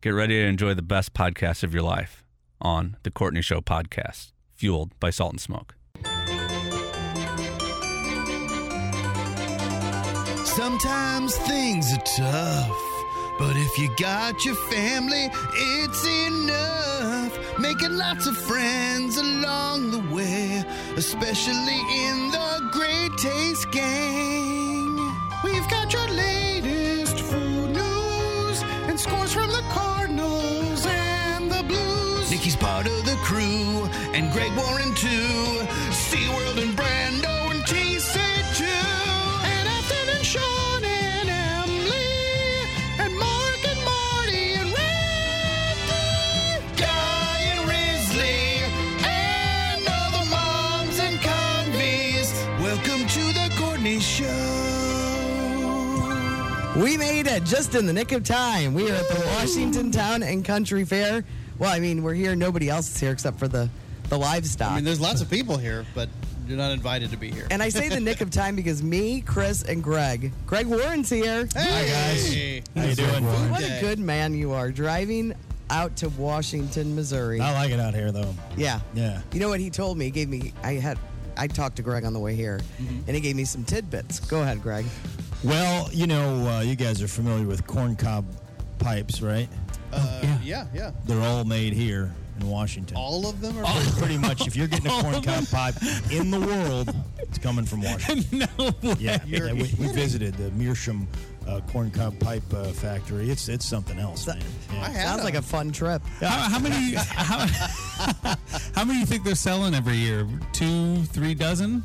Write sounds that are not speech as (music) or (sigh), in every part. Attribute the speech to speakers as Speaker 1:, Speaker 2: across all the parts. Speaker 1: Get ready to enjoy the best podcast of your life on The Courtney Show Podcast, fueled by Salt and Smoke.
Speaker 2: Sometimes things are tough, but if you got your family, it's enough. Making lots of friends along the way, especially in the Great Taste Gang. We've got your latest food news and scores from the Cardinals and the Blues. Nikki's part of the crew, and Greg Warren too. SeaWorld and Brando and TC too. And Ethan and Sean and Emily. And Mark and Marty and Randy. Guy and Risley. And all the moms and convies. Welcome to the Courtney Show.
Speaker 3: We made it just in the nick of time. We are at the Washington Town and Country Fair. Well, I mean, we're here. Nobody else is here except for the, the livestock.
Speaker 4: I mean, there's lots of people here, but you're not invited to be here.
Speaker 3: and I say the nick of time because me, Chris, and Greg. Greg Warren's here.
Speaker 4: Hi guys.
Speaker 5: How you doing?
Speaker 3: What a good man you are driving out to Washington, Missouri.
Speaker 5: I like it out here though.
Speaker 3: Yeah.
Speaker 5: Yeah.
Speaker 3: You know what he told me? He gave me, I had, I talked to Greg on the way here,
Speaker 4: Mm-hmm.
Speaker 3: and he gave me some tidbits. Go ahead, Greg.
Speaker 5: Well, you know, uh, you guys are familiar with corn cob pipes, right?
Speaker 4: Uh, (laughs) yeah, yeah.
Speaker 5: They're all made here in Washington. (laughs)
Speaker 4: All of them are.
Speaker 5: Pretty much, if
Speaker 4: (laughs)
Speaker 5: you're getting a corn cob pipe in the world, it's coming from Washington. no way. Yeah, yeah, we, we visited the Meerschaum uh, corn cob pipe uh, factory. It's it's something else, man.
Speaker 4: I
Speaker 5: Yeah.
Speaker 4: had
Speaker 3: Sounds like a
Speaker 2: (laughs)
Speaker 4: them.
Speaker 3: fun trip.
Speaker 6: How, how many? How, (laughs) how many you think they're selling every year? Two, three (laughs) dozen?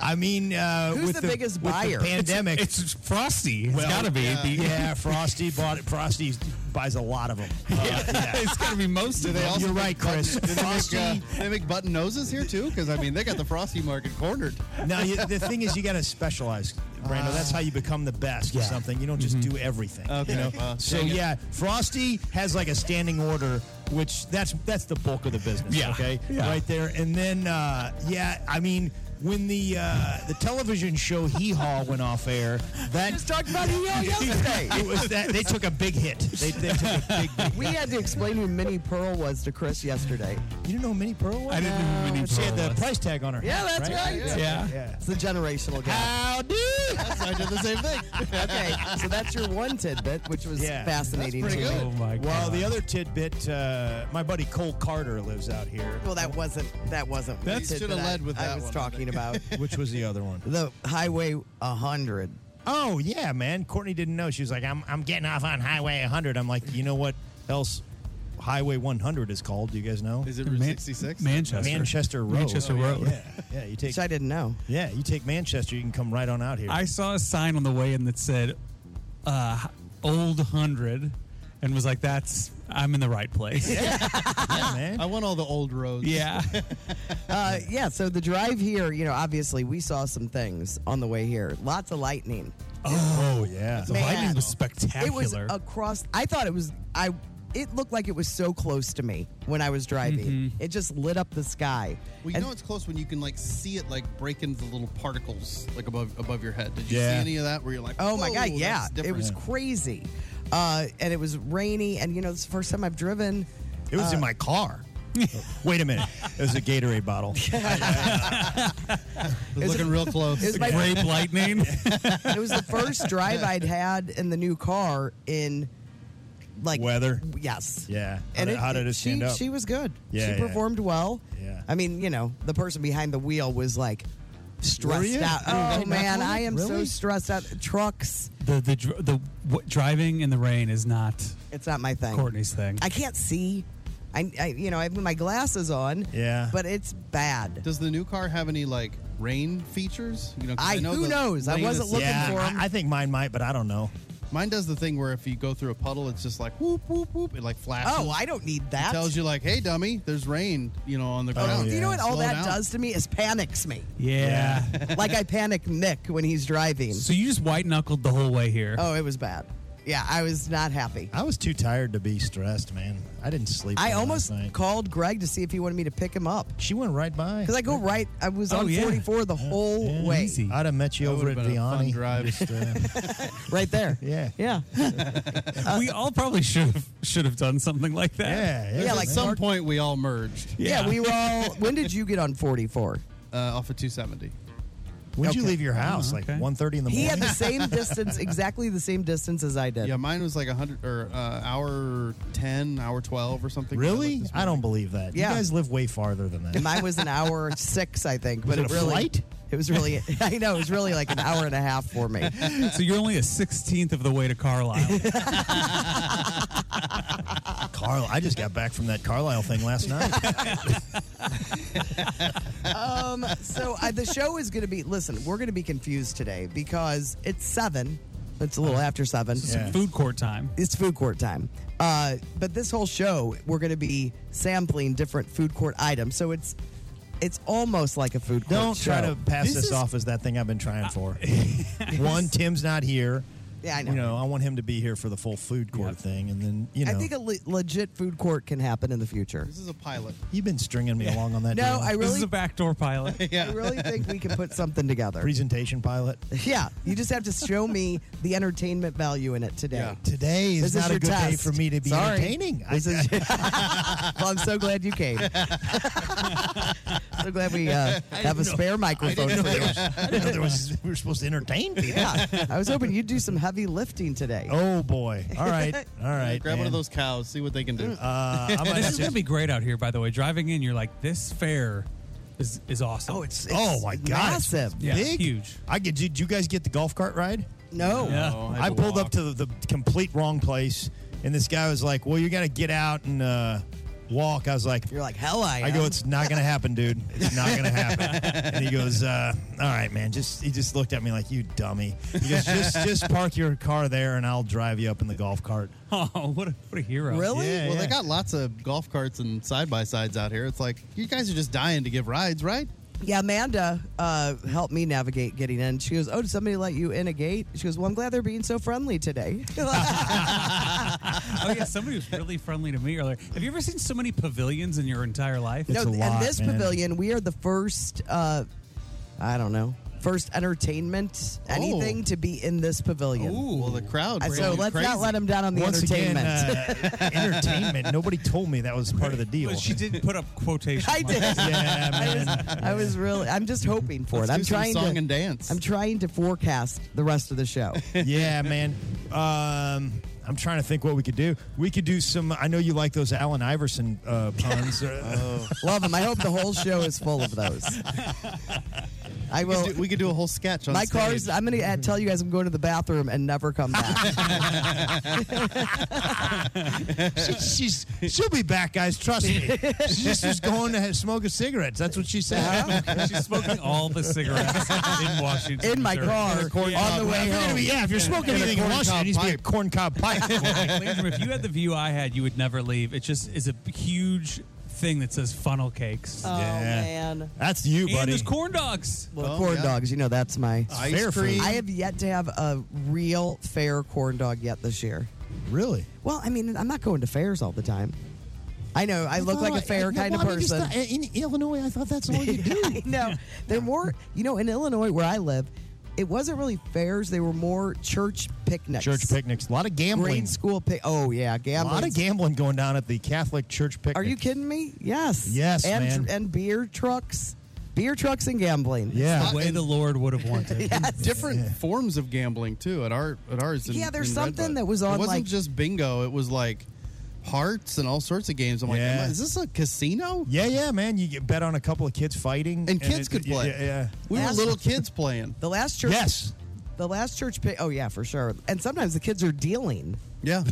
Speaker 5: I mean, uh,
Speaker 3: Who's
Speaker 5: with
Speaker 3: the biggest
Speaker 5: with the
Speaker 3: buyer?
Speaker 5: pandemic.
Speaker 6: It's it's frosty. It's
Speaker 5: well,
Speaker 6: got to be. (laughs)
Speaker 5: Yeah,
Speaker 6: The-
Speaker 5: yeah, Frosty bought it. Frosty buys a lot of Uh, them.
Speaker 6: it's got to be most of
Speaker 4: They
Speaker 6: them.
Speaker 4: also
Speaker 5: You're
Speaker 4: make
Speaker 5: right, Chris.
Speaker 4: button- do
Speaker 5: Frosty-
Speaker 4: They make, uh, they make button noses here too, because I mean, they got the frosty market cornered.
Speaker 5: Now, you, the
Speaker 4: (laughs)
Speaker 5: thing is, you got to specialize, Brando. That's how you become the best at something. You don't just do everything.
Speaker 4: Okay,
Speaker 5: You know?
Speaker 4: well,
Speaker 5: so
Speaker 4: dang it.
Speaker 5: yeah, Frosty has like a standing order, which that's that's the bulk of the business.
Speaker 6: Yeah,
Speaker 5: Okay.
Speaker 6: yeah.
Speaker 5: Right there, and then uh, yeah, I mean. When the uh, the television show Hee Haw went off air, that
Speaker 3: Just talked about it
Speaker 5: (laughs)
Speaker 3: yesterday.
Speaker 5: it was that they took a big hit. They, they took a
Speaker 3: (laughs)
Speaker 5: big. Hit.
Speaker 3: We had to explain who Minnie Pearl was to Chris yesterday.
Speaker 5: You didn't know Minnie Pearl? Was?
Speaker 6: I didn't know who Minnie
Speaker 5: She had
Speaker 6: Pearl
Speaker 5: the
Speaker 6: was.
Speaker 5: price tag on her.
Speaker 3: Yeah,
Speaker 5: hat,
Speaker 3: that's right.
Speaker 6: Yeah.
Speaker 5: Yeah.
Speaker 3: It's the generational gap.
Speaker 5: Howdy.
Speaker 4: I did the same thing.
Speaker 3: Okay, so that's your one tidbit, which was
Speaker 5: Yeah.
Speaker 3: fascinating
Speaker 4: That's
Speaker 3: to
Speaker 4: pretty
Speaker 3: me.
Speaker 6: Oh my god.
Speaker 5: Well, the other tidbit, uh, my buddy Cole Carter lives out here.
Speaker 3: Well, that wasn't that wasn't.
Speaker 4: That
Speaker 3: the
Speaker 4: should have
Speaker 3: tidbit I-
Speaker 4: led with
Speaker 3: I
Speaker 4: that
Speaker 3: was
Speaker 4: one, I
Speaker 3: talking
Speaker 4: think.
Speaker 5: (laughs)
Speaker 3: about
Speaker 5: Which was the other one?
Speaker 3: the Highway 100.
Speaker 5: Oh yeah, man. Courtney didn't know. She was like, "I'm I'm getting off on Highway 100." I'm like, you know what else? Highway 100 is called. Do you guys know?
Speaker 4: Is it Route
Speaker 6: Man-
Speaker 4: 66?
Speaker 6: Manchester.
Speaker 5: Manchester Road. Oh,
Speaker 6: Manchester Road.
Speaker 5: Yeah, yeah. You take
Speaker 3: Which I didn't know.
Speaker 5: yeah, you take Manchester. You can come right on out here.
Speaker 6: I saw a sign on the way in that said uh, "Old Hundred and was like, "That's I'm in the right
Speaker 3: (laughs)
Speaker 6: place." Yeah.
Speaker 5: yeah, man.
Speaker 4: I want all the old roads.
Speaker 6: (laughs)
Speaker 3: Uh, yeah, so the drive here, you know, obviously we saw some things on the way here. Lots of lightning.
Speaker 5: Oh yeah.
Speaker 3: Man.
Speaker 6: Lightning was
Speaker 3: It was
Speaker 6: spectacular.
Speaker 3: across. I thought it was. I. It looked like it was so close to me when I was driving. It just lit up the sky.
Speaker 4: Well, you
Speaker 3: And-
Speaker 4: know it's close when you can like see it like break into the little particles like above above your head. Did you
Speaker 5: Yeah.
Speaker 4: see any of that? Where you're like,
Speaker 3: Oh my
Speaker 4: "Whoa,
Speaker 3: god, yeah,
Speaker 4: that's
Speaker 3: it
Speaker 4: different."
Speaker 3: was crazy, uh, and it was rainy, and you know, it's the first time I've driven.
Speaker 5: It was
Speaker 3: Uh,
Speaker 5: in my
Speaker 6: (laughs)
Speaker 5: car. Wait a minute. It was a Gatorade
Speaker 3: (laughs)
Speaker 5: bottle. (laughs)
Speaker 4: It was looking real close.
Speaker 3: It was, my,
Speaker 6: Grape
Speaker 3: (laughs)
Speaker 6: lightning.
Speaker 3: it was the first drive I'd had in the new car in like
Speaker 5: Weather.
Speaker 3: Yes.
Speaker 5: Yeah. How did- how did it
Speaker 3: she,
Speaker 5: stand up?
Speaker 3: She was good.
Speaker 5: Yeah,
Speaker 3: she
Speaker 5: yeah.
Speaker 3: performed well.
Speaker 5: Yeah.
Speaker 3: I mean, you know, the person behind the wheel was like stressed
Speaker 5: you?
Speaker 3: out. Oh man, I am so
Speaker 5: Really?
Speaker 3: stressed out. Trucks,
Speaker 6: the the dr- the what, driving in the rain is not
Speaker 3: it's not my thing.
Speaker 6: Courtney's thing.
Speaker 3: I can't see. I, I you know, I have my glasses on.
Speaker 5: Yeah.
Speaker 3: But it's bad.
Speaker 4: Does the new car have any like rain features? You know, 'cause
Speaker 3: I-
Speaker 4: know
Speaker 3: who
Speaker 4: the
Speaker 3: knows? I
Speaker 4: rain
Speaker 3: wasn't
Speaker 4: is-
Speaker 3: looking
Speaker 5: yeah.
Speaker 3: for 'em.
Speaker 5: I, I think mine might, but I don't know.
Speaker 4: Mine does the thing where if you go through a puddle, it's just like whoop whoop whoop. It like flashes.
Speaker 3: Oh, I don't need that.
Speaker 4: It tells you like, hey dummy, there's rain. You know on
Speaker 5: Oh,
Speaker 4: the ground.
Speaker 3: Oh, Do you know what all
Speaker 4: oh, Slow
Speaker 3: that
Speaker 4: down.
Speaker 3: does to me is panics me.
Speaker 6: Yeah.
Speaker 3: like I panic Nick when he's driving.
Speaker 6: so you just white knuckled the whole way here.
Speaker 3: Oh, it was bad. Yeah, I was not happy.
Speaker 5: I was too tired to be stressed, man. I didn't sleep.
Speaker 3: I
Speaker 5: last
Speaker 3: almost
Speaker 5: night.
Speaker 3: called Greg to see if he wanted me to pick him up
Speaker 5: She went right by.
Speaker 3: because I go right. I was
Speaker 6: Oh,
Speaker 3: on
Speaker 6: yeah.
Speaker 3: 44 the whole
Speaker 5: yeah.
Speaker 3: way,
Speaker 6: Easy.
Speaker 5: I'd have met you
Speaker 4: That
Speaker 5: over at
Speaker 4: would've been a fun
Speaker 5: Vianney.
Speaker 4: drive.
Speaker 5: Just, uh,
Speaker 3: right there.
Speaker 5: (laughs) yeah. Yeah.
Speaker 3: yeah.
Speaker 6: we all probably should have should have done something like that.
Speaker 5: Yeah.
Speaker 3: Yeah,
Speaker 4: At
Speaker 3: like-
Speaker 4: some point, we all merged
Speaker 3: Yeah, we were all. When did you get
Speaker 5: (laughs)
Speaker 3: on 44?
Speaker 4: uh, off of 270.
Speaker 5: When'd you
Speaker 3: okay.
Speaker 5: leave your house?
Speaker 6: Oh,
Speaker 5: Like
Speaker 6: okay.
Speaker 5: 1.30 in the
Speaker 3: He
Speaker 5: morning?
Speaker 3: had the same
Speaker 5: (laughs)
Speaker 3: distance, exactly the same distance as I did.
Speaker 4: Yeah, mine was like a hundred or uh, hour ten, hour twelve, or something.
Speaker 5: Really?
Speaker 4: looked this
Speaker 5: I don't believe that.
Speaker 3: Yeah.
Speaker 5: You guys live way farther than that.
Speaker 3: Mine was an hour six, I think.
Speaker 5: Was
Speaker 3: but
Speaker 5: it a
Speaker 3: really,
Speaker 5: flight?
Speaker 3: It was really. (laughs) I know it was really like an hour and a half
Speaker 5: (laughs)
Speaker 3: for me.
Speaker 6: (laughs) So you're only a sixteenth of the way to Carlisle.
Speaker 5: uh, Carl, I just got back from that Carlisle thing
Speaker 3: (laughs)
Speaker 5: last night.
Speaker 3: Um, so I, the show is going to be. Listen, we're going to be confused today because it's seven. It's a little after seven.
Speaker 5: Yeah.
Speaker 6: Food court time.
Speaker 3: It's food court time. Uh, but this whole show, we're going to be sampling different food court items. So it's it's almost like a food court.
Speaker 5: Don't try
Speaker 3: show.
Speaker 5: to pass
Speaker 6: This
Speaker 5: this,
Speaker 6: is-
Speaker 5: off as that thing I've been trying for. One, Tim's not here.
Speaker 3: Yeah, I know.
Speaker 5: You know, I want him to be here for the full food court
Speaker 6: Yep.
Speaker 5: thing, and then you know,
Speaker 3: I think a le- legit food court can happen in the future.
Speaker 4: This is a pilot.
Speaker 5: you've been stringing me along on that.
Speaker 3: No,
Speaker 5: deal.
Speaker 3: I
Speaker 6: This is
Speaker 3: really,
Speaker 6: a backdoor pilot.
Speaker 4: Yeah.
Speaker 3: I
Speaker 5: (laughs)
Speaker 3: really think we can put something together.
Speaker 5: presentation pilot.
Speaker 3: (laughs) Yeah, you just have to show me the entertainment value in it today.
Speaker 4: Yeah.
Speaker 5: Today is
Speaker 3: This
Speaker 5: not
Speaker 3: is
Speaker 5: a
Speaker 3: your
Speaker 5: good day
Speaker 3: test.
Speaker 5: for me to be
Speaker 3: Sorry.
Speaker 5: entertaining. I,
Speaker 3: (laughs) This is- well, I'm so glad
Speaker 5: (laughs)
Speaker 3: you came. so glad we uh, have a spare
Speaker 5: I
Speaker 3: microphone
Speaker 5: didn't know
Speaker 3: for you.
Speaker 5: there was, I didn't know there was- we were supposed to entertain people.
Speaker 3: Yeah, I was hoping you'd do some heavy lifting today.
Speaker 5: Oh boy! All
Speaker 3: (laughs)
Speaker 5: right, all right.
Speaker 4: Grab one of
Speaker 5: man.
Speaker 4: those cows, see what they can do.
Speaker 5: Uh,
Speaker 4: (laughs)
Speaker 5: I'm gonna
Speaker 6: This is
Speaker 5: have
Speaker 6: gonna
Speaker 5: to-
Speaker 6: be great out here, by the way. Driving in, you're like, this fair is is awesome.
Speaker 3: Oh, it's, it's
Speaker 5: oh my god! it's
Speaker 3: massive.
Speaker 6: Yeah,
Speaker 5: big,
Speaker 6: huge.
Speaker 5: I get. Did you guys get the golf cart ride?
Speaker 3: No,
Speaker 6: Yeah.
Speaker 4: Oh, had
Speaker 5: I
Speaker 4: to
Speaker 5: pulled
Speaker 4: walk.
Speaker 5: up to the, the complete wrong place, and this guy was like, "Well, you got to get out and uh, walk." I was like,
Speaker 3: you're like hell. I am.
Speaker 5: "I go, it's not gonna happen, dude. It's not gonna happen." and he goes, uh, "All right, man." Just he just looked at me like, "You dummy." He goes, "Just just park your car there, and I'll drive you up in the golf cart."
Speaker 6: (laughs) Oh, what a what a hero.
Speaker 3: really?
Speaker 5: Yeah,
Speaker 4: Well,
Speaker 5: yeah.
Speaker 4: they got lots of golf carts and side by sides out here. It's like you guys are just dying to give rides, right?
Speaker 3: Yeah, Amanda uh, helped me navigate getting in. She goes, "Oh, did somebody let you in a gate?" She goes, "Well, I'm glad they're being so friendly today."
Speaker 6: Oh yeah, somebody was really friendly to me earlier. Have you ever seen so many pavilions in your entire life?
Speaker 5: It's
Speaker 3: no,
Speaker 5: a
Speaker 3: in
Speaker 5: lot,
Speaker 3: this
Speaker 5: man.
Speaker 3: pavilion, we are the first. Uh, I don't know, first entertainment, anything to be in this pavilion.
Speaker 4: Oh. well, the crowd.
Speaker 3: And so
Speaker 4: ran
Speaker 3: let's
Speaker 4: crazy.
Speaker 3: not let him down on the
Speaker 5: Once again,
Speaker 3: entertainment.
Speaker 5: uh, entertainment. Nobody told me that was part of the deal.
Speaker 6: Well, she did put up quotation.
Speaker 3: (laughs) I
Speaker 6: marks.
Speaker 4: (laughs)
Speaker 3: did.
Speaker 5: Yeah,
Speaker 3: (laughs) I was, I was really. I'm just hoping for
Speaker 4: Let's
Speaker 3: it. I'm
Speaker 4: do some
Speaker 3: trying
Speaker 4: song
Speaker 3: to
Speaker 4: and dance.
Speaker 3: I'm trying to forecast the rest of the show.
Speaker 5: (laughs) yeah, man. Um, I'm trying to think what we could do. We could do some. I know you like those Allen Iverson uh,
Speaker 3: (laughs)
Speaker 5: puns. Uh,
Speaker 3: Oh. Love them. I hope the whole show is full of those.
Speaker 4: We
Speaker 3: I will.
Speaker 4: could, do, we could do a whole sketch on
Speaker 3: my
Speaker 4: stage.
Speaker 3: car's. I'm going to tell you guys I'm going to the bathroom and never
Speaker 4: (laughs)
Speaker 3: come back.
Speaker 5: (laughs) she, she's she'll be back, guys. Trust me.
Speaker 3: (laughs)
Speaker 5: She's just was going to have, smoke a cigarette. That's what she said.
Speaker 6: (laughs)
Speaker 5: (laughs)
Speaker 3: Uh-huh.
Speaker 6: She's smoking all the cigarettes in (laughs) Washington.
Speaker 3: (laughs) in my
Speaker 6: Missouri.
Speaker 3: car on the
Speaker 5: If
Speaker 3: way
Speaker 5: you're gonna be-
Speaker 3: home.
Speaker 5: yeah, if you're smoking anything in
Speaker 4: corn
Speaker 5: Washington,
Speaker 4: cob
Speaker 5: it needs to be a corn cob
Speaker 3: (laughs)
Speaker 5: pipe.
Speaker 6: Like, Landrum, if you had the view I had, you would never leave. It just is a huge thing that says funnel cakes.
Speaker 3: Oh
Speaker 5: Yeah.
Speaker 3: man.
Speaker 5: That's you,
Speaker 6: and
Speaker 5: buddy.
Speaker 6: there's corn dogs.
Speaker 3: Well,
Speaker 4: Oh,
Speaker 3: corn
Speaker 4: yeah.
Speaker 3: dogs. You know that's my.
Speaker 4: Ice
Speaker 5: Fair food.
Speaker 4: cream.
Speaker 3: I have yet to have a real fair corn dog yet this year.
Speaker 5: really?
Speaker 3: Well, I mean, I'm not going to fairs all the time. I know I look like a fair kind of person.
Speaker 5: in Illinois, I thought that's all you do.
Speaker 3: (laughs) I know. They're more, you know, in Illinois where I live, it wasn't really fairs. They were more church picnics.
Speaker 5: Church picnics, a lot of gambling.
Speaker 3: Grade school pic. Oh, yeah.
Speaker 5: A
Speaker 3: Gambling.
Speaker 5: lot of gambling going down at the Catholic church picnic.
Speaker 3: Are you kidding me? Yes.
Speaker 5: Yes,
Speaker 3: and,
Speaker 5: man.
Speaker 3: And beer trucks. Beer trucks and gambling.
Speaker 5: Yeah.
Speaker 6: The way the Lord would have wanted.
Speaker 4: Different forms of gambling too at our at ours. In,
Speaker 3: Yeah, there's
Speaker 4: in
Speaker 3: something
Speaker 4: Redbud.
Speaker 3: that was
Speaker 4: It
Speaker 3: on,
Speaker 4: wasn't
Speaker 3: like-
Speaker 4: just bingo. It was like hearts and all sorts of games. I'm like,
Speaker 5: Yeah.
Speaker 4: am I- is this a casino?
Speaker 5: Yeah, yeah, man. You get bet on a couple of kids fighting,
Speaker 4: And kids could play.
Speaker 5: Yeah, yeah.
Speaker 4: We were
Speaker 3: Last-
Speaker 4: little kids playing.
Speaker 3: The last church.
Speaker 5: Yes.
Speaker 3: The last church pic. Oh, yeah, for sure. And sometimes the kids are dealing. (laughs)
Speaker 4: Yeah.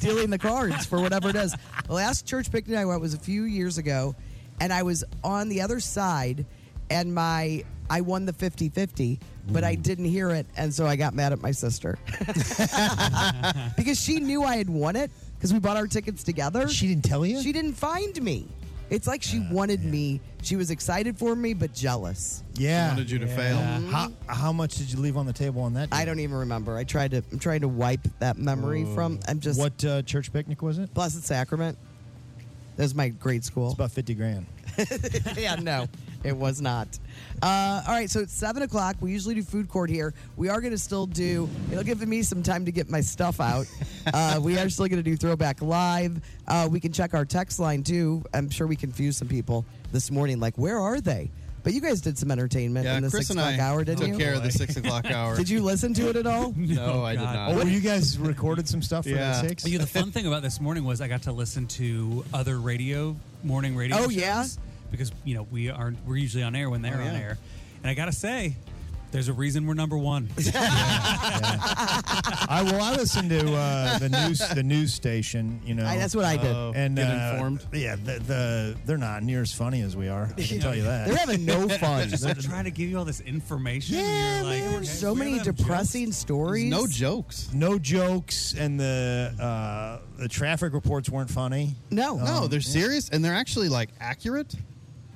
Speaker 3: dealing the cards for whatever it is. The last church picnic I went was a few years ago, and I was on the other side, and my I won the 50 50, but I didn't hear it. And so I got mad at my sister (laughs) because she knew I had won it because we bought our tickets together.
Speaker 5: She didn't tell you?
Speaker 3: She didn't find me. It's like she wanted me. She was excited for me, but jealous.
Speaker 5: Yeah.
Speaker 4: wanted you to fail.
Speaker 5: How, how much did you leave on the table on that?
Speaker 3: Mm-hmm. I
Speaker 5: day?
Speaker 3: don't even remember. I tried to. I'm trying to wipe that memory
Speaker 4: Oh.
Speaker 3: from. I'm just
Speaker 5: What uh, church picnic was it?
Speaker 3: Blessed Sacrament. That was my grade school.
Speaker 5: It's about fifty grand.
Speaker 3: (laughs) yeah, no, it was not. Uh, all right, so it's seven o'clock. We usually do food court here. We are going to still do. It'll give me some time to get my
Speaker 4: (laughs)
Speaker 3: stuff out. Uh, we are still going to do throwback live. Uh, we can check our text line too. I'm sure we confused some people this morning. Like, where are they? But you guys did some entertainment
Speaker 4: Yeah,
Speaker 3: in the
Speaker 4: Chris
Speaker 3: six
Speaker 4: and
Speaker 3: o'clock
Speaker 4: I
Speaker 3: hour, didn't
Speaker 4: took
Speaker 3: you?
Speaker 4: care of the six o'clock
Speaker 3: (laughs)
Speaker 4: hour.
Speaker 3: Did
Speaker 6: (laughs)
Speaker 3: you listen to it at all?
Speaker 4: No, I did
Speaker 6: God.
Speaker 4: not.
Speaker 5: Oh, you guys recorded some
Speaker 3: Oh,
Speaker 5: stuff for
Speaker 4: Yeah.
Speaker 5: that six?
Speaker 6: You know, the fun thing about this morning was I got to listen to other radio morning radio.
Speaker 3: Oh,
Speaker 6: shows
Speaker 3: yeah?
Speaker 6: because you know we are we're usually on air when they're on
Speaker 4: yeah.
Speaker 6: air, and I gotta say, there's a reason we're number one.
Speaker 5: I well, I listened to uh, the news the news station. You know,
Speaker 3: I, that's what I did.
Speaker 4: Oh.
Speaker 5: and
Speaker 4: Get
Speaker 5: uh,
Speaker 4: informed.
Speaker 5: Yeah, the, the they're not near as funny as we are. I can
Speaker 3: (laughs)
Speaker 5: tell you
Speaker 3: They're
Speaker 5: that.
Speaker 6: (laughs)
Speaker 3: having no fun.
Speaker 6: Just
Speaker 3: (laughs)
Speaker 6: like trying to give you all this information.
Speaker 5: Yeah,
Speaker 6: and you're like,
Speaker 5: man,
Speaker 6: okay,
Speaker 3: There's so
Speaker 6: we're
Speaker 5: (laughs)
Speaker 3: many
Speaker 6: having
Speaker 3: depressing
Speaker 6: jokes.
Speaker 3: stories.
Speaker 4: no jokes.
Speaker 5: No jokes, and the uh, the traffic reports weren't funny. Um,
Speaker 3: No.
Speaker 4: No, they're serious and they're actually like accurate.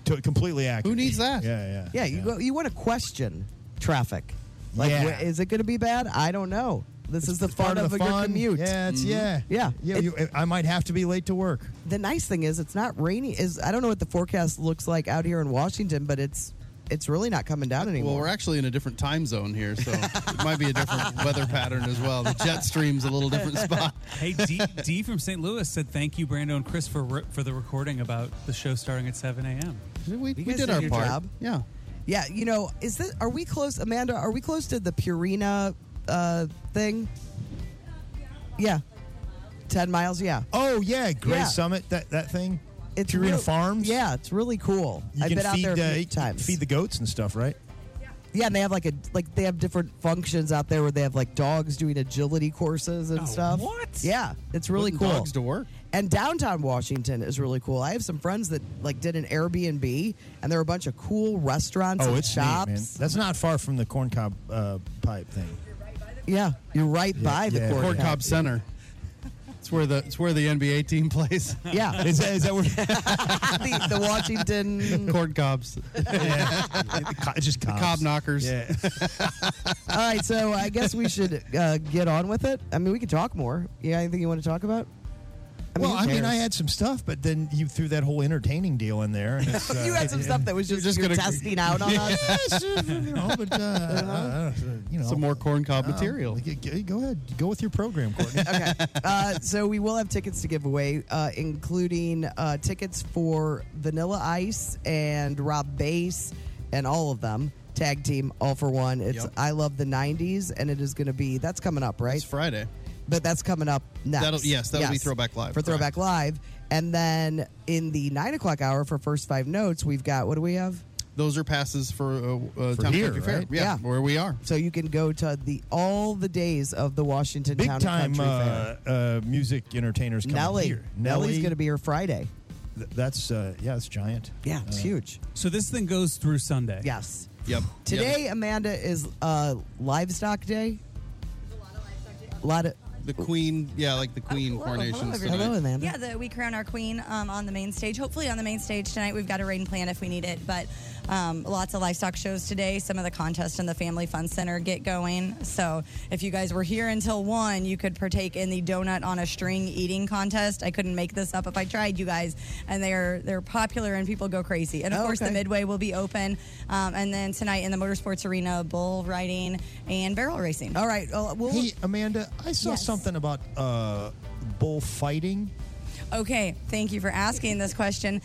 Speaker 5: To, completely
Speaker 4: Who
Speaker 5: accurate.
Speaker 4: needs that?
Speaker 5: Yeah, yeah,
Speaker 3: Yeah, you go. You want to question traffic? Like,
Speaker 5: Yeah.
Speaker 3: wh- is it going to be bad? I don't know. This is the
Speaker 5: It's
Speaker 3: fun
Speaker 5: part
Speaker 3: of,
Speaker 5: of the
Speaker 3: a
Speaker 5: fun.
Speaker 3: good commute. Mm-hmm.
Speaker 5: Yeah, it's yeah,
Speaker 3: Yeah.
Speaker 5: yeah.
Speaker 3: It-
Speaker 5: you, I might have to be late to work.
Speaker 3: The nice thing is, it's not rainy. Is I don't know what the forecast looks like out here in Washington, but it's it's really not coming down anymore.
Speaker 4: Well, we're actually in a different time zone here, so it might be a different weather pattern as well. The jet stream's a little different spot.
Speaker 6: (laughs) Hey, D, D from St. Louis said thank you, Brando and Chris, for re- for the recording about the show starting at 7 a.m.
Speaker 4: We, we did
Speaker 3: guys did
Speaker 4: our
Speaker 3: your
Speaker 4: part.
Speaker 3: job.
Speaker 4: Yeah.
Speaker 3: yeah, you know, is this are we close, Amanda? Are we close to the Purina uh, thing? Yeah, ten miles. Yeah,
Speaker 5: Oh yeah, Gray
Speaker 3: Yeah.
Speaker 5: Summit that that thing.
Speaker 3: it's
Speaker 5: Purina
Speaker 3: real-
Speaker 5: Farms.
Speaker 3: Yeah, it's really cool.
Speaker 5: you
Speaker 3: I've
Speaker 5: can
Speaker 3: been out
Speaker 5: feed
Speaker 3: there a
Speaker 5: the,
Speaker 3: few
Speaker 5: you can
Speaker 3: times.
Speaker 5: Feed the goats and stuff, right?
Speaker 3: Yeah, and they have like a like they have different functions out there where they have like dogs doing agility courses and
Speaker 6: Oh,
Speaker 3: stuff.
Speaker 6: what?
Speaker 3: Yeah, it's really
Speaker 4: Putting
Speaker 3: cool.
Speaker 4: Dogs to work.
Speaker 3: and downtown Washington is really cool. I have some friends that like did an Airbnb, and there were a bunch of cool restaurants
Speaker 5: Oh,
Speaker 3: and
Speaker 5: it's
Speaker 3: shops.
Speaker 5: neat, man. That's not far from the corn cob uh, pipe thing.
Speaker 3: Yeah, you're right by the
Speaker 5: yeah,
Speaker 3: corner.
Speaker 4: Fort Cobb Center. It's where the it's where the NBA team plays. (laughs)
Speaker 3: Yeah,
Speaker 5: Is that, is that where?
Speaker 3: (laughs) the, the Washington.
Speaker 4: Corn
Speaker 3: (laughs)
Speaker 4: cobs.
Speaker 5: Co- just cobs.
Speaker 4: Cob knockers.
Speaker 5: Yeah.
Speaker 3: All right, so I guess we should uh, get on with it. I mean, we could talk more. Yeah, anything you want to talk about? I mean,
Speaker 5: well,
Speaker 3: who
Speaker 5: I mean,
Speaker 3: cares?
Speaker 5: I had some stuff, but then you threw that whole entertaining deal in there. And it's, uh,
Speaker 3: (laughs) you had some stuff that was
Speaker 4: You're just
Speaker 3: just, you're
Speaker 4: gonna-
Speaker 3: testing out
Speaker 5: (laughs)
Speaker 3: on us.
Speaker 5: Yes, uh, you know,
Speaker 3: (laughs)
Speaker 5: but uh, uh, you know,
Speaker 4: Some more corn cob
Speaker 5: uh,
Speaker 4: material.
Speaker 5: g- g- Go ahead, go with your program, Courtney.
Speaker 3: okay. Uh, so we will have tickets to give away, uh, including uh, tickets for Vanilla Ice and Rob Bass and all of them. Tag team, all for one. It's
Speaker 4: Yep.
Speaker 3: I love the '90s, and it is going to be that's coming up, right?
Speaker 4: It's Friday.
Speaker 3: but that's coming up next.
Speaker 4: That'll- yes, that'll be Throwback Live,
Speaker 3: for
Speaker 4: correct.
Speaker 3: Throwback Live, and then in the nine o'clock hour for first five notes, we've got what do we have?
Speaker 4: Those are passes for, uh, uh,
Speaker 5: For
Speaker 4: Town
Speaker 5: here,
Speaker 4: Country Fair.
Speaker 5: right?
Speaker 4: Yeah,
Speaker 3: Yeah.
Speaker 4: where we are.
Speaker 3: So you can go to the all the days of the Washington
Speaker 5: Big
Speaker 3: Town and
Speaker 5: time
Speaker 3: Country
Speaker 5: uh,
Speaker 3: Fair.
Speaker 5: uh, music entertainers coming
Speaker 3: Nelly,
Speaker 5: here.
Speaker 3: Nelly's going to be here Friday.
Speaker 5: th- that's uh, yeah, it's giant.
Speaker 3: Yeah, it's
Speaker 5: Uh,
Speaker 3: huge.
Speaker 6: So this thing goes through Sunday.
Speaker 3: Yes.
Speaker 4: Yep.
Speaker 3: Today, Amanda is uh, Livestock Day. A lot of
Speaker 4: Yeah. the Queen. Yeah, like the Queen
Speaker 7: Oh, hello,
Speaker 4: coronation.
Speaker 7: hello,
Speaker 4: tonight.
Speaker 3: hello, Amanda.
Speaker 7: Yeah, the, we crown our queen um, on the main stage. Hopefully, on the main stage tonight. We've got a rain plan if we need it, but um, lots of livestock shows today. Some of the contests in the Family Fun Center get going. So, if you guys were here until one, you could partake in the donut on a string eating contest. I couldn't make this up if I tried, you guys. And they're they're popular and people go crazy. And of
Speaker 3: Oh,
Speaker 7: course,
Speaker 3: okay.
Speaker 7: the midway will be open. Um, and then tonight in the motorsports arena, bull riding and barrel racing.
Speaker 3: all right. Well, we'll
Speaker 5: Hey, Amanda, I saw
Speaker 7: Yes.
Speaker 5: something about uh, bullfighting.
Speaker 7: Okay, thank you for asking this question.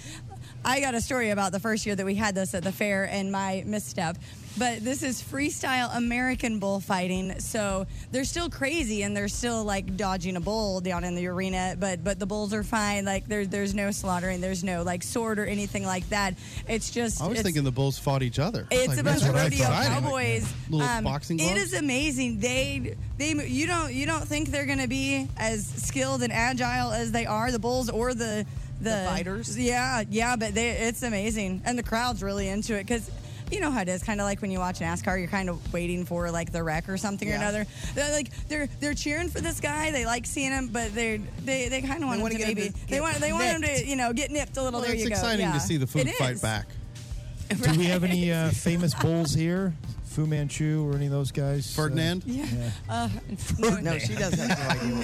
Speaker 7: I got a story about the first year that we had this at the fair and my misstep. But this is freestyle American bullfighting, so they're still crazy and they're still like dodging a bull down in the arena. But but the bulls are fine. Like there's there's no slaughtering, there's no like sword or anything like that. It's just
Speaker 4: I was
Speaker 7: it's-
Speaker 4: thinking the bulls fought each other.
Speaker 7: it's
Speaker 4: Like,
Speaker 7: a bunch
Speaker 4: that's
Speaker 7: of
Speaker 4: what I
Speaker 7: rodeo
Speaker 4: thought.
Speaker 7: cowboys. Um,
Speaker 4: Little boxing
Speaker 7: It
Speaker 4: gloves?
Speaker 7: is amazing. They they you don't you don't think they're going to be as skilled and agile as they are the bulls or the the,
Speaker 3: fighters?
Speaker 7: Yeah, yeah, but they it's amazing, and the crowd's really into it because. you know how it is. Kind of like when you watch NASCAR, you're kind of waiting for like the wreck or something or
Speaker 3: Yeah.
Speaker 7: another. They're like they're they're cheering for this guy. They like seeing him, but they're they they kind of want him
Speaker 3: wanna
Speaker 7: to
Speaker 3: get him
Speaker 7: maybe
Speaker 3: to
Speaker 7: they
Speaker 3: get
Speaker 7: want they want him to
Speaker 3: nipped.
Speaker 7: you know get nipped a little.
Speaker 4: Well,
Speaker 7: there
Speaker 4: it's
Speaker 7: you go.
Speaker 4: exciting
Speaker 7: Yeah.
Speaker 4: to see the food
Speaker 7: It
Speaker 4: fight
Speaker 7: is.
Speaker 4: back.
Speaker 7: (laughs)
Speaker 5: Do we have any uh, famous bulls here? Fu Manchu or any of those guys?
Speaker 4: Ferdinand?
Speaker 5: Uh, yeah.
Speaker 3: (laughs)
Speaker 7: Uh,
Speaker 3: No, she does have no idea. What we're
Speaker 7: No,
Speaker 3: talking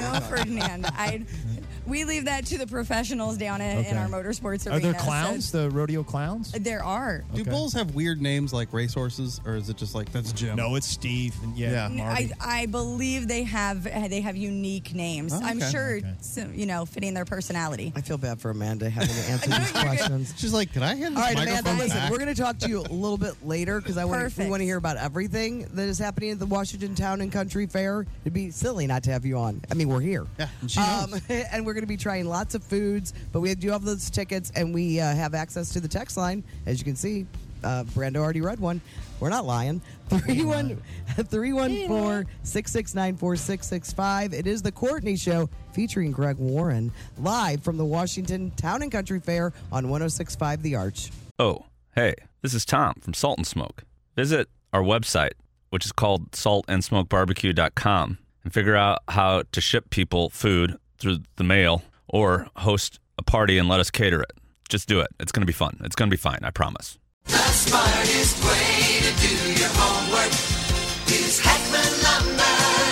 Speaker 7: Ferdinand. I, we leave that to the professionals down in, in
Speaker 5: Okay.
Speaker 7: our motorsports arena.
Speaker 5: Are there
Speaker 7: so-
Speaker 5: clowns? The rodeo clowns?
Speaker 7: there are.
Speaker 4: Do
Speaker 5: Okay.
Speaker 4: bulls have weird names like racehorses, or is it just like that's Jim?
Speaker 5: No, it's Steve. And yeah,
Speaker 4: Yeah.
Speaker 7: N-
Speaker 5: Marty.
Speaker 7: I, I believe they have they have unique names.
Speaker 4: Oh,
Speaker 7: I'm
Speaker 4: okay.
Speaker 7: sure,
Speaker 5: Okay.
Speaker 7: some, you know, fitting their personality.
Speaker 3: I feel bad for Amanda having to (laughs) answer these
Speaker 7: you're good.
Speaker 3: questions.
Speaker 4: She's like, can I hand this
Speaker 3: All right,
Speaker 4: microphone
Speaker 3: Amanda, listen,
Speaker 4: back?
Speaker 3: we're going to talk to you a little bit later because I want we
Speaker 7: Perfect.
Speaker 3: want to hear about everything that is happening at the Washington Town and Country Fair. It'd be silly not to have you on. I mean, we're here. Um,
Speaker 4: Yeah, and she knows.
Speaker 3: (laughs) and we're going to be trying lots of foods, but we do have those tickets and we uh, have access to the text line. As you can see, uh, Brando already read one. We're not lying. (laughs) 314 669 4665. It is The Courtney Show featuring Greg Warren live from the Washington Town and Country Fair on 1065 The Arch.
Speaker 1: Oh, hey, this is Tom from Salt and Smoke. Visit our website, which is called saltandsmokebarbecue.com, and figure out how to ship people food through the mail or host a party and let us cater it. Just do it. It's going to be fun. It's going to be fine. I promise.
Speaker 2: The smartest way to do your homework is Heckman Lumber.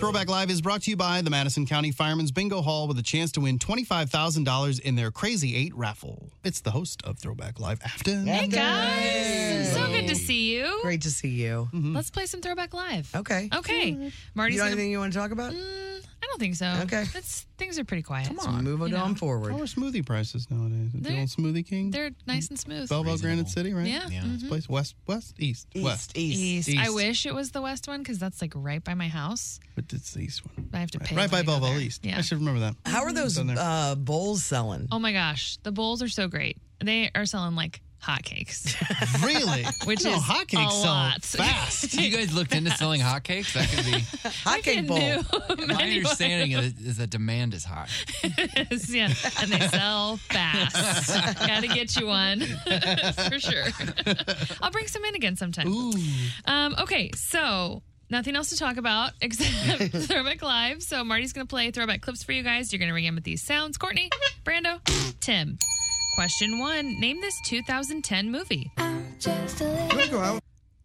Speaker 4: Throwback Live is brought to you by the Madison County Firemen's Bingo Hall with a chance to win $25,000 in their Crazy 8 raffle. It's the host of Throwback Live, Afton.
Speaker 3: Hey
Speaker 8: guys. So good to see you.
Speaker 3: Great to see you.
Speaker 8: Let's play some throwback live.
Speaker 3: Okay.
Speaker 8: Okay.
Speaker 3: You
Speaker 8: Marty's
Speaker 3: got
Speaker 8: gonna,
Speaker 3: anything you want to talk about?
Speaker 8: Mm, I don't think so.
Speaker 3: Okay.
Speaker 8: That's things are pretty quiet. Come
Speaker 3: Let's move on forward.
Speaker 4: How are smoothie prices nowadays? At the
Speaker 8: They're-
Speaker 4: old Smoothie King?
Speaker 8: They're nice and smooth.
Speaker 4: Belleville, Granite City, right?
Speaker 8: Yeah. Yeah.
Speaker 4: This place, west, west, east, west.
Speaker 8: East.
Speaker 4: East.
Speaker 8: I wish it was the west one because that's like right by my house.
Speaker 4: But it's the east one.
Speaker 8: I have to pay
Speaker 4: Right, right by
Speaker 8: money to go
Speaker 4: Belleville
Speaker 8: there.
Speaker 4: East.
Speaker 8: Yeah.
Speaker 4: I should remember that.
Speaker 3: How are those
Speaker 4: Down there.
Speaker 3: uh, bowls selling?
Speaker 8: Oh my gosh, the bowls are so great. They are selling like
Speaker 3: (laughs)
Speaker 8: hotcakes,
Speaker 2: (laughs)
Speaker 8: (laughs)
Speaker 4: really?
Speaker 8: which
Speaker 4: you know,
Speaker 8: is
Speaker 4: hotcakes
Speaker 8: a
Speaker 4: sell
Speaker 8: lot.
Speaker 4: fast.
Speaker 2: You guys looked into selling hotcakes? That could be.
Speaker 4: (laughs)
Speaker 3: Hotcake bowl.
Speaker 8: (laughs)
Speaker 2: My understanding is, is that demand is (laughs) high.
Speaker 8: is, (laughs) yeah, and they sell fast. Gotta get you one (laughs) for sure. I'll bring some in again sometime. Um, okay, so nothing else to talk about (laughs)
Speaker 3: (laughs)
Speaker 8: except Throwback Live. So Marty's gonna play Throwback clips for you guys. You're gonna ring in with these sounds. Courtney, Brando, Tim. Question one Name this 2010 movie.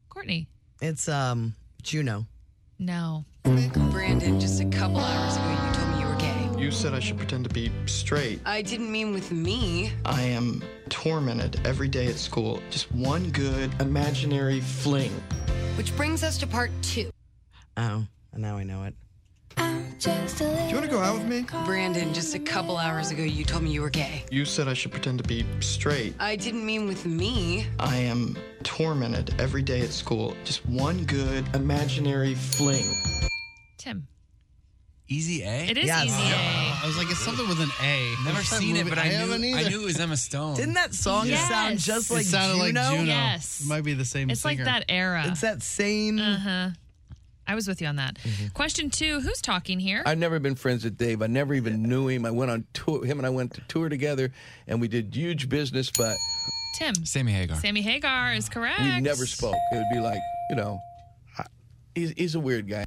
Speaker 8: Courtney.
Speaker 3: It's um Juno.
Speaker 8: No.
Speaker 9: Brandon, just a couple hours ago, you told me you were gay.
Speaker 10: You said I should pretend to be straight.
Speaker 9: I didn't mean with me.
Speaker 10: I am tormented every day at school. Just one good imaginary fling.
Speaker 9: Which brings us to part two.
Speaker 3: Oh, and now I know it.
Speaker 9: Do you want to go out with me? Brandon, just a couple hours ago, you told me you were gay.
Speaker 10: You said I should pretend to be straight.
Speaker 9: I didn't mean with me.
Speaker 10: I am tormented every day at school. Just one good imaginary fling.
Speaker 8: Tim.
Speaker 11: Easy A?
Speaker 8: It is Yes. Easy A.
Speaker 4: I was like, it's something with an A.
Speaker 11: Never
Speaker 4: What's that
Speaker 11: seen it,
Speaker 4: movie?
Speaker 11: but I,
Speaker 4: haven't
Speaker 11: knew, I
Speaker 4: either.
Speaker 11: knew it was Emma Stone.
Speaker 3: Didn't that song
Speaker 4: Yes.
Speaker 3: sound just
Speaker 4: It
Speaker 3: like
Speaker 4: sounded like
Speaker 3: Juno?
Speaker 4: Juno.
Speaker 8: Yes.
Speaker 4: It might be the same
Speaker 8: It's like
Speaker 4: singer.
Speaker 8: that era.
Speaker 3: It's that same. Mm-hmm.
Speaker 8: Uh huh. I was with you on that. Question two Who's talking here?
Speaker 12: I've never been friends with Dave. I never even knew him. I went on tour. Him and I went to tour together, and we did huge business. But
Speaker 8: Tim.
Speaker 12: Sammy Hagar,
Speaker 8: Sammy Hagar is correct.
Speaker 12: we never spoke. It would be like you know, I, he's, he's a weird guy.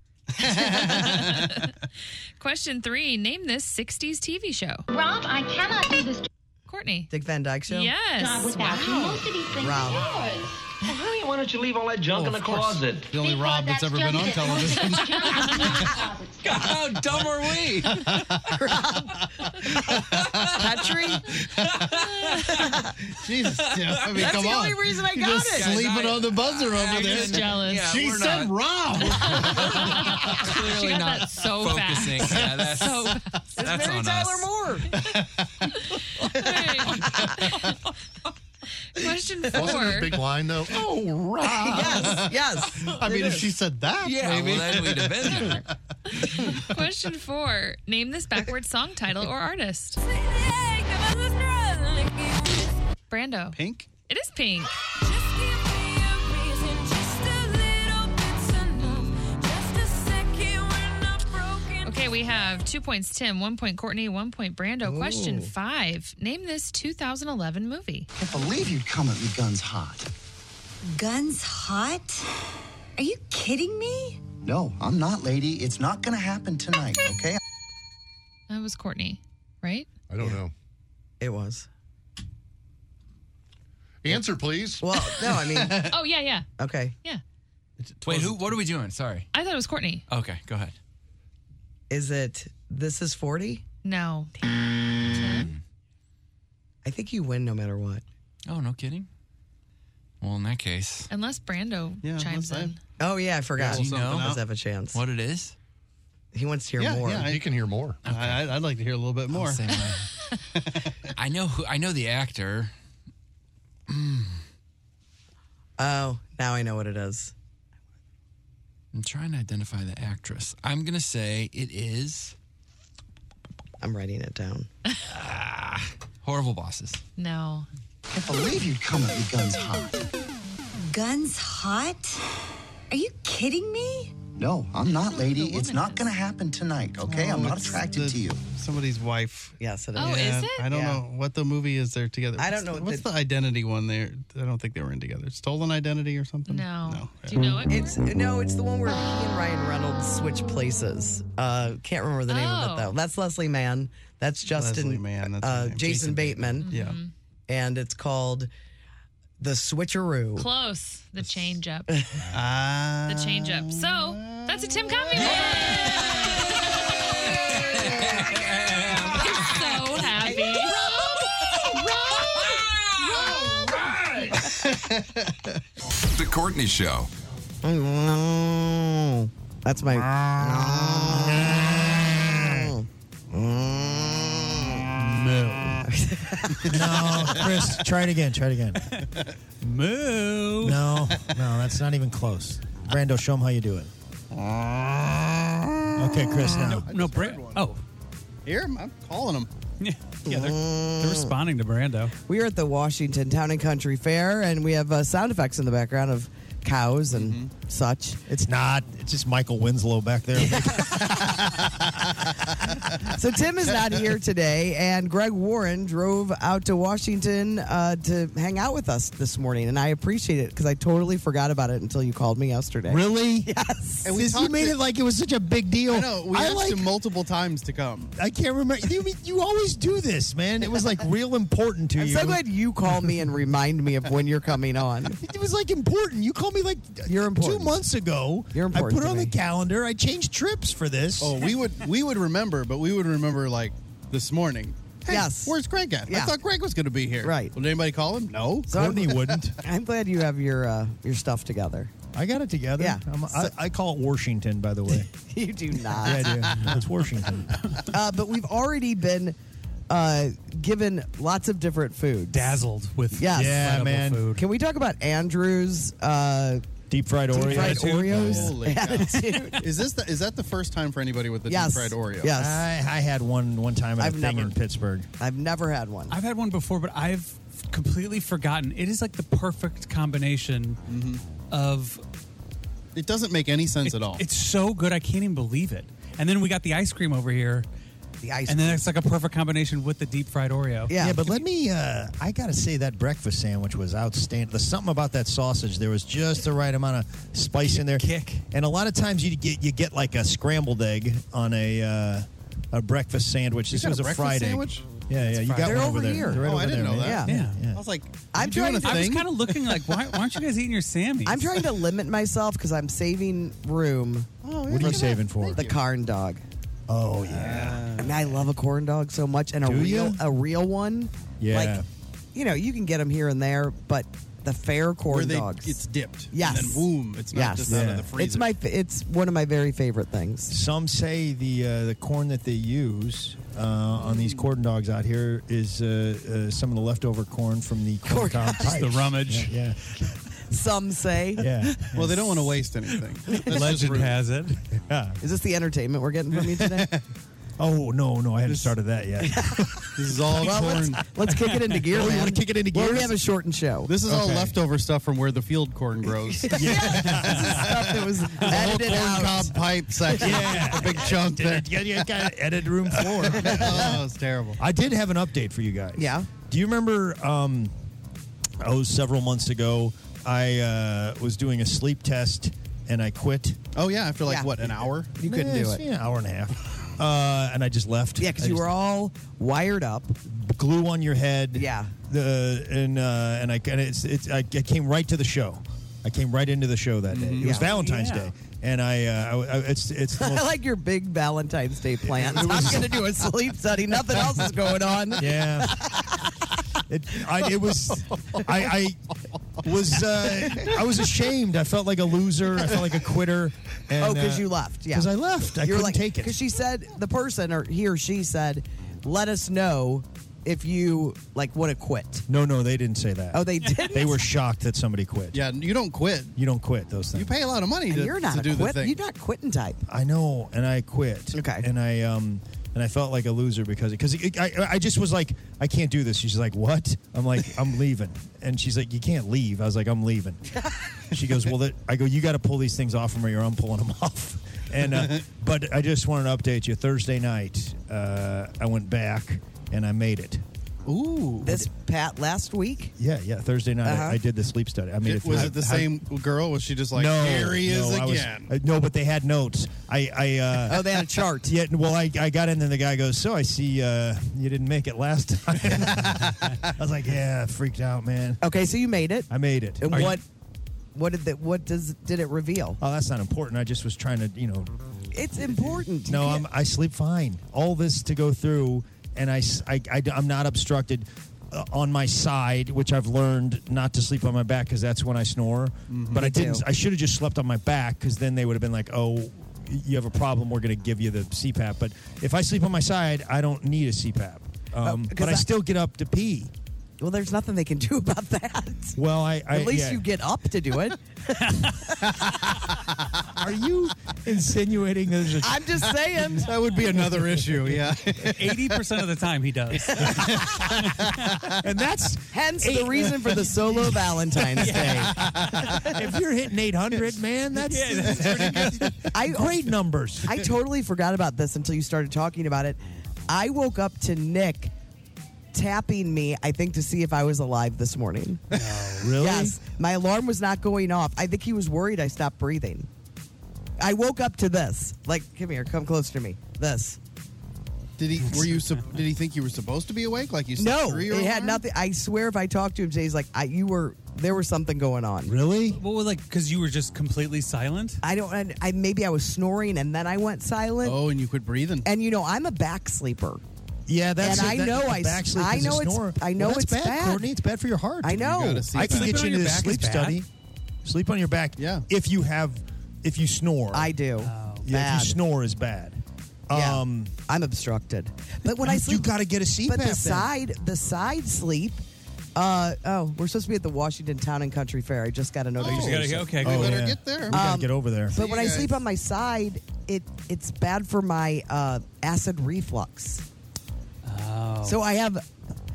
Speaker 8: Question three Name this 60s TV show.
Speaker 13: Rob, I cannot do this
Speaker 8: Courtney.
Speaker 3: Dick Van Dyke show.
Speaker 8: Yes.
Speaker 13: job without you. Most of these things
Speaker 3: Rob.
Speaker 13: are yours.
Speaker 14: Well, honey, why don't you leave all that junk
Speaker 4: Oh,
Speaker 14: in the
Speaker 4: of course.
Speaker 14: closet?
Speaker 4: The only
Speaker 13: Because
Speaker 4: Rob that's ever been on
Speaker 13: just it. Most
Speaker 4: television.
Speaker 13: of these jobs are yours.
Speaker 4: God, how dumb are
Speaker 2: (laughs)
Speaker 4: we?
Speaker 2: (laughs)
Speaker 3: Petri?
Speaker 4: Jesus, Tim. I mean,
Speaker 3: That's
Speaker 4: come
Speaker 3: the
Speaker 4: on.
Speaker 3: only reason I
Speaker 4: You're
Speaker 3: got
Speaker 4: just
Speaker 3: it.
Speaker 4: sleeping on the buzzer over
Speaker 8: I'm
Speaker 4: there.
Speaker 8: just jealous. Yeah,
Speaker 4: she
Speaker 8: we're
Speaker 4: said
Speaker 8: not.
Speaker 2: (laughs)
Speaker 4: Rob.
Speaker 8: She got that so
Speaker 11: focusing.
Speaker 8: fast.
Speaker 11: Yeah, that's,
Speaker 8: So
Speaker 11: that's on us.
Speaker 3: Moore.
Speaker 8: Question
Speaker 4: (laughs) Wasn't it
Speaker 8: four.
Speaker 4: a big line though. Oh, Rob.
Speaker 3: yes, yes.
Speaker 4: I mean,
Speaker 3: it
Speaker 4: if
Speaker 3: is.
Speaker 4: she said that,
Speaker 11: Yeah,
Speaker 4: maybe.
Speaker 11: well, then we'd have
Speaker 4: (laughs)
Speaker 11: been there.
Speaker 8: Question four. Name this backward song title or artist. Brando.
Speaker 4: Pink?
Speaker 8: It is pink. Okay, we have two points Tim, one point Courtney, one point Brando. Question
Speaker 15: Ooh.
Speaker 8: five. Name this 2011 movie.
Speaker 15: I believe you'd come at me guns hot.
Speaker 9: Guns hot? Are you kidding me?
Speaker 15: No, I'm not, lady. It's not going to happen tonight, okay?
Speaker 8: That was Courtney, right?
Speaker 5: I don't know.
Speaker 3: It was.
Speaker 5: Answer, please.
Speaker 3: Well, no, I
Speaker 4: (laughs)
Speaker 3: mean,
Speaker 8: (laughs) oh, yeah, yeah.
Speaker 3: okay.
Speaker 11: Wait, who? What are we doing? Sorry.
Speaker 8: I thought it was Courtney.
Speaker 11: Okay, go ahead.
Speaker 3: Is it This Is 40?
Speaker 8: No.
Speaker 3: I think you win no matter what.
Speaker 11: Oh, no kidding. Well, in that case,
Speaker 8: Unless Brando chimes in.
Speaker 3: Oh, yeah, I forgot.
Speaker 11: Does he know?
Speaker 3: Does have a chance.
Speaker 11: what it is?
Speaker 3: He wants to hear more.
Speaker 11: I,
Speaker 5: can hear more.
Speaker 4: I, I'd like to hear a little bit more. (laughs)
Speaker 11: I know who. I know the actor.
Speaker 3: (clears throat) Oh, now I know what it is.
Speaker 11: I'm trying to identify the actress. I'm gonna say it is
Speaker 3: I'm writing it down.
Speaker 11: Ah, horrible bosses.
Speaker 8: No.
Speaker 15: I believe you'd come at me guns hot.
Speaker 9: Guns hot? Are you kidding me?
Speaker 15: No, I'm not, lady. It's not going to happen tonight, okay? I'm
Speaker 4: Oh,
Speaker 15: not
Speaker 4: it's
Speaker 15: attracted
Speaker 4: the-
Speaker 15: to you.
Speaker 4: (laughs) Somebody's wife.
Speaker 3: Yes, it
Speaker 15: is. Oh, is it?
Speaker 4: I don't
Speaker 15: Yeah.
Speaker 4: know what the movie is they're together.
Speaker 15: I don't
Speaker 4: What's
Speaker 15: know
Speaker 4: The,
Speaker 15: what
Speaker 4: what's
Speaker 15: the-
Speaker 4: the identity one there? I don't think they were in together. Stolen identity or something?
Speaker 8: No. Do you know it?
Speaker 3: It's no, it's the one where he and Ryan Reynolds switch places. Uh, can't remember the name of it
Speaker 8: Oh.
Speaker 3: though. That's Leslie Mann. That's Justin.
Speaker 4: Leslie Mann, that's her
Speaker 3: uh,
Speaker 4: name.
Speaker 3: Jason,
Speaker 4: Jason
Speaker 3: Bateman.
Speaker 4: Yeah.
Speaker 3: And it's called the Switcheroo.
Speaker 8: Close. The change up.
Speaker 4: Ah.
Speaker 8: The change up. So that's a Tim Coffee. (laughs) I'm so happy.
Speaker 16: The Courtney Show.
Speaker 3: Mm, No. That's my. No.
Speaker 2: no, Chris, try it again. Try it again.
Speaker 6: Moo.
Speaker 2: No, no, that's not even close. Brando, show him how you do it. Okay, Chris, now.
Speaker 6: No, Brand. Oh,
Speaker 4: Hear him? I'm calling him.
Speaker 6: yeah, yeah. They're, they're
Speaker 5: Mm.
Speaker 6: responding to Brando.
Speaker 3: We are at the Washington Town and Country Fair, and we have uh, sound effects in the background of cows and such.
Speaker 2: It's not. It's just Michael Winslow back there.
Speaker 3: (laughs) so Tim is not here today, and Greg Warren drove out to Washington uh, to hang out with us this morning, and I appreciate it because I totally forgot about it until you called me yesterday. (laughs)
Speaker 5: Really?
Speaker 3: Yes.
Speaker 5: And we This- you talked made to- it like it was such a big deal.
Speaker 4: I know. We
Speaker 5: I
Speaker 4: asked
Speaker 5: like-
Speaker 4: him multiple times to come.
Speaker 5: I can't remember. You, you always do this, man. It was like real important to
Speaker 3: I'm
Speaker 5: you.
Speaker 3: so glad you called me and remind me of when you're coming on.
Speaker 5: It was like important. You called me like
Speaker 3: You're important.
Speaker 5: two months ago.
Speaker 3: You're
Speaker 5: I put
Speaker 3: important
Speaker 5: it
Speaker 3: to
Speaker 5: on
Speaker 3: me.
Speaker 5: the calendar. I changed trips for this.
Speaker 4: Oh, we would we would remember, but we would remember like this morning. Hey,
Speaker 3: Yes.
Speaker 4: Where's Greg at?
Speaker 3: Yeah.
Speaker 4: I thought Greg was going to be here.
Speaker 3: Right.
Speaker 4: Would anybody call him? No.
Speaker 3: I'm- (laughs) I'm glad you have your uh, your stuff together.
Speaker 5: I got it together.
Speaker 3: Yeah.
Speaker 5: I'm, I, I call it Washington, by the
Speaker 3: (laughs)
Speaker 5: way.
Speaker 3: You do not.
Speaker 5: yeah, I do. It's
Speaker 3: (laughs)
Speaker 5: Washington.
Speaker 3: uh, but we've already been uh, given lots of different food.
Speaker 6: Dazzled with
Speaker 3: yes.
Speaker 6: incredible food.
Speaker 3: Can we talk about Andrew's uh,
Speaker 5: deep fried
Speaker 3: deep fried Oreos?
Speaker 4: Holy
Speaker 5: (laughs)
Speaker 3: (laughs)
Speaker 4: cow.
Speaker 3: Attitude.
Speaker 4: is this the, is that the first time for anybody with the
Speaker 3: Yes.
Speaker 4: deep fried Oreo?
Speaker 3: Yes.
Speaker 5: I, I had one one time at
Speaker 3: I've
Speaker 5: a thing
Speaker 3: never-
Speaker 5: in Pittsburgh.
Speaker 3: I've never had one.
Speaker 6: I've had one before, but I've completely forgotten. It is like the perfect combination of.
Speaker 4: It doesn't make any sense at all.
Speaker 6: It's so good, I can't even believe it. And then we got the ice cream over here.
Speaker 3: The ice
Speaker 6: and then it's like a perfect combination with the deep fried Oreo.
Speaker 5: Yeah, but let me. Uh, I gotta say that breakfast sandwich was outstanding. There's something about that sausage. There was just the right amount of spice in there. Kick. And a lot of times you get you get like a scrambled egg on a uh, a breakfast sandwich.
Speaker 4: You
Speaker 5: this
Speaker 4: got
Speaker 5: was
Speaker 4: a
Speaker 5: a,
Speaker 4: breakfast
Speaker 5: fried egg.
Speaker 4: sandwich?
Speaker 5: Yeah, yeah, you got
Speaker 3: They're
Speaker 5: one
Speaker 3: over
Speaker 5: over there.
Speaker 3: here.
Speaker 5: They're right
Speaker 3: Oh, I
Speaker 5: over
Speaker 3: didn't
Speaker 5: there,
Speaker 3: know
Speaker 5: man.
Speaker 3: that. Yeah.
Speaker 5: Yeah, yeah.
Speaker 4: I was like,
Speaker 3: I'm
Speaker 6: Doing
Speaker 3: trying
Speaker 6: a-
Speaker 3: to
Speaker 6: I was kind of looking like, why, why aren't you guys eating your Sammy?
Speaker 3: I'm trying to limit myself because I'm saving room.
Speaker 4: Oh,
Speaker 5: What are you saving for?
Speaker 3: The corn dog.
Speaker 5: Oh yeah.
Speaker 3: I mean, I love a corn dog so much, and a
Speaker 5: Do
Speaker 3: real
Speaker 5: you?
Speaker 3: a real one.
Speaker 5: Yeah.
Speaker 3: Like, you know, you can get them here and there, but the fair corn
Speaker 4: Where they,
Speaker 3: dogs.
Speaker 4: it's dipped.
Speaker 3: Yes.
Speaker 4: And then boom, it's not
Speaker 3: yes.
Speaker 4: just out of the freezer.
Speaker 3: It's my. fa- It's one of my very favorite things.
Speaker 5: Some say the uh, the corn that they use uh, on these corn dogs out here is uh, uh, some of the leftover corn from the corn cob
Speaker 6: Just the
Speaker 5: pipes.
Speaker 6: rummage.
Speaker 5: Yeah,
Speaker 3: Some say.
Speaker 5: yeah. yeah.
Speaker 4: Well, they don't want to waste
Speaker 3: (laughs)
Speaker 4: anything. That's just
Speaker 6: Legend
Speaker 4: rude.
Speaker 6: has it.
Speaker 5: Yeah.
Speaker 3: Is this the entertainment we're getting from
Speaker 4: (laughs)
Speaker 3: you today?
Speaker 5: Oh no, no, I haven't started that yet.
Speaker 4: This is all
Speaker 3: (laughs) well,
Speaker 4: corn.
Speaker 3: let's, let's kick it into
Speaker 4: (laughs)
Speaker 3: gear.
Speaker 5: Oh, you
Speaker 3: man.
Speaker 5: wanna kick it into
Speaker 3: Well, we
Speaker 5: gears?
Speaker 3: have a shortened show.
Speaker 4: This is all
Speaker 5: Okay.
Speaker 4: leftover stuff from where the field
Speaker 3: (laughs)
Speaker 4: corn grows. the
Speaker 3: stuff that was
Speaker 4: whole
Speaker 3: edited
Speaker 4: corn
Speaker 3: out. (laughs)
Speaker 4: cob pipe section.
Speaker 5: Yeah.
Speaker 4: A big chunk there.
Speaker 5: Yeah, yeah, got edit
Speaker 4: (laughs)
Speaker 5: room floor.
Speaker 4: Oh, it's terrible.
Speaker 5: I did have an update for you guys.
Speaker 3: Yeah.
Speaker 5: Do you remember? Um, oh, several months ago, I uh, was doing a sleep test and I quit.
Speaker 4: Oh, yeah, after like,
Speaker 3: Yeah.
Speaker 4: what, an hour?
Speaker 3: You couldn't
Speaker 5: Eh,
Speaker 3: do it.
Speaker 5: yeah, an hour and a half, uh, and I just left.
Speaker 3: Yeah, because
Speaker 5: I
Speaker 3: you
Speaker 5: just-
Speaker 3: were all wired up.
Speaker 5: glue on your head.
Speaker 3: Yeah.
Speaker 5: The and uh, and I and it's, it's I, I came right to the show. I came right into the show that day. It was
Speaker 3: Mm-hmm. Yeah.
Speaker 5: Valentine's
Speaker 6: Yeah.
Speaker 5: Day, and I, uh, I, I it's it's
Speaker 3: (laughs)
Speaker 5: the
Speaker 3: (laughs) I
Speaker 5: most,
Speaker 3: like your big Valentine's
Speaker 5: (laughs)
Speaker 3: Day plans. I'm going to do a sleep study. Nothing else is going on.
Speaker 5: yeah. It, I, it was I, I was uh, I was ashamed. I felt like a loser. I felt like a quitter. And,
Speaker 3: oh, because
Speaker 5: uh,
Speaker 3: you left. Yeah.
Speaker 5: 'cause I left. I
Speaker 3: You're
Speaker 5: couldn't
Speaker 3: like,
Speaker 5: take it.
Speaker 3: Because she said, the person or he or she said, let us know if you like want to quit.
Speaker 5: no, no, they didn't say that.
Speaker 3: Oh, they didn't?
Speaker 5: They were shocked that somebody quit.
Speaker 4: Yeah, you don't quit.
Speaker 5: You don't quit those things.
Speaker 4: You pay a lot of money
Speaker 3: And
Speaker 4: to,
Speaker 3: you're not
Speaker 4: to
Speaker 3: a
Speaker 4: do the
Speaker 3: quit.
Speaker 4: thing.
Speaker 3: You're not quitting type.
Speaker 5: I know, and I quit.
Speaker 3: Okay.
Speaker 5: And I um and I felt like a loser because because I I just was like I can't do this. She's like, what? I'm like, (laughs) I'm leaving. And she's like, you can't leave. I was like, I'm
Speaker 3: (laughs)
Speaker 5: leaving. she goes, well, that, I go, you got to pull these things off from me, or I'm pulling them (laughs) off. And uh,
Speaker 4: (laughs)
Speaker 5: but I just wanted to update you. Thursday night, uh, I went back and I made it.
Speaker 4: Ooh.
Speaker 3: This Pat last week.
Speaker 5: Yeah, yeah. Thursday night,
Speaker 3: Uh-huh.
Speaker 5: I, I did the sleep study. I made it.
Speaker 4: Did- was
Speaker 5: through.
Speaker 4: it the
Speaker 5: I-
Speaker 4: same girl? Was she just like,
Speaker 5: no,
Speaker 4: here he is
Speaker 5: no, I was-
Speaker 4: again?
Speaker 5: uh, no, but they had notes. I, I uh,
Speaker 3: (laughs) Oh, they had a chart.
Speaker 5: (laughs) Yeah, well, I, I got in there. The guy goes, "So I see uh, you didn't make it last time." I was like, "Yeah, freaked out, man.
Speaker 3: Okay, so you made it.
Speaker 5: (laughs) I made it."
Speaker 3: And
Speaker 5: Are you-
Speaker 3: what? What did that? What does did it reveal?
Speaker 5: oh, that's not important. I just was trying to, you know.
Speaker 3: It's important. You
Speaker 5: No,
Speaker 3: can't-
Speaker 5: I'm,
Speaker 3: (laughs)
Speaker 5: I sleep fine. All this to go through, and I, s- I, am not obstructed uh, on my side, which I've learned not to sleep on my back because that's when I snore. But I
Speaker 3: Mm-hmm. Me
Speaker 5: didn't.
Speaker 3: too.
Speaker 5: I should have just slept on my back because then they would have been like, "Oh." You have a problem. We're going to give you the CPAP, but if I sleep on my side, I don't need a CPAP. Um, but
Speaker 3: Oh, 'cause
Speaker 5: I,
Speaker 3: I-
Speaker 5: still get up to pee.
Speaker 3: Well, there's nothing they can do (laughs) about that.
Speaker 5: Well, I, I
Speaker 3: At least
Speaker 5: yeah.
Speaker 3: you get up to do it.
Speaker 5: (laughs) Are you insinuating there's a
Speaker 3: I'm just saying.
Speaker 5: (laughs) That would be another
Speaker 6: (laughs)
Speaker 5: issue, yeah.
Speaker 6: 80% of the time he does.
Speaker 3: (laughs)
Speaker 5: and that's
Speaker 3: hence the reason for
Speaker 5: (laughs)
Speaker 3: the solo Valentine's Day.
Speaker 5: if you're hitting 800, man, that's, (laughs)
Speaker 3: I,
Speaker 5: great numbers.
Speaker 3: I totally forgot about this until you started talking about it. I woke up to Nick tapping me, I think, to see if I was alive this morning.
Speaker 5: (laughs) really?
Speaker 3: Yes. My alarm was not going off. I think he was worried I stopped breathing. I woke up to this. Like, come here, come close to me. This.
Speaker 4: Did he? Were you? sup- Did he think you were supposed to be awake? Like you? said,
Speaker 3: No,
Speaker 4: through your
Speaker 3: it had
Speaker 4: alarm?
Speaker 3: nothing. I swear, if I talked to him today, he's like, I, "You were there was something going on."
Speaker 5: Really?
Speaker 6: (laughs) Well, like, because you were just completely silent?
Speaker 3: I don't. I, I maybe I was snoring and then I went silent.
Speaker 4: Oh, and you quit breathing.
Speaker 3: And you know, I'm a back sleeper.
Speaker 5: Yeah, that's
Speaker 3: And I
Speaker 5: that-
Speaker 3: know
Speaker 5: the
Speaker 3: I-
Speaker 5: back sleep
Speaker 3: I
Speaker 5: is a
Speaker 3: know it's-
Speaker 5: snore.
Speaker 3: I know
Speaker 5: Well, that's
Speaker 3: it's
Speaker 5: bad,
Speaker 3: bad.
Speaker 5: Courtney. It's bad for your heart.
Speaker 3: I know. You gotta
Speaker 5: I
Speaker 3: sleep
Speaker 5: can
Speaker 3: on
Speaker 5: get you into
Speaker 3: it. Sleeping on your
Speaker 5: this
Speaker 3: back
Speaker 5: sleep
Speaker 3: is bad.
Speaker 5: study. Sleep on your back. Yeah. If you have, if you snore. I
Speaker 3: do.
Speaker 5: yeah.
Speaker 3: Oh, bad.
Speaker 5: If you snore is bad.
Speaker 3: Yeah.
Speaker 5: Um,
Speaker 3: I'm obstructed. But when I sleep,
Speaker 5: you got to get a CPAP.
Speaker 3: But the
Speaker 5: then.
Speaker 3: side, the side sleep. Uh, oh, we're supposed to be at the Washington Town and Country Fair. I just got a
Speaker 6: just
Speaker 3: notification.
Speaker 6: Oh, gotta go- okay, We good. better get there.
Speaker 5: Oh, We gotta
Speaker 3: Um,
Speaker 5: get over there.
Speaker 3: But when I sleep on my side, it it's bad for my uh, acid reflux.
Speaker 6: Oh.
Speaker 3: So I have.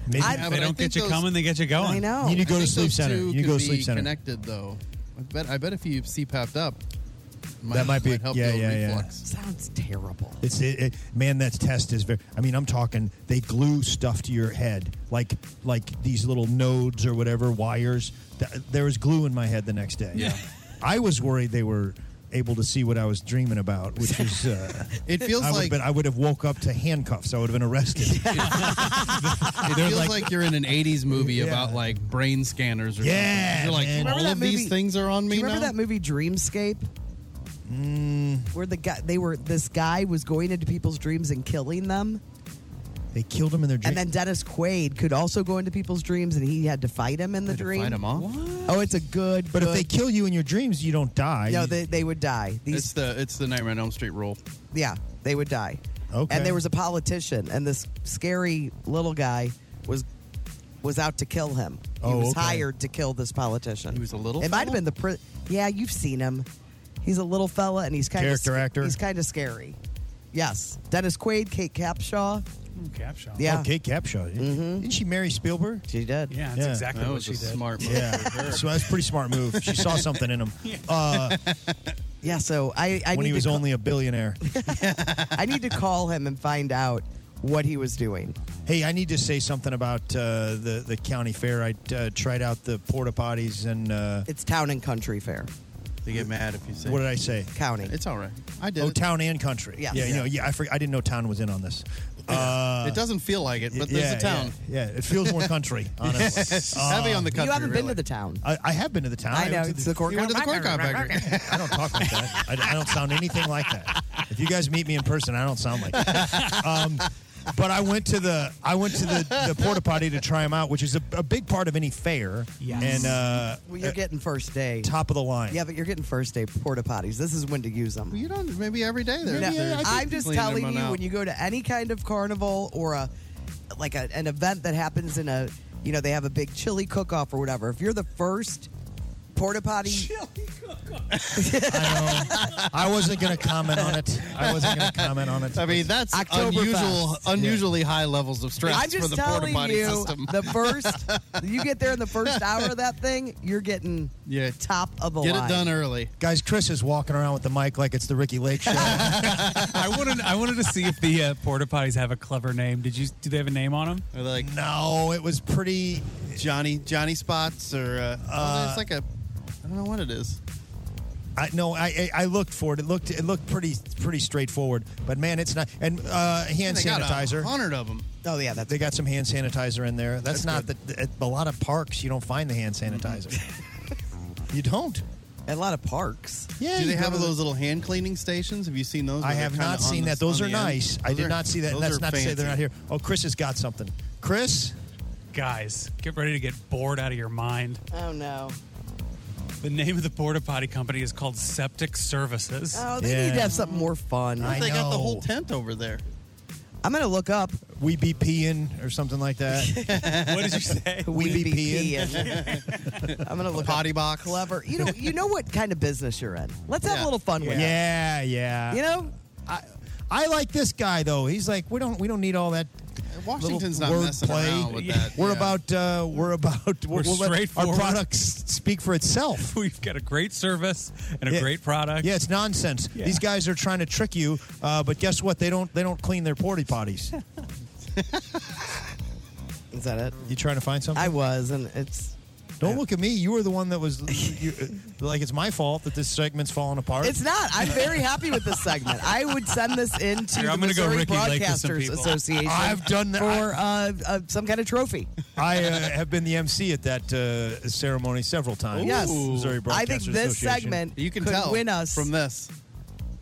Speaker 6: Maybe
Speaker 3: I-
Speaker 6: they don't get you coming, they get you going.
Speaker 3: I know.
Speaker 5: You need to go
Speaker 4: I
Speaker 5: to
Speaker 4: think
Speaker 5: sleep
Speaker 4: those
Speaker 5: center.
Speaker 4: two
Speaker 5: You need to
Speaker 4: could
Speaker 5: go to
Speaker 4: be
Speaker 5: sleep center.
Speaker 4: Connected though. I bet. I bet if you CPAP'd up,
Speaker 5: That might be-
Speaker 4: help
Speaker 5: yeah,
Speaker 4: deal with
Speaker 5: yeah, yeah.
Speaker 4: reflux.
Speaker 3: Sounds terrible.
Speaker 5: (laughs) It's it, it, man, that test is very. I mean, I'm talking. They glue stuff to your head, like like these little nodes or whatever wires. Th- there was glue in my head the next day.
Speaker 4: Yeah.
Speaker 5: I was worried they were able to see what I was dreaming about, which is. Uh,
Speaker 4: It feels
Speaker 5: I would,
Speaker 4: like-
Speaker 5: but I would have woke up to handcuffs. I would have been arrested.
Speaker 4: It
Speaker 5: They're
Speaker 4: feels like,
Speaker 5: like-
Speaker 4: you're in an '80s movie
Speaker 5: Yeah.
Speaker 4: about like brain scanners or something.
Speaker 5: Yeah,
Speaker 4: You're like
Speaker 5: man.
Speaker 4: all
Speaker 3: Remember that
Speaker 4: of
Speaker 3: movie-
Speaker 4: these things are on
Speaker 3: Do
Speaker 4: me
Speaker 3: you remember
Speaker 4: now.
Speaker 3: that movie Dreamscape?
Speaker 5: Mm.
Speaker 3: Where the guy they were this guy was going into people's dreams and killing them.
Speaker 5: they killed him in their dream.
Speaker 3: And then Dennis Quaid could also go into people's dreams, and he had to fight him in the dream.
Speaker 4: fight him off?
Speaker 3: Oh, it's a good.
Speaker 5: but if
Speaker 3: good-
Speaker 5: they kill you in your dreams, you don't die.
Speaker 3: no,
Speaker 5: You-
Speaker 3: they, they would die. These,
Speaker 4: It's the it's the Nightmare on Elm Street rule.
Speaker 3: yeah, they would die.
Speaker 4: Okay.
Speaker 3: And there was a politician, and this scary little guy was was out to kill him. He
Speaker 4: Oh,
Speaker 3: was
Speaker 4: okay.
Speaker 3: hired to kill this politician. He was
Speaker 4: a little
Speaker 3: It might have
Speaker 4: fella?
Speaker 3: been the. Pri- yeah, you've seen him. He's a little fella, and he's kind
Speaker 5: Character
Speaker 3: of
Speaker 5: actor?
Speaker 3: He's kind of scary. Yes, Dennis Quaid, Kate Capshaw.
Speaker 6: Capshaw.
Speaker 3: Yeah. Mm-hmm.
Speaker 5: Oh, Kate Capshaw. Didn't she
Speaker 4: (laughs)
Speaker 5: marry Spielberg?
Speaker 3: She did.
Speaker 6: Yeah, that's exactly
Speaker 4: That what was she a did. smart move
Speaker 5: Yeah,
Speaker 4: for her.
Speaker 5: so that's a pretty smart move. She saw something
Speaker 4: (laughs)
Speaker 5: in him. Uh,
Speaker 3: Yeah, so I, I
Speaker 5: when
Speaker 3: need
Speaker 5: he
Speaker 3: to
Speaker 5: was
Speaker 3: call-
Speaker 5: only a billionaire.
Speaker 3: (laughs) I need to call him and
Speaker 5: (laughs)
Speaker 3: find out what he was doing.
Speaker 5: Hey, I need to say something about uh, the the county fair. I uh, tried out the porta potties and uh,
Speaker 3: it's town and country fair.
Speaker 4: They get mad if you say.
Speaker 5: What did I say?
Speaker 3: County.
Speaker 4: It's all right. I did.
Speaker 5: Oh,
Speaker 4: it.
Speaker 5: town and country.
Speaker 4: Yes.
Speaker 5: Yeah, you
Speaker 4: Yeah.
Speaker 5: know, yeah. I forg I didn't know town was in on this. Uh,
Speaker 4: (laughs) it doesn't feel like it, but
Speaker 5: yeah,
Speaker 4: there's a town.
Speaker 5: Yeah, yeah. it feels more country. Honestly,
Speaker 4: (laughs) Heavy on the country. really.
Speaker 3: town.
Speaker 5: I, I have been to the town.
Speaker 4: I know,
Speaker 5: went to
Speaker 4: it's the corn You went to the cob. corn cob factory.
Speaker 5: I don't talk like that. I, I don't sound anything like that. If you guys meet me in person, I don't sound like that. Um, but I went to the I went to the, the porta potty to try them out, which is a, a big part of any fair.
Speaker 3: Yes.
Speaker 5: And uh,
Speaker 3: Well, you're getting first day.
Speaker 5: Top of the line.
Speaker 3: Yeah, but you're getting first day porta potties. This is when to use them.
Speaker 4: You don't. Maybe every day there.
Speaker 3: No, I'm just telling you, when you go to any kind of carnival or a like a, an event that happens in a, you know, they have a big chili cook-off or whatever. If you're the first porta potty, (laughs)
Speaker 5: I wasn't going to comment on it. I wasn't going to comment on it.
Speaker 4: I mean, that's
Speaker 5: Oktoberfest.
Speaker 4: unusual,
Speaker 5: Yeah.
Speaker 4: unusually high levels of stress
Speaker 3: I'm just
Speaker 4: for the porta
Speaker 3: telling
Speaker 4: potty
Speaker 3: you,
Speaker 4: system.
Speaker 5: (laughs)
Speaker 3: the first you get there in the first hour of that thing, you're getting
Speaker 4: yeah.
Speaker 3: top of the line.
Speaker 4: early,
Speaker 5: guys. Chris is walking around with the mic like it's the Ricky Lake show.
Speaker 6: (laughs) I wanted I wanted to see if the uh, porta potties have a clever name. Did you do they have a name on them?
Speaker 4: Or like
Speaker 5: no, it was pretty
Speaker 4: Johnny Johnny spots or uh, oh, there's like a I don't know what it is.
Speaker 5: I no, I, I I looked for it. It looked it looked pretty pretty straightforward. But man, it's not. And uh, hand
Speaker 4: They got a
Speaker 5: sanitizer.
Speaker 4: hundred of them.
Speaker 3: Oh yeah, that's
Speaker 5: they got some hand sanitizer in there. That's, not the, at a lot of parks. You don't find the hand
Speaker 4: Mm-hmm. (laughs)
Speaker 5: sanitizer. you don't.
Speaker 3: At a lot of parks.
Speaker 5: Yeah.
Speaker 4: Do
Speaker 5: you
Speaker 4: they
Speaker 5: go
Speaker 4: have
Speaker 5: to the-
Speaker 4: those little hand cleaning stations? Have you seen those?
Speaker 5: I have not seen that. Those are nice. I did not see that. and That's not to say they're not here. Oh, Chris has got something. Chris,
Speaker 6: Guys, get ready to get bored out of your mind.
Speaker 3: Oh no.
Speaker 6: The name of the porta potty company is called Septic Services.
Speaker 5: (laughs)
Speaker 3: Oh, they need to have something more fun.
Speaker 4: They got the whole tent over there.
Speaker 3: I'm gonna look up.
Speaker 5: We be peeing or something like
Speaker 4: (laughs)
Speaker 5: that.
Speaker 3: What did you say?
Speaker 5: We,
Speaker 3: (laughs)
Speaker 5: be,
Speaker 3: We be
Speaker 5: peeing.
Speaker 3: (laughs) I'm gonna look potty
Speaker 4: box.
Speaker 3: Clever. You know, you know what kind of business you're in. Let's have a little fun with it.
Speaker 5: Yeah, yeah.
Speaker 3: You know,
Speaker 5: I I like this guy though. He's like, we don't we don't need all that.
Speaker 4: Washington's
Speaker 5: little
Speaker 4: not
Speaker 5: word
Speaker 4: messing
Speaker 5: play.
Speaker 4: around with that,
Speaker 5: We're
Speaker 4: yeah.
Speaker 5: about uh, we're about
Speaker 6: We're
Speaker 5: we'll let
Speaker 6: straightforward.
Speaker 5: Our products speak for
Speaker 6: (laughs)
Speaker 5: itself.
Speaker 6: We've got a great service and a great product.
Speaker 5: Yeah, it's nonsense.
Speaker 6: Yeah.
Speaker 5: These guys are trying to trick you, uh, but guess what? They don't they don't clean their porta potties.
Speaker 3: Is that it?
Speaker 5: You trying to find something?
Speaker 3: I was, and it's.
Speaker 5: Don't look at me. You were the one that
Speaker 3: (laughs)
Speaker 5: was you, like, it's my fault that this segment's falling apart.
Speaker 3: It's not. I'm very happy with this segment. I would send this in to
Speaker 5: Here,
Speaker 3: the
Speaker 5: I'm gonna go
Speaker 3: Missouri
Speaker 5: Ricky Lake with some
Speaker 3: Broadcasters
Speaker 5: people.
Speaker 3: Association.
Speaker 5: I've done that.
Speaker 3: for uh, uh, some kind of trophy.
Speaker 5: (laughs) I uh, have been the MC at that uh, ceremony several times.
Speaker 3: Uh, Yes.
Speaker 5: Missouri
Speaker 3: I think
Speaker 5: Broadcasters
Speaker 3: this
Speaker 5: Association.
Speaker 3: segment could win us
Speaker 4: this.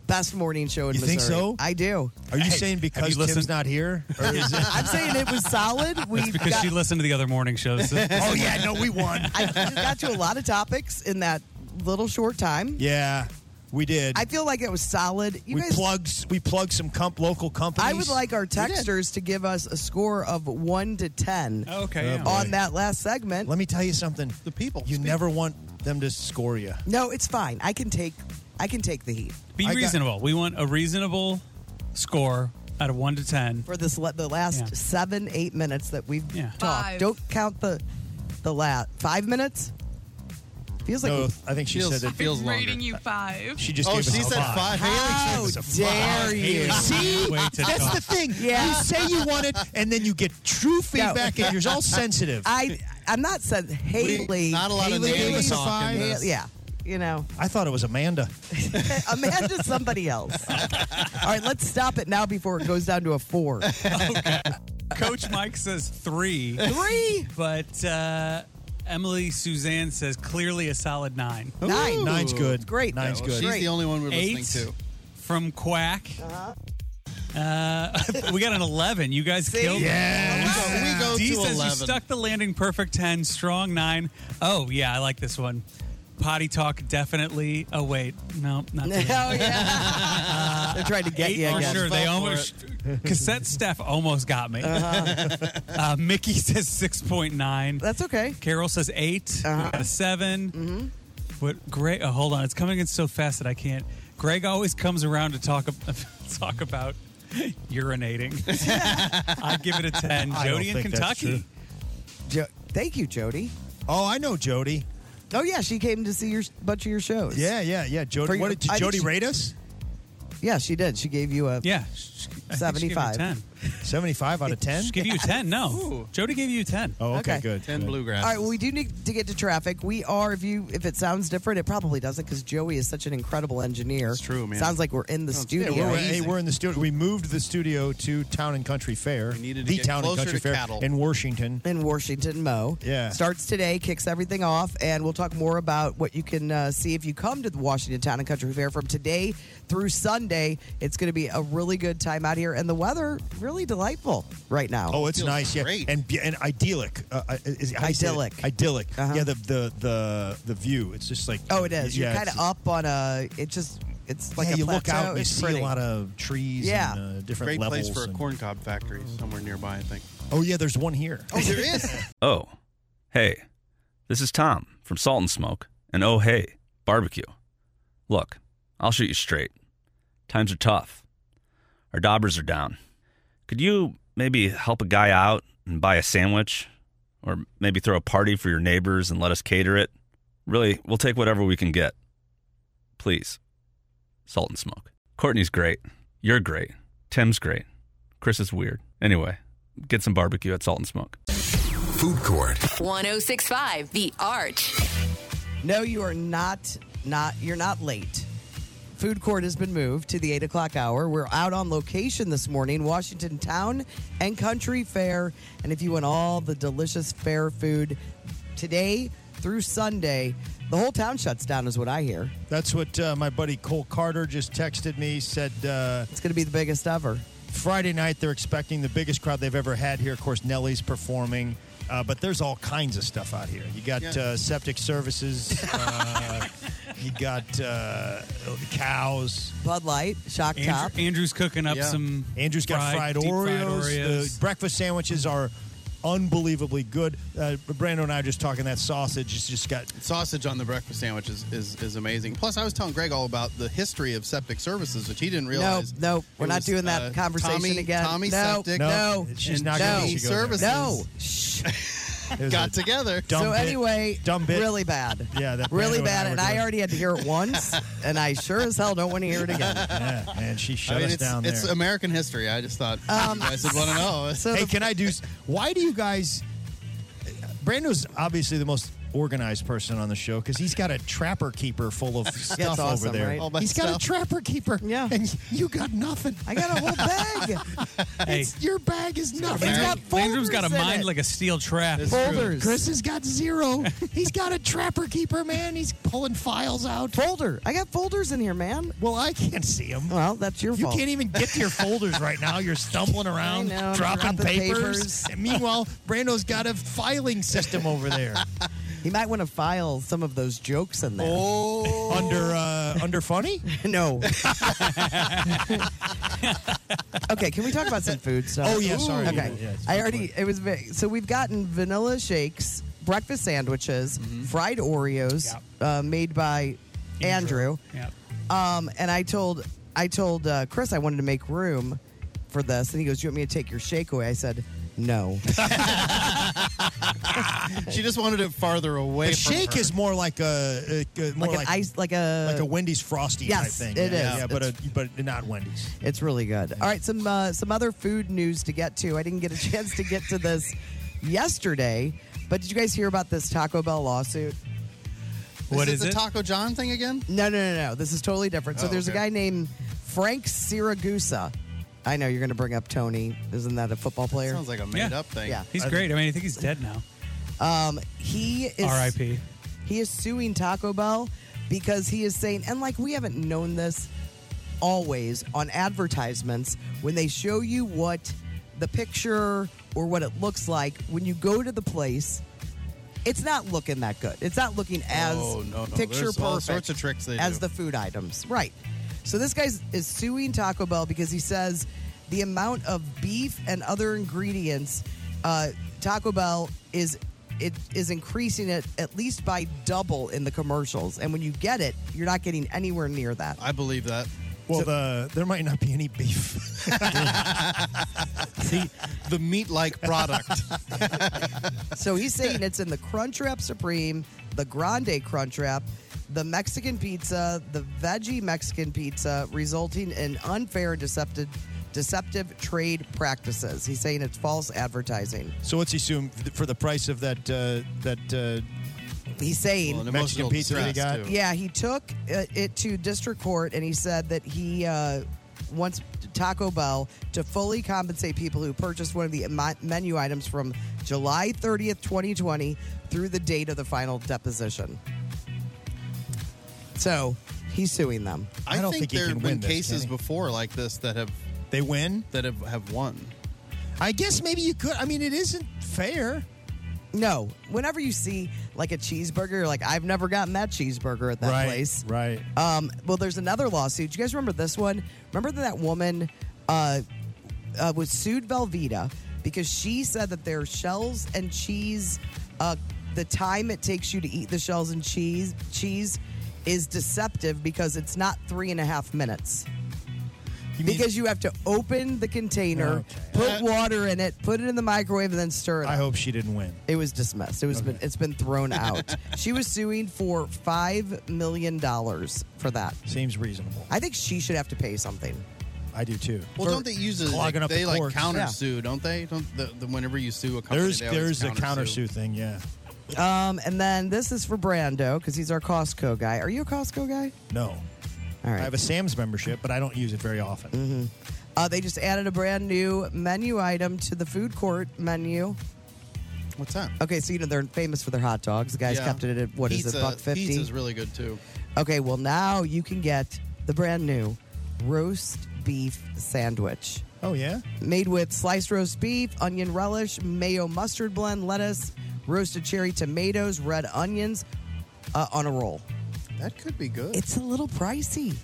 Speaker 3: Best morning show in
Speaker 5: You
Speaker 3: Missouri.
Speaker 5: think so?
Speaker 3: I do.
Speaker 5: Are you saying because Tim's not here? Or is it-
Speaker 3: (laughs) I'm saying it was solid. We
Speaker 6: That's because
Speaker 3: got,
Speaker 6: she listened to the other morning shows.
Speaker 5: (laughs) oh yeah, no, we won.
Speaker 3: I we got to a lot of topics in that little short time.
Speaker 5: Yeah, we did.
Speaker 3: I feel like it was solid. You
Speaker 5: we
Speaker 3: guys,
Speaker 5: plugs. We plugged some comp- local companies.
Speaker 3: I would like our texters to give us a score of one to ten.
Speaker 5: Okay, yeah.
Speaker 3: on that last segment.
Speaker 5: Let me tell you something. Oh, The people. You never want them to score you.
Speaker 3: No, it's fine. I can take. I can take the heat.
Speaker 6: Be reasonable. we want a reasonable score out of one to ten.
Speaker 3: for this le- the last seven eight minutes that we've talked.
Speaker 6: Five.
Speaker 3: Don't count the the last five minutes. Feels like
Speaker 5: No,
Speaker 3: we-
Speaker 5: I think she
Speaker 3: Feels-
Speaker 5: said it feels longer.
Speaker 9: you five.
Speaker 5: She
Speaker 6: Oh,
Speaker 5: just gave us a five.
Speaker 3: How dare you?
Speaker 5: See, that's the thing.
Speaker 3: Yeah.
Speaker 5: You say you want it, and then you get true feedback, and you're all sensitive.
Speaker 3: (laughs) I I'm not said Haley.
Speaker 5: not a lot of
Speaker 3: Haley
Speaker 5: name
Speaker 3: gave us a
Speaker 5: talk in
Speaker 3: five.
Speaker 5: this.
Speaker 3: Yeah, you know,
Speaker 5: I thought it was Amanda.
Speaker 3: Amanda's somebody
Speaker 5: (laughs)
Speaker 3: else. All right, let's stop it now before it goes down to a four.
Speaker 6: Coach Mike says three.
Speaker 3: Three?
Speaker 6: But uh, Emily Suzanne says clearly a solid nine.
Speaker 3: Nine. Ooh. Nine's good. It's great, Nine's though. good. She's the only one we're
Speaker 6: Eight
Speaker 3: listening to.
Speaker 6: From Quack. uh (laughs) we got an 11. You guys killed it.
Speaker 4: Yeah. We go- we go
Speaker 6: Dee
Speaker 4: to
Speaker 6: says you
Speaker 4: 11.
Speaker 6: stuck the landing perfect 10, strong 9. Oh, yeah, I like this one. Potty talk definitely. Oh, wait. No, (laughs) not
Speaker 3: (laughs) Oh, yeah. They're trying to get
Speaker 6: Uh, Eight
Speaker 3: you
Speaker 6: for
Speaker 3: again.
Speaker 6: sure. They almost (laughs) cassette Steph almost got me.
Speaker 3: Uh-huh.
Speaker 6: (laughs) Uh, Mickey says six point nine.
Speaker 3: That's okay. Uh-huh. Mm-hmm.
Speaker 6: Carol says 8 We got a seven. What Greg? Oh, hold on, it's coming in so fast that I can't. Greg always comes around to talk ab- (laughs) talk about
Speaker 3: (laughs)
Speaker 6: urinating. I give it a ten.
Speaker 5: I don't
Speaker 6: Jody in
Speaker 5: think that's
Speaker 6: Kentucky.
Speaker 3: Jo- Thank you, Jody.
Speaker 5: Oh, I know Jody.
Speaker 3: Oh yeah, she came to see your bunch of your shows.
Speaker 5: Yeah, yeah, yeah. Jody,
Speaker 3: For
Speaker 5: what
Speaker 3: your-
Speaker 5: did, did
Speaker 3: I think
Speaker 5: Jody
Speaker 3: she-
Speaker 5: rate us?
Speaker 3: Yeah, she did. She gave you a
Speaker 6: yeah,
Speaker 3: seventy-five.
Speaker 5: 75 out of 10?
Speaker 6: She gave you a 10. No. Jody gave you a 10.
Speaker 5: Oh, okay, good. good.
Speaker 3: All right, well, we do need to get to traffic. We are, if you, if it sounds different, it probably doesn't because Joey is such an incredible engineer. It's true,
Speaker 5: man.
Speaker 3: Sounds like we're in the studio.
Speaker 5: Yeah, we're, hey, we're in the studio. We moved the studio to Town and Country Fair. We needed
Speaker 3: to
Speaker 5: the
Speaker 3: get
Speaker 5: Town and
Speaker 3: closer
Speaker 5: Country
Speaker 3: to
Speaker 5: Fair
Speaker 3: cattle.
Speaker 5: in Washington.
Speaker 3: In Washington, Mo.
Speaker 5: Yeah.
Speaker 3: Starts today, kicks everything off, and we'll talk more about what you can uh, see if you come to the Washington Town and Country Fair from today through Sunday. It's going to be a really good time out here, and the weather really delightful right now.
Speaker 5: Oh, it's nice, yeah, and be- and idyllic, uh, uh, is, how do you say it?
Speaker 3: Idyllic. Uh-huh.
Speaker 5: idyllic. Yeah, the, the the the view. It's just like
Speaker 3: Oh, it is. You're
Speaker 5: yeah,
Speaker 3: kind of
Speaker 5: it's-
Speaker 3: up on a. It just. It's like
Speaker 5: yeah,
Speaker 3: a
Speaker 5: you
Speaker 3: plateau.
Speaker 5: look out, and you
Speaker 3: It's
Speaker 5: see
Speaker 3: pretty.
Speaker 5: a lot of trees.
Speaker 3: Yeah.
Speaker 5: and, uh, different
Speaker 4: Great
Speaker 5: levels.
Speaker 4: place for a
Speaker 5: and-
Speaker 4: corn cob factory somewhere nearby, I think.
Speaker 5: oh yeah, there's one here.
Speaker 4: Oh, there
Speaker 5: (laughs)
Speaker 4: is.
Speaker 1: Oh, hey, this is Tom from Salt and Smoke, and oh, hey, barbecue. Look, I'll shoot you straight. Times are tough. Our daubers are down. Could you maybe help a guy out and buy a sandwich? Or maybe throw a party for your neighbors and let us cater it? Really, we'll take whatever we can get. Please. Salt and Smoke. Courtney's great. You're great. Tim's great. Chris is weird. Anyway, get some barbecue at Salt and Smoke. Food court.
Speaker 17: 1065 The Arch.
Speaker 3: No, you are not. Not you're not late. Food court has been moved to the eight o'clock hour. We're out on location this morning, Washington Town and Country Fair. And if you want all the delicious fair food today through Sunday, the whole town shuts down, is what I hear.
Speaker 5: That's what uh, my buddy Cole Carter just texted me. Said uh,
Speaker 3: it's going to be the biggest ever.
Speaker 5: Friday night, they're expecting the biggest crowd they've ever had here. Of course, Nelly's performing.
Speaker 2: Uh, but there's all kinds of stuff out here. You got
Speaker 5: Yeah.
Speaker 2: uh, septic services.
Speaker 3: (laughs)
Speaker 2: Uh, you got uh, cows.
Speaker 3: Bud Light, Shock
Speaker 6: Andrew- Top. Andrew's cooking up some
Speaker 2: Andrew's got
Speaker 6: fried-
Speaker 2: fried,
Speaker 6: deep fried
Speaker 2: Oreos.
Speaker 6: Oreos.
Speaker 2: The breakfast sandwiches are unbelievably good. Uh, Brando and I were just talking that sausage. It's just got
Speaker 4: sausage on the breakfast sandwich is, is, is amazing. Plus, I was telling Greg all about the history of septic services, which he didn't realize.
Speaker 3: No, no, we're
Speaker 4: It
Speaker 3: not
Speaker 4: was,
Speaker 3: doing that
Speaker 4: uh,
Speaker 3: conversation
Speaker 4: Tommy-
Speaker 3: again.
Speaker 4: Tommy
Speaker 3: no,
Speaker 4: Septic.
Speaker 3: no,
Speaker 4: and
Speaker 3: no,
Speaker 4: Tommy services.
Speaker 3: No,
Speaker 4: Got together.
Speaker 3: so anyway,
Speaker 4: dumb bit.
Speaker 3: really bad.
Speaker 2: Yeah, that
Speaker 3: really
Speaker 2: Brando and I
Speaker 3: bad.
Speaker 2: were
Speaker 3: And I
Speaker 2: doing.
Speaker 3: already had to hear it
Speaker 2: (laughs)
Speaker 3: once, and I sure as hell don't want to hear it (laughs) again.
Speaker 2: Yeah, man, she shut
Speaker 4: I mean,
Speaker 2: us
Speaker 4: it's,
Speaker 2: down there.
Speaker 4: it's American history. I just thought
Speaker 3: Um,
Speaker 4: you guys would want to know.
Speaker 2: hey, can I do? s- Why do you guys? Brando's obviously the most organized person on the show because he's got a trapper keeper full
Speaker 3: (laughs)
Speaker 2: of stuff
Speaker 5: awesome,
Speaker 2: over there.
Speaker 5: right? All my
Speaker 2: He's got
Speaker 5: stuff.
Speaker 2: a trapper keeper. Yeah, and you got nothing.
Speaker 3: I got a whole bag.
Speaker 6: Hey,
Speaker 2: Your bag is nothing. He's got
Speaker 6: Landrum's got a
Speaker 2: folders in
Speaker 6: mind
Speaker 2: it.
Speaker 6: like a steel trap.
Speaker 2: Chris has got
Speaker 3: (laughs)
Speaker 2: zero. He's got a trapper keeper, man. He's pulling files out.
Speaker 3: Folder. I got folders in here, man.
Speaker 2: Well, I can't see them.
Speaker 3: Well, that's your
Speaker 2: You
Speaker 3: fault.
Speaker 2: can't even get to
Speaker 3: (laughs)
Speaker 2: your folders right now. You're stumbling around,
Speaker 3: I know,
Speaker 2: dropping,
Speaker 3: dropping
Speaker 2: papers.
Speaker 3: papers.
Speaker 2: And meanwhile, Brando's got a filing system over there.
Speaker 3: (laughs) He might want to file some of those jokes in there.
Speaker 2: Oh, under uh, under funny?
Speaker 3: (laughs) no. okay, can we talk about some
Speaker 2: (laughs)
Speaker 3: food stuff?
Speaker 2: Oh, yeah, sorry.
Speaker 3: Okay,
Speaker 2: Yeah, it's
Speaker 3: I already it was very, so we've gotten vanilla shakes, breakfast sandwiches,
Speaker 2: Mm-hmm.
Speaker 3: fried Oreos uh, made by Andrew.
Speaker 6: Yep.
Speaker 3: Um, and I told I told uh, Chris I wanted to make room for this, and he goes, "You want me to take your shake away?" I said,
Speaker 2: (laughs)
Speaker 3: "No."
Speaker 4: (laughs) she just wanted it farther away.
Speaker 2: The shake is more like a, a, a uh, more
Speaker 3: Like an
Speaker 2: like,
Speaker 3: ice- like a
Speaker 2: like a Wendy's frosty
Speaker 3: Yes,
Speaker 2: type thing.
Speaker 3: it
Speaker 2: yeah,
Speaker 3: is.
Speaker 2: yeah, but a, but not Wendy's.
Speaker 3: It's really good. All right, some uh, some other food news to get to. I didn't get a chance to get to this yesterday, but did you guys hear about this Taco Bell lawsuit?
Speaker 4: What Is it is the it? Taco John thing again?
Speaker 3: No, no, no, no. This is totally different. So
Speaker 4: Oh,
Speaker 3: there's
Speaker 4: okay.
Speaker 3: a guy named Frank Siragusa. I know you're going to bring up Tony. Isn't that a football player?
Speaker 4: sounds like a made up thing.
Speaker 3: Yeah,
Speaker 6: He's great. I mean, I think he's dead now.
Speaker 3: Um, he is
Speaker 6: R.I.P..
Speaker 3: He is suing Taco Bell because he is saying, and like we haven't known this always on advertisements when they show you what the picture or what it looks like when you go to the place. It's not looking that good. It's not looking as
Speaker 4: Oh, no, no.
Speaker 3: picture
Speaker 4: There's
Speaker 3: perfect.
Speaker 4: all sorts of tricks they
Speaker 3: as
Speaker 4: do.
Speaker 3: the food items, right? So this guy is suing Taco Bell because he says the amount of beef and other ingredients uh, Taco Bell is it is increasing it at least by double in the commercials, and when you get it, you're not getting anywhere near that.
Speaker 4: I believe that.
Speaker 2: Well, the there might not be any beef. (laughs)
Speaker 4: See, the meat like product.
Speaker 3: So he's saying it's in the Crunchwrap Supreme, the Grande Crunchwrap, the Mexican pizza, the veggie Mexican pizza, resulting in unfair and deceptive, deceptive trade practices. He's saying it's false advertising.
Speaker 2: So what's he assume for the price of that uh, that uh,
Speaker 3: he's saying
Speaker 2: Well, an Mexican emotional pizza that he distress, got? too.
Speaker 3: Yeah, he took uh, it to district court and he said that he uh, wants Taco Bell to fully compensate people who purchased one of the emi- menu items from July 30th, 2020 through the date of the final deposition. So he's suing them.
Speaker 4: I, think, there have been cases before like this that have
Speaker 2: they win
Speaker 4: that have, have won.
Speaker 2: I guess maybe you could. I mean, it isn't fair.
Speaker 3: No. Whenever you see like a cheeseburger, you're like, I've never gotten that cheeseburger at that
Speaker 2: Right,
Speaker 3: place.
Speaker 2: Right.
Speaker 3: Um, well, there's another lawsuit. Do you guys remember this one? Remember that that woman uh, uh, was sued Velveeta because she said that their shells and cheese, uh, the time it takes you to eat the shells and cheese, cheese is deceptive because it's not three and a half minutes. because you have to open the container, put water in it, put it in the microwave, and then stir it.
Speaker 2: I
Speaker 3: up.
Speaker 2: hope she didn't win.
Speaker 3: It was dismissed. It was been, it's been
Speaker 2: (laughs)
Speaker 3: thrown out. she was suing for five million dollars for that.
Speaker 2: Seems reasonable.
Speaker 3: I think she should have to pay something.
Speaker 2: I do too.
Speaker 4: Well, don't they use it? Like,
Speaker 2: clogging up
Speaker 4: they
Speaker 2: the
Speaker 4: like
Speaker 2: courts.
Speaker 4: counter
Speaker 2: Yeah.
Speaker 4: sue, don't they? Don't the, the, whenever you sue a company,
Speaker 2: There's
Speaker 4: they always
Speaker 2: there's a counter
Speaker 4: counter-sue.
Speaker 2: sue thing. Yeah.
Speaker 3: Um, and then this is for Brando because he's our Costco guy. Are you a Costco guy?
Speaker 2: No.
Speaker 3: All right.
Speaker 2: I have a Sam's membership, but I don't use it very often.
Speaker 3: Uh, they just added a brand new menu item to the food court menu.
Speaker 4: What's that?
Speaker 3: Okay, so you know they're famous for their hot dogs. The guys
Speaker 4: Yeah.
Speaker 3: kept it at what is
Speaker 4: Pizza-
Speaker 3: it, buck fifty?
Speaker 4: Pizza's really good too.
Speaker 3: Okay, well now you can get the brand new roast beef sandwich.
Speaker 5: Oh, yeah?
Speaker 3: Made with sliced roast beef, onion relish, mayo mustard blend, lettuce, roasted cherry tomatoes, red onions uh, on a roll.
Speaker 4: That could be good.
Speaker 3: It's a little pricey.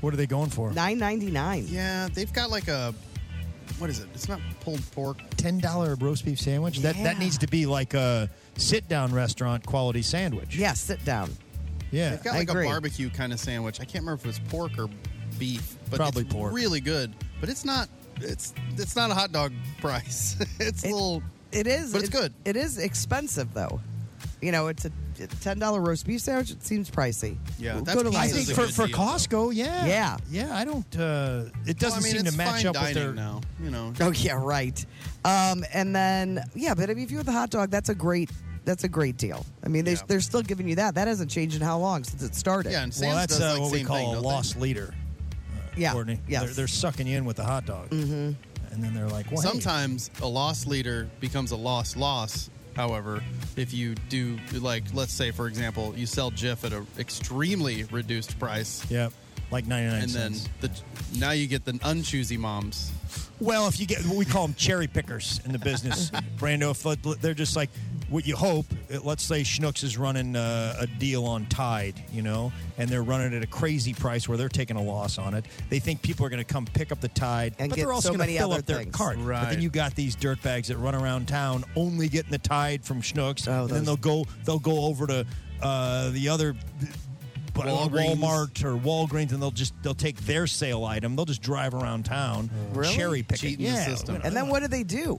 Speaker 5: What are they going for?
Speaker 3: Nine ninety nine.
Speaker 4: Yeah, they've got like a what is it? It's not pulled pork.
Speaker 5: ten dollar roast beef sandwich. That that
Speaker 4: Yeah.
Speaker 5: needs to be like a sit down restaurant quality sandwich.
Speaker 3: Yeah, sit down.
Speaker 5: Yeah,
Speaker 4: they've got like a barbecue kind of sandwich. I can't remember if it was pork or beef, but
Speaker 5: Probably
Speaker 4: it's
Speaker 5: pork.
Speaker 4: Really good, but it's not. It's it's not a hot dog price. (laughs) it's a little.
Speaker 3: It is.
Speaker 4: but it's good.
Speaker 3: It is expensive though. You know, it's a a ten dollar roast beef sandwich. It seems pricey.
Speaker 4: Yeah,
Speaker 3: We'll
Speaker 4: that's
Speaker 3: go to
Speaker 4: pizza's
Speaker 3: Lisa's.
Speaker 4: a
Speaker 5: for
Speaker 4: good
Speaker 5: for
Speaker 4: deal,
Speaker 5: Costco. Yeah,
Speaker 3: Yeah.
Speaker 5: yeah. I don't. Uh, it
Speaker 4: Well, I
Speaker 5: doesn't
Speaker 4: mean,
Speaker 5: seem
Speaker 4: it's
Speaker 5: to match
Speaker 4: fine
Speaker 5: up with
Speaker 4: dining
Speaker 5: their.
Speaker 4: now. You know.
Speaker 3: Oh yeah, right. Um, and then yeah, but I mean, if you want the hot dog, that's a great that's a great deal. I mean, they, they're still giving you that. That hasn't changed in how long since it started.
Speaker 5: well, that's uh, what we call a lost leader. uh,
Speaker 3: Yeah,
Speaker 5: Courtney.
Speaker 3: yes.
Speaker 5: They're, they're sucking you in with the hot dog,
Speaker 3: mm-hmm.
Speaker 5: and then they're like, "What?"
Speaker 4: Sometimes a loss leader becomes a loss loss. However, if you do like, let's say for example, you sell Jif at an extremely reduced price,
Speaker 5: Yep, like ninety nine
Speaker 4: and then
Speaker 5: cents.
Speaker 4: the now you get the unchoosy
Speaker 5: (laughs)
Speaker 4: moms.
Speaker 5: Well, if you get, we call them cherry pickers in the
Speaker 3: (laughs)
Speaker 5: business, Brando. If they're just like what you hope. Uh, Let's say Schnucks is running uh, a deal on Tide, you know, and they're running at a crazy price where they're taking a loss on it. They think people are going to come pick up the Tide,
Speaker 3: And
Speaker 5: but
Speaker 3: get
Speaker 5: they're also
Speaker 3: so
Speaker 5: going to
Speaker 3: many
Speaker 5: fill
Speaker 3: other
Speaker 5: up their
Speaker 3: things.
Speaker 5: cart. But
Speaker 3: Right.
Speaker 5: then you got these dirtbags that run around town only getting the Tide from Schnucks, and then
Speaker 3: Oh, those-
Speaker 5: they'll go they'll go over to uh, the other but
Speaker 4: Walgreens.
Speaker 5: Walmart or Walgreens, and they'll just they'll take their sale item. They'll just drive around town,
Speaker 3: Really?
Speaker 5: cherry picking,
Speaker 3: Cheating the system. And then what do they do?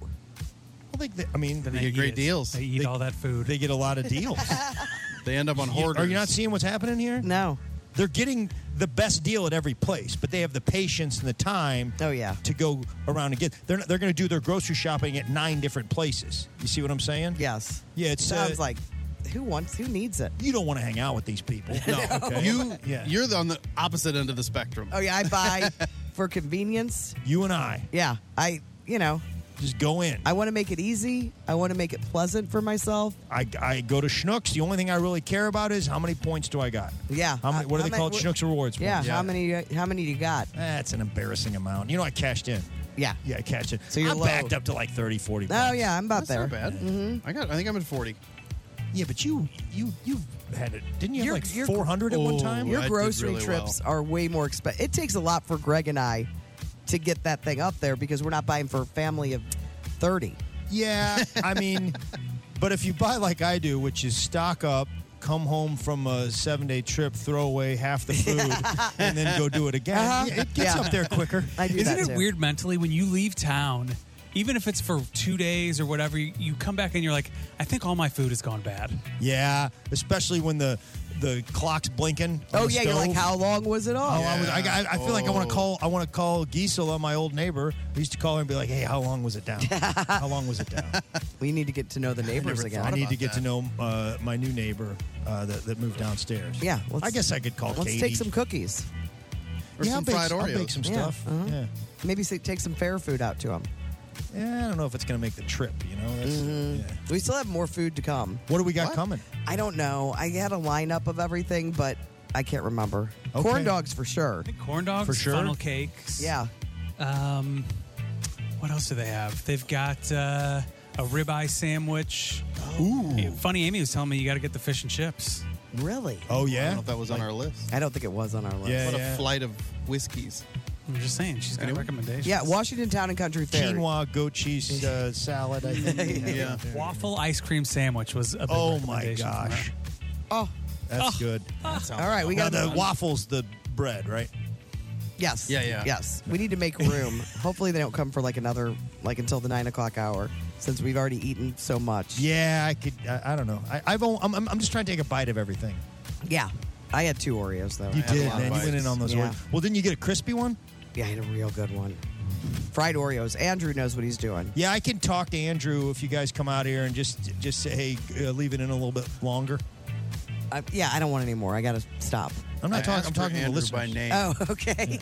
Speaker 5: I think they, I mean, they,
Speaker 4: get great deals.
Speaker 5: They
Speaker 6: eat all that food.
Speaker 5: They get a lot of
Speaker 3: (laughs)
Speaker 5: deals.
Speaker 4: They end up on
Speaker 5: You-
Speaker 4: hoarders.
Speaker 5: Are you not seeing what's happening here?
Speaker 3: No.
Speaker 5: They're getting the best deal at every place, but they have the patience and the time.
Speaker 3: Oh yeah.
Speaker 5: To go around and get, they're not, they're going to do their grocery shopping at nine different places. You see what I'm saying?
Speaker 3: Yes.
Speaker 5: Yeah, it
Speaker 3: Sounds like who wants, who needs it?
Speaker 5: You don't want to hang out with these people.
Speaker 4: No,
Speaker 5: Oh, Okay.
Speaker 4: you
Speaker 5: Yeah.
Speaker 4: you're the- on the opposite end of the spectrum.
Speaker 3: Oh yeah,
Speaker 5: (laughs)
Speaker 3: I buy for convenience.
Speaker 5: You and I.
Speaker 3: Yeah, I you know
Speaker 5: just go in.
Speaker 3: I want to make it easy. I want to make it pleasant for myself.
Speaker 5: I, I go to Schnucks. The only thing I really care about is how many points do I got?
Speaker 3: Yeah.
Speaker 5: How many, what do they call it? Schnucks Rewards.
Speaker 3: Uh, Yeah,
Speaker 5: points.
Speaker 3: How many? uh, How many do you got?
Speaker 5: That's an embarrassing amount. You know, I cashed in.
Speaker 3: Yeah.
Speaker 5: Yeah, I cashed in.
Speaker 3: So you're
Speaker 5: I'm
Speaker 3: low.
Speaker 5: backed up to like 30, 40
Speaker 3: Oh
Speaker 5: bucks.
Speaker 3: yeah, I'm about
Speaker 4: That's
Speaker 3: there. Mm-hmm.
Speaker 4: not bad. I got. I think I'm at forty.
Speaker 5: Yeah, but you you you had it. Didn't you have like 400 at
Speaker 3: one
Speaker 5: one time?
Speaker 3: Your grocery trips are way more expensive. It takes a lot for Greg and I to get that thing up there because we're not buying for a family of 30.
Speaker 5: (laughs) Yeah, I mean, but if you buy like I do, which is stock up, come home from a seven day trip, throw away half the food, and then go do it again,
Speaker 6: Uh-huh.
Speaker 5: yeah, it gets
Speaker 6: Yeah.
Speaker 5: up there quicker.
Speaker 6: Isn't it weird mentally when you leave town, even if it's for two days or whatever, you, you come back and you're like, I think all my food has gone bad.
Speaker 5: Yeah, especially when the the clock's blinking. on
Speaker 3: Oh
Speaker 5: the
Speaker 3: yeah, you're like,
Speaker 5: stove.
Speaker 3: how long was it
Speaker 5: How
Speaker 3: all?
Speaker 5: long was- Oh, I, I, I feel like I want to call. I want to call Gisela, my old neighbor. I used to call her and be like, "Hey, how long was it down? how long was it down?" (laughs)
Speaker 3: We need to get to know the neighbors
Speaker 5: I never
Speaker 3: again.
Speaker 5: thought I need to get to know uh, my new neighbor uh, that, that moved downstairs.
Speaker 3: Yeah,
Speaker 5: I guess I could call
Speaker 3: Let's
Speaker 5: Katie.
Speaker 3: take some cookies.
Speaker 5: Or Yeah, I'll some bake- fried I'll Oreos. bake some stuff.
Speaker 3: uh-huh.
Speaker 5: Yeah.
Speaker 3: Maybe say, take some fair food out to them.
Speaker 5: Yeah, I don't know if it's going to make the trip. You know, that's,
Speaker 3: Mm, We still have more food to come.
Speaker 5: What do we got coming?
Speaker 3: I don't know. I had a lineup of everything, but I can't remember. Corn dogs for sure.
Speaker 6: Corn dogs,
Speaker 3: For sure.
Speaker 6: funnel cakes.
Speaker 3: Yeah.
Speaker 6: Um, what else do they have? They've got uh, a ribeye sandwich.
Speaker 3: Oh.
Speaker 6: Ooh. Funny, Amy was telling me you got to get the fish and chips.
Speaker 3: Really?
Speaker 5: Oh yeah. I don't
Speaker 4: know if that was on our list.
Speaker 3: I don't think it was on our list.
Speaker 4: what a flight of whiskeys.
Speaker 6: I'm just saying, she's got recommendations.
Speaker 3: Yeah, Washington Town and Country Fair.
Speaker 5: Quinoa, goat cheese uh, salad. I
Speaker 3: (laughs)
Speaker 5: think.
Speaker 6: Yeah. Waffle ice cream sandwich was a big
Speaker 5: Oh, my
Speaker 6: recommendation from her.
Speaker 5: gosh.
Speaker 3: Oh,
Speaker 5: That's
Speaker 6: Oh.
Speaker 5: good.
Speaker 6: (laughs) That sounds
Speaker 3: All right, we
Speaker 5: Now,
Speaker 3: gotta
Speaker 5: the
Speaker 3: move on.
Speaker 5: waffles, the bread, right?
Speaker 3: Yes.
Speaker 5: Yeah, yeah.
Speaker 3: Yes. We need to make room.
Speaker 5: (laughs)
Speaker 3: Hopefully, they don't come for like another, like until the nine o'clock hour, since we've already eaten so much.
Speaker 5: Yeah, I could. I, I don't know. I, I've. on- I'm, I'm I'm just trying to take a bite of everything.
Speaker 3: Yeah. I had two Oreos though.
Speaker 5: You
Speaker 3: I had a
Speaker 5: did,
Speaker 3: lot of
Speaker 5: man. You went
Speaker 3: bites.
Speaker 5: in on those
Speaker 3: Yeah.
Speaker 5: Oreos. Well, didn't you get a crispy one?
Speaker 3: Yeah, I had a real good one. Fried Oreos. Andrew knows what he's doing.
Speaker 5: Yeah, I can talk to Andrew if you guys come out here and just just say, hey, uh, leave it in a little bit longer.
Speaker 3: I, yeah, I don't want any more. I got to stop.
Speaker 5: I'm not I talking- asked I'm for talking to the Andrew by listeners. name.
Speaker 3: Oh, (laughs) okay.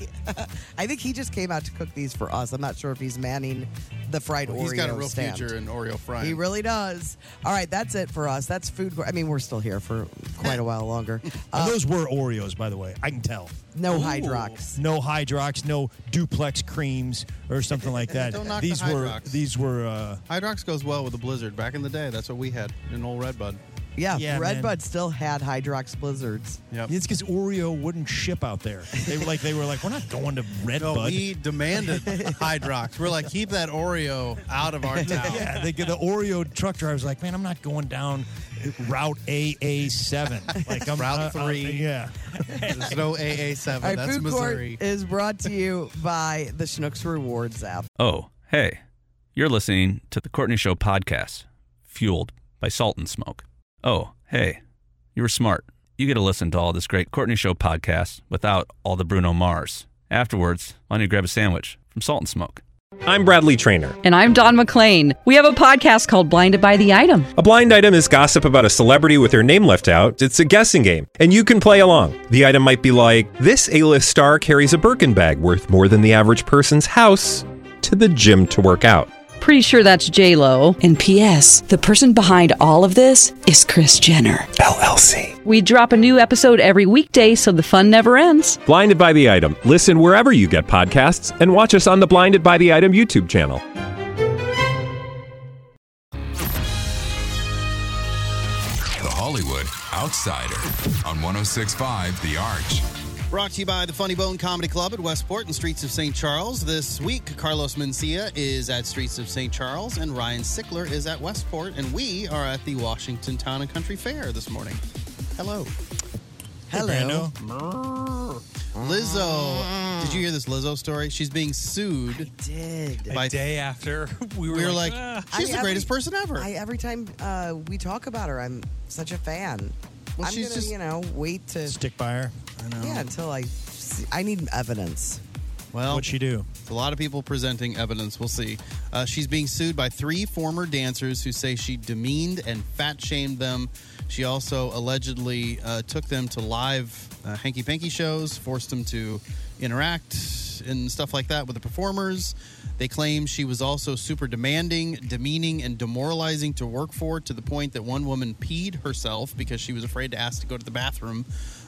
Speaker 3: I think he just came out to cook these for us. I'm not sure if he's manning the fried
Speaker 4: Well,
Speaker 3: Oreo
Speaker 4: he's got a real
Speaker 3: stand.
Speaker 4: future in Oreo frying.
Speaker 3: He really does. All right, that's it for us. That's food. Cor- I mean, we're still here for quite a while longer.
Speaker 5: (laughs)
Speaker 3: Uh,
Speaker 5: And those were Oreos, by the way. I can tell.
Speaker 3: No Hydrox.
Speaker 5: No Hydrox. No duplex creams or something like that.
Speaker 4: Don't knock the
Speaker 5: these were
Speaker 4: Hydrox.
Speaker 5: these were. Uh,
Speaker 4: Hydrox goes well with the Blizzard. Back in the day, that's what we had in old Red Bud.
Speaker 3: Yeah,
Speaker 4: Yeah,
Speaker 3: Red
Speaker 4: man.
Speaker 3: Bud still had Hydrox Blizzards.
Speaker 4: Yep.
Speaker 5: It's because Oreo wouldn't ship out there. They were like they were like we're not going to Red
Speaker 4: No,
Speaker 5: Bud.
Speaker 4: we
Speaker 5: (laughs)
Speaker 4: demanded Hydrox. We're like, keep that Oreo out
Speaker 6: (laughs)
Speaker 4: of our town.
Speaker 5: yeah, the, the Oreo truck driver's like, man, I'm not going down Route AA seven. Like I'm
Speaker 4: Route
Speaker 5: I- I-
Speaker 4: three.
Speaker 5: yeah,
Speaker 4: There's no AA7.
Speaker 3: All right,
Speaker 4: That's
Speaker 3: Food
Speaker 4: Missouri.
Speaker 3: Court is brought to you by the Schnucks Rewards app.
Speaker 1: Oh, hey, you're listening to the Courtney Show podcast, fueled by salt and smoke. Oh, hey, you were smart. You get to listen to all this great Courtney Show podcast without all the Bruno Mars. Afterwards, why don't you grab a sandwich from Salt and Smoke?
Speaker 18: I'm Bradley Trainer.
Speaker 19: And I'm Don McClain. We have a podcast called Blinded by the Item.
Speaker 18: A blind item is gossip about a celebrity with their name left out. It's a guessing game, and you can play along. The item might be like this: A-list star carries a Birkin bag worth more than the average person's house to the gym to work out.
Speaker 19: Pretty sure that's J Lo. And P.S. The person behind all of this is Chris Jenner
Speaker 18: LLC.
Speaker 19: We drop a new episode every weekday, so the fun never ends.
Speaker 18: Blinded by the item. Listen wherever you get podcasts, and watch us on the Blinded by the Item YouTube channel.
Speaker 20: The Hollywood Outsider on 1065 The Arch.
Speaker 4: Brought to you by the Funny Bone Comedy Club at Westport and Streets of St. Charles. This week, Carlos Mencia is at Streets of St. Charles and Ryan Sickler is at Westport, and we are at the Washington Town and Country Fair this morning. Hello.
Speaker 5: Hello.
Speaker 6: Mm.
Speaker 4: Lizzo. Did you hear this Lizzo story? She's being sued.
Speaker 3: did.
Speaker 6: A day after (laughs) we were,
Speaker 4: We were like,
Speaker 6: "Ah."
Speaker 4: she's
Speaker 3: I
Speaker 4: the
Speaker 3: every-
Speaker 4: greatest person ever.
Speaker 3: I, every time uh, we talk about her, I'm such a fan.
Speaker 4: Well,
Speaker 3: I'm
Speaker 4: she's
Speaker 3: gonna,
Speaker 4: just-
Speaker 3: you know, wait to
Speaker 5: stick by her. I
Speaker 4: know.
Speaker 3: Yeah, until I, see, I need evidence.
Speaker 4: Well,
Speaker 5: what'd she do?
Speaker 4: A lot of people presenting evidence. We'll see. Uh, she's being sued by three former dancers who say she demeaned and fat shamed them. She also allegedly uh, took them to live uh, hanky panky shows, forced them to interact and stuff like that with the performers. They claim she was also super demanding, demeaning, and demoralizing to work for to the point that one woman peed herself because she was afraid to ask to go to the bathroom.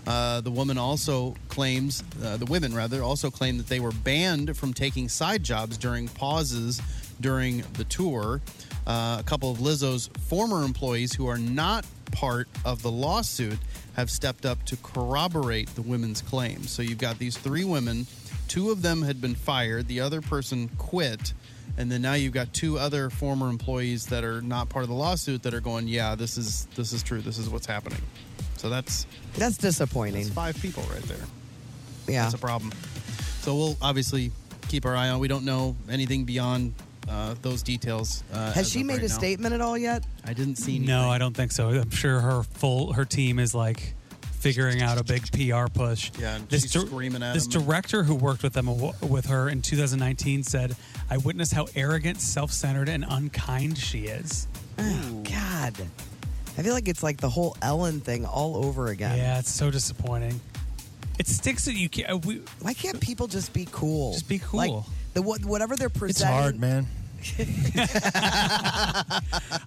Speaker 4: Uh, the woman also claims, uh, the women rather, also claim that they were banned from taking side jobs during pauses during the tour. Uh, a couple of Lizzo's former employees who are not part of the lawsuit have stepped up to corroborate the women's claims. So you've got these three women. Two of them had been fired, the other person quit. And then now you've got two other former employees that are not part of the lawsuit that are going, yeah, this is this is true. This is what's happening. So that's
Speaker 3: that's disappointing.
Speaker 4: That's five people right there.
Speaker 3: Yeah.
Speaker 4: that's a problem. So we'll obviously keep our eye on. We don't know anything beyond uh, those details. Uh,
Speaker 3: Has
Speaker 4: as
Speaker 3: she
Speaker 4: of
Speaker 3: made
Speaker 4: right
Speaker 3: a
Speaker 4: now.
Speaker 3: statement at all yet?
Speaker 4: I didn't see.
Speaker 6: No, I don't think so. I'm sure her full her team is like figuring out a big PR push.
Speaker 4: Yeah, and she's screaming at
Speaker 6: this
Speaker 4: him.
Speaker 6: director who worked with them with her in 2019 said, "I witnessed how arrogant, self-centered, and unkind she is."
Speaker 3: Oh, God. I feel like it's like the whole Ellen thing all over again.
Speaker 6: Yeah, it's so disappointing. It sticks that you can't. uh, We,
Speaker 3: Why can't people just be cool? Just
Speaker 6: be cool.
Speaker 3: Like, the what- whatever they're presenting.
Speaker 5: It's hard, man.
Speaker 6: (laughs)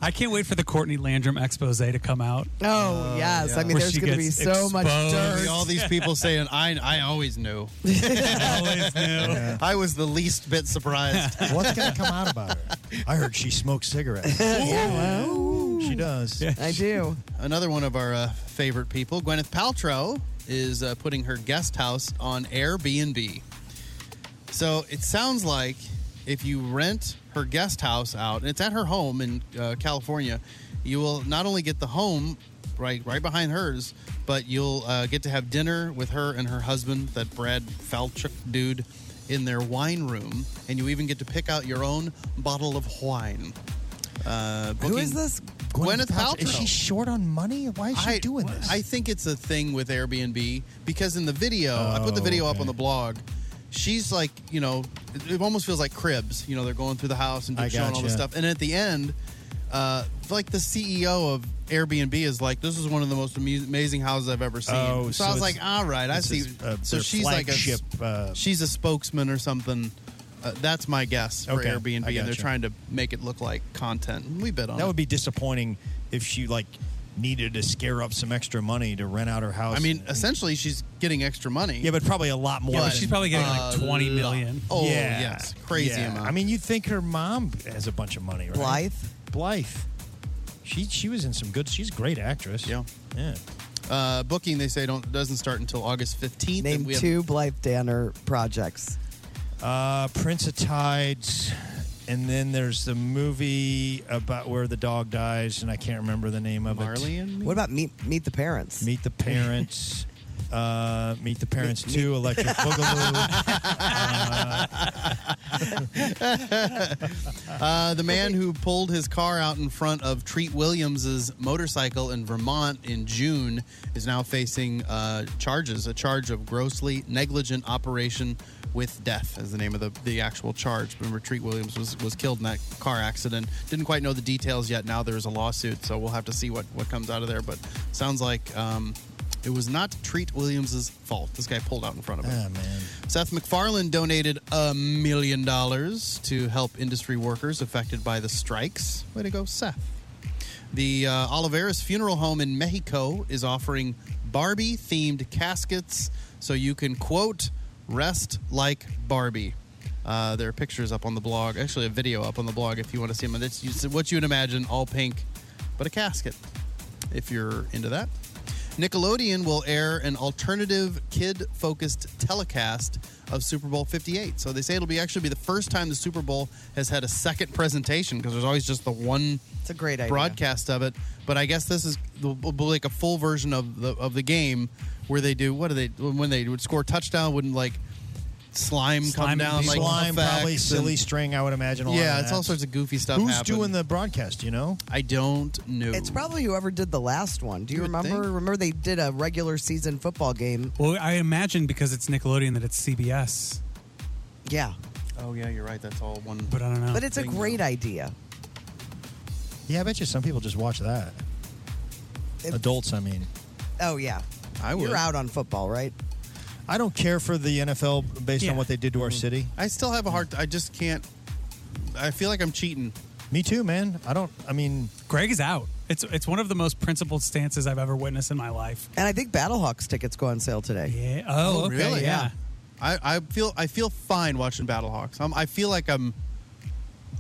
Speaker 6: I can't wait for the Courtney Landrum expose to come out.
Speaker 3: Oh, yes. I mean,
Speaker 6: Where
Speaker 3: there's
Speaker 6: she
Speaker 3: going to be
Speaker 6: gets
Speaker 3: so much
Speaker 6: exposed.
Speaker 3: dirt.
Speaker 4: All
Speaker 6: (laughs)
Speaker 4: these people saying, "I I always knew." (laughs) I was the least bit surprised.
Speaker 5: What's gonna come out about her? I heard she
Speaker 4: (laughs)
Speaker 5: smoked
Speaker 3: (laughs)
Speaker 5: cigarettes. she does.
Speaker 3: I do.
Speaker 4: Another one of our uh, favorite people, Gwyneth Paltrow, is uh, putting her guest house on Airbnb. So it sounds like if you rent her guest house out, and it's at her home in uh, California, you will not only get the home right right behind hers, but you'll uh, get to have dinner with her and her husband, that Brad Falchuk dude, in their wine room, and you even get to pick out your own bottle of wine. Uh,
Speaker 5: Who is
Speaker 4: booking-
Speaker 5: this?
Speaker 4: Gwyneth Paltrow.
Speaker 5: Is she short on money? Why is she
Speaker 4: I, (laughs)
Speaker 5: doing (laughs)
Speaker 3: (laughs)
Speaker 5: this?
Speaker 4: I think it's a thing with Airbnb because in the video, I put the
Speaker 5: Oh,
Speaker 4: video up on the blog. She's like, you know, it, it almost feels like cribs. You know, they're going through the house and
Speaker 5: I
Speaker 4: doing showing all
Speaker 5: gotcha.
Speaker 4: this stuff. And at the end, Uh, like the CEO of Airbnb is like, this is one of the most amu- amazing houses I've ever seen.
Speaker 5: Oh,
Speaker 4: so,
Speaker 5: so
Speaker 4: I was
Speaker 5: it's-
Speaker 4: like, all right, I
Speaker 5: it's
Speaker 4: see.
Speaker 5: his, uh,
Speaker 4: so
Speaker 5: their
Speaker 4: she's like a
Speaker 5: flagship, uh,
Speaker 4: she's a spokesman or something. Uh, that's my guess for
Speaker 5: Okay, I
Speaker 4: Airbnb, and they're
Speaker 5: gotcha.
Speaker 4: trying to make it look like content. We bid on
Speaker 5: That
Speaker 4: it.
Speaker 5: would be disappointing if she like needed to scare up some extra money to rent out her house.
Speaker 4: I mean, essentially, she's getting extra money.
Speaker 5: Yeah, but probably a lot more. than-
Speaker 4: A lot. Oh, yes. Crazy
Speaker 5: yeah.
Speaker 4: amount.
Speaker 5: I mean, you'd think her mom has a bunch of money, right?
Speaker 4: Blythe?
Speaker 5: Blythe. She she was in some good. She's a great actress.
Speaker 4: Yeah.
Speaker 5: Yeah.
Speaker 4: Uh, booking, they say, don't doesn't start until August 15th. and
Speaker 3: Name
Speaker 4: we have-
Speaker 3: two Blythe Danner projects.
Speaker 5: Uh, Prince of Tides, and then there's the movie about where the dog dies, and I can't remember the name of
Speaker 4: Marley
Speaker 5: it.
Speaker 4: and Me?
Speaker 3: What about Meet Meet the Parents?
Speaker 5: Meet the
Speaker 3: (laughs)
Speaker 5: Parents. Uh, meet the parents too. Electric
Speaker 3: (laughs)
Speaker 5: Boogaloo. Uh,
Speaker 4: Uh, the man who pulled his car out in front of Treat Williams's motorcycle in Vermont in June is now facing uh, charges. A charge of grossly negligent operation with death is the name of the, the actual charge. Remember, Treat Williams was, was killed in that car accident. Didn't quite know the details yet. Now there's a lawsuit, so we'll have to see what, what comes out of there. But sounds like um, it was not Treat Williams's fault. This guy pulled out in front of him.
Speaker 5: Ah, man.
Speaker 4: Seth MacFarlane donated a million dollars to help industry workers affected by the strikes. Way to go, Seth. The uh, Oliveras Funeral Home in Mexico is offering Barbie themed caskets so you can, quote, rest like Barbie. Uh, there are pictures up on the blog, actually, a video up on the blog if you want to see them. And it's it's what you would imagine all pink, but a casket if you're into that. Nickelodeon will air an alternative kid focused telecast of Super Bowl 58. So they say it'll be actually be the first time the Super Bowl has had a second presentation because there's always just the one
Speaker 3: It's a great idea.
Speaker 4: broadcast of it. But I guess this is will be like a full version of the of the game where they do what do they when they would score touchdown wouldn't like slime, come down like
Speaker 5: slime,
Speaker 4: effects
Speaker 5: probably
Speaker 4: and-
Speaker 5: silly string. I would imagine. A lot
Speaker 4: yeah,
Speaker 5: of
Speaker 4: it's
Speaker 5: that.
Speaker 4: all sorts of goofy stuff.
Speaker 5: Who's
Speaker 4: happen.
Speaker 5: doing the broadcast? You know,
Speaker 4: I don't know.
Speaker 3: It's probably whoever did the last one. Do you,
Speaker 4: You would
Speaker 3: remember?
Speaker 4: think.
Speaker 3: Remember they did a regular season football game.
Speaker 6: Well, I imagine because it's Nickelodeon that it's CBS.
Speaker 3: Yeah.
Speaker 4: Oh yeah, you're right. That's all one.
Speaker 6: But I don't know.
Speaker 3: But it's a great idea.
Speaker 5: Yeah, I bet you some people just watch that. Adults, I mean.
Speaker 3: Oh yeah.
Speaker 5: I would.
Speaker 3: You're out on football, right?
Speaker 5: I don't care for the NFL based on what they did to our city.
Speaker 4: Mm-hmm. I still have a hard. I just can't. I feel like I'm cheating.
Speaker 5: Me too, man. I don't. I mean,
Speaker 6: Greg is out. It's it's one of the most principled stances I've ever witnessed in my life.
Speaker 3: And I think Battlehawks tickets go on sale today.
Speaker 6: Yeah. Oh, okay, yeah.
Speaker 4: I, I feel I feel fine watching Battlehawks. I'm, I feel like I'm